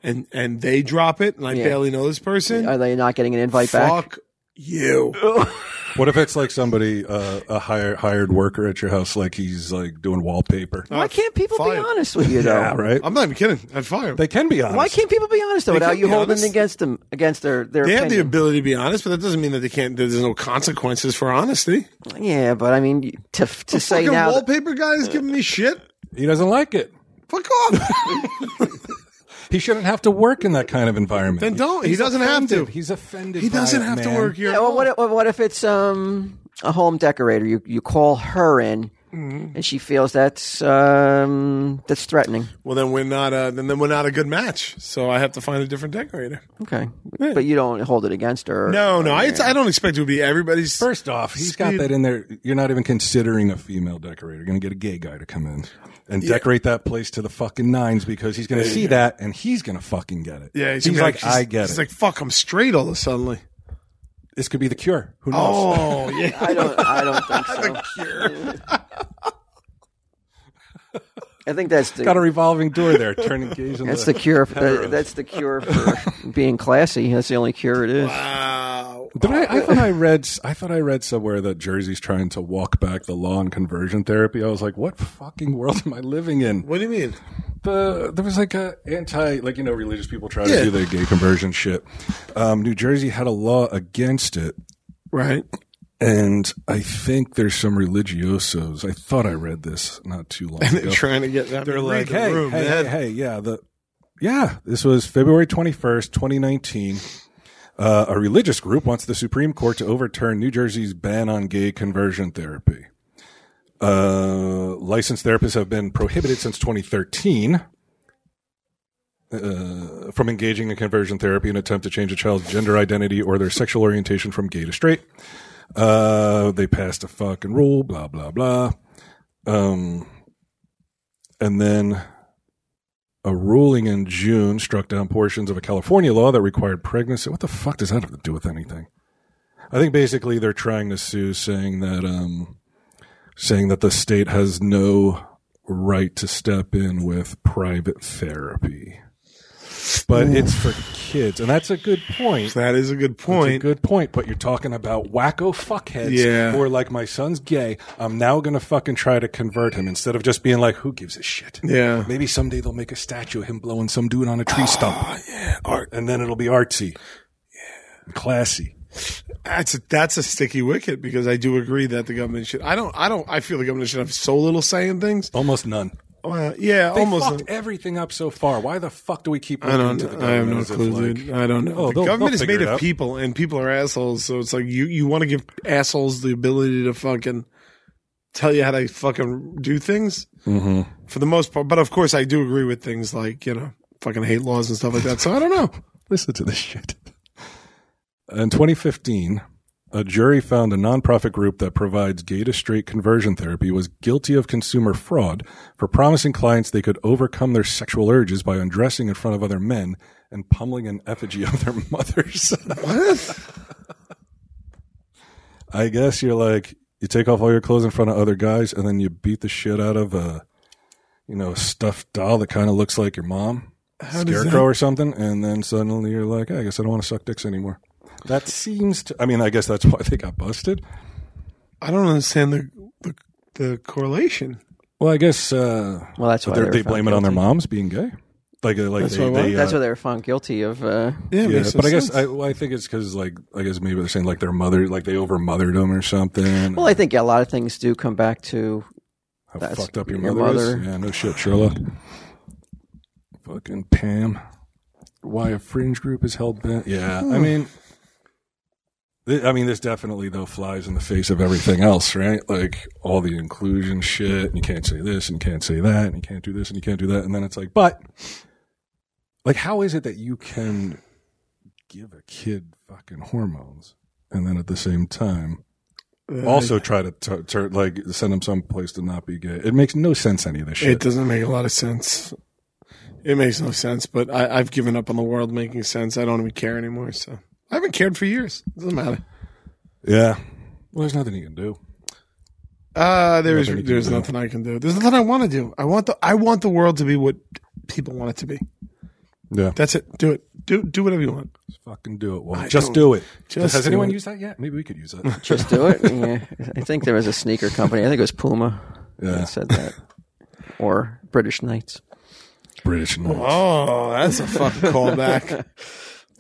[SPEAKER 3] and and they drop it, and I barely know this person,
[SPEAKER 1] Are they not getting an invite back?
[SPEAKER 3] fuck you.
[SPEAKER 2] What if it's like somebody, uh, a hired hired worker at your house, like he's like doing wallpaper?
[SPEAKER 3] Oh,
[SPEAKER 1] Why can't people be
[SPEAKER 3] Fine.
[SPEAKER 1] honest with you though?
[SPEAKER 2] Yeah, right.
[SPEAKER 3] I'm not even kidding. I'd fire him.
[SPEAKER 2] They can be honest.
[SPEAKER 1] Why can't people be honest though? Without
[SPEAKER 3] can't
[SPEAKER 1] you
[SPEAKER 3] be
[SPEAKER 1] holding
[SPEAKER 3] honest.
[SPEAKER 1] against them against their their
[SPEAKER 3] They have the
[SPEAKER 1] opinion.
[SPEAKER 3] ability to be honest, but that doesn't mean that they can't. There's no consequences for honesty.
[SPEAKER 1] yeah, but I mean to to say
[SPEAKER 3] Fucking
[SPEAKER 1] now. that-
[SPEAKER 3] wallpaper guy is giving me shit.
[SPEAKER 2] he doesn't like it?
[SPEAKER 3] Fuck off.
[SPEAKER 2] He shouldn't have to work in that kind of environment.
[SPEAKER 3] Then don't. He doesn't have to.
[SPEAKER 2] offended. He's offended.
[SPEAKER 3] He
[SPEAKER 2] by
[SPEAKER 3] doesn't
[SPEAKER 2] it,
[SPEAKER 3] have to
[SPEAKER 2] man.
[SPEAKER 3] work here.
[SPEAKER 1] Yeah, well, what if- what if it's um a home decorator? You you call her in,
[SPEAKER 3] Mm-hmm.
[SPEAKER 1] and she feels that's um that's threatening.
[SPEAKER 3] Well, then we're not. A, then then we're not a good match. So I have to find a different decorator.
[SPEAKER 1] Okay, but you don't hold it against her.
[SPEAKER 3] No, no, I, it's, I don't expect it to be everybody's.
[SPEAKER 2] First off, he's got
[SPEAKER 3] Speed.
[SPEAKER 2] that in there. You're not even considering a female decorator. You're going to get a gay guy to come in and decorate that place to the fucking nines because he's going to see that and he's going to fucking get it.
[SPEAKER 3] yeah,
[SPEAKER 2] he's,
[SPEAKER 3] gonna be
[SPEAKER 2] like, I get
[SPEAKER 3] He's
[SPEAKER 2] it.
[SPEAKER 3] like, fuck, I'm straight all of a sudden.
[SPEAKER 2] this could be the cure. Who knows?
[SPEAKER 3] Oh yeah,
[SPEAKER 1] I don't. I don't think so. I think that's the
[SPEAKER 2] Got a revolving door there. Turning gaze.
[SPEAKER 1] that's the cure. For, that's the cure for being classy. That's the only cure it is.
[SPEAKER 3] wow.
[SPEAKER 2] Did I, I thought I read. I thought I read somewhere that Jersey's trying to walk back the law on conversion therapy. I was like, what fucking world am I living in?
[SPEAKER 3] What do you mean?
[SPEAKER 2] The there was like a anti, like you know, religious people trying
[SPEAKER 3] Yeah.
[SPEAKER 2] to do the gay conversion shit. Um, New Jersey had a law against it,
[SPEAKER 3] Right?
[SPEAKER 2] and I think there's some religiosos. I thought I read this not too long
[SPEAKER 3] They're
[SPEAKER 2] ago.
[SPEAKER 3] trying to get that.
[SPEAKER 2] They're like, hey,
[SPEAKER 3] room,
[SPEAKER 2] hey,
[SPEAKER 3] man.
[SPEAKER 2] hey, hey, yeah, the yeah. This was February twenty first, twenty nineteen. Uh, a religious group wants the Supreme Court to overturn New Jersey's ban on gay conversion therapy. Uh, licensed therapists have been prohibited since 2013 uh, from engaging in conversion therapy in an attempt to change a child's gender identity or their sexual orientation from gay to straight. Uh, they passed a fucking rule, blah, blah, blah. Um, and then a ruling in June struck down portions of a California law that required pregnancy. What the fuck does that have to do with anything? I think basically they're trying to sue, saying that um, saying that the state has no right to step in with private therapy, but it's for kids, and that's a good point.
[SPEAKER 3] That is a good
[SPEAKER 2] That's a
[SPEAKER 3] point.
[SPEAKER 2] good point, but you're talking about wacko fuckheads
[SPEAKER 3] Yeah.
[SPEAKER 2] who are like, my son's gay. I'm now going to fucking try to convert him instead of just being like, who gives a shit?
[SPEAKER 3] Yeah. Ah,
[SPEAKER 2] Maybe someday they'll make a statue of him blowing some dude on a tree stump. yeah. Art. And then it'll be artsy. Yeah. Classy.
[SPEAKER 3] That's a, that's a sticky wicket because I do agree that the government should. I don't. I don't. I feel the government should have so little say in things.
[SPEAKER 2] Almost none.
[SPEAKER 3] Well, yeah,
[SPEAKER 2] They
[SPEAKER 3] almost.
[SPEAKER 2] fucked everything up so far. Why the fuck do we keep
[SPEAKER 3] I
[SPEAKER 2] looking
[SPEAKER 3] don't.
[SPEAKER 2] to the
[SPEAKER 3] I have
[SPEAKER 2] government?
[SPEAKER 3] no
[SPEAKER 2] as if,
[SPEAKER 3] clue,
[SPEAKER 2] like-
[SPEAKER 3] dude. I don't know.
[SPEAKER 2] Oh,
[SPEAKER 3] the
[SPEAKER 2] they'll-
[SPEAKER 3] government
[SPEAKER 2] they'll
[SPEAKER 3] is
[SPEAKER 2] figure
[SPEAKER 3] made
[SPEAKER 2] it
[SPEAKER 3] of
[SPEAKER 2] out.
[SPEAKER 3] people, and people are assholes. So it's like you you want to give assholes the ability to fucking tell you how to fucking do things for the most part. But of course, I do agree with things like you know fucking hate laws and stuff like that. So I don't know.
[SPEAKER 2] Listen to this shit. In 2015, a jury found a nonprofit group that provides gay to straight conversion therapy was guilty of consumer fraud for promising clients they could overcome their sexual urges by undressing in front of other men and pummeling an effigy of their mothers. I guess you're like you take off all your clothes in front of other guys and then you beat the shit out of a you know, stuffed doll that kind of looks like your mom
[SPEAKER 3] How does
[SPEAKER 2] scarecrow or something, and then suddenly you're like, I guess I don't want to suck dicks anymore. That seems to. I mean, I guess that's why they got busted.
[SPEAKER 3] that- I don't understand the the, the correlation.
[SPEAKER 2] Well, I guess uh,
[SPEAKER 1] Well, that's why
[SPEAKER 2] they're-
[SPEAKER 1] were
[SPEAKER 2] they
[SPEAKER 1] found
[SPEAKER 2] blame it on their
[SPEAKER 1] guilty.
[SPEAKER 2] moms being gay. Like, uh, like
[SPEAKER 3] That's
[SPEAKER 2] they,
[SPEAKER 3] why what?
[SPEAKER 2] they,
[SPEAKER 1] That's
[SPEAKER 2] uh,
[SPEAKER 1] why they were found guilty of. Uh,
[SPEAKER 3] Yeah, it
[SPEAKER 2] yeah,
[SPEAKER 3] makes no
[SPEAKER 2] but I guess
[SPEAKER 3] sense.
[SPEAKER 2] I, well, I think it's because like I guess maybe they're saying like their mother like they overmothered them or something.
[SPEAKER 1] well, I think a lot of things do come back to.
[SPEAKER 2] How
[SPEAKER 1] that's
[SPEAKER 2] fucked up your,
[SPEAKER 1] your
[SPEAKER 2] mother, is.
[SPEAKER 1] mother.
[SPEAKER 2] Yeah, no shit, Sherla. Fucking Pam. Why a fringe group is hell bent? Yeah,
[SPEAKER 1] Hmm.
[SPEAKER 2] I mean, thi- I mean, this definitely though flies in the face of everything else, right? Like all the inclusion shit, and you can't say this, and you can't say that, and you can't do this, and you can't do that, and then it's like, but, like, how is it that you can give a kid fucking hormones, and then at the same time also try to t- tur like send them someplace to not be gay. It makes no sense any of this
[SPEAKER 3] It
[SPEAKER 2] shit.
[SPEAKER 3] doesn't make a lot of sense. It makes no sense, but I, I've given up on the world making sense. I don't even care anymore. So I haven't cared for years. doesn't matter.
[SPEAKER 2] yeah. Well, there's nothing you can do.
[SPEAKER 3] Uh, there's
[SPEAKER 2] Nothing you can
[SPEAKER 3] there's
[SPEAKER 2] do.
[SPEAKER 3] nothing I can do. There's nothing I want to do. I want the I want the world to be what people want it to be.
[SPEAKER 2] Yeah.
[SPEAKER 3] That's it. Do it. Do do whatever you want.
[SPEAKER 2] Just fucking do it. Well,
[SPEAKER 3] I
[SPEAKER 2] just
[SPEAKER 3] don't-
[SPEAKER 2] do it.
[SPEAKER 3] just
[SPEAKER 2] Has
[SPEAKER 3] do
[SPEAKER 2] anyone
[SPEAKER 3] it.
[SPEAKER 2] used that yet? Maybe we could use that.
[SPEAKER 1] Just do it. yeah, I think there was a sneaker company. I think it was Puma
[SPEAKER 2] Yeah.
[SPEAKER 1] that said that, or British Knights.
[SPEAKER 2] British Knights,
[SPEAKER 3] Oh, that's a fucking callback.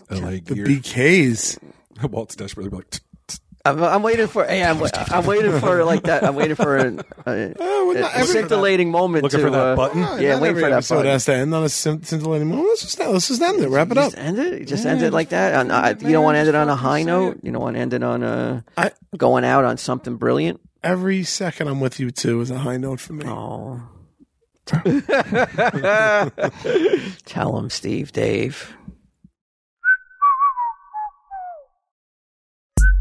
[SPEAKER 2] LA
[SPEAKER 3] the
[SPEAKER 2] gear.
[SPEAKER 3] BKs.
[SPEAKER 2] Walt's desperately like, "Tsk, tsk."
[SPEAKER 1] I'm, I'm waiting for. Hey, I'm, I'm waiting for like that. I'm waiting for an, a,
[SPEAKER 2] Oh,
[SPEAKER 3] we're not-
[SPEAKER 1] a
[SPEAKER 3] every-
[SPEAKER 1] scintillating moment
[SPEAKER 2] looking
[SPEAKER 1] to
[SPEAKER 2] for that
[SPEAKER 1] uh,
[SPEAKER 2] button.
[SPEAKER 1] Yeah,
[SPEAKER 3] Not
[SPEAKER 1] wait
[SPEAKER 3] every
[SPEAKER 1] for that
[SPEAKER 3] episode
[SPEAKER 1] button.
[SPEAKER 3] has to end on a scintill- scintillating moment. Let's just let's just end it. Wrap it up.
[SPEAKER 1] Just end it. Just end it like that. On, I, you don't want to end it on a high note. You don't want to end it on a
[SPEAKER 3] I
[SPEAKER 1] going out on something brilliant.
[SPEAKER 3] every second I'm with you too is a high note for me.
[SPEAKER 1] Oh. Tell him, Steve, Dave.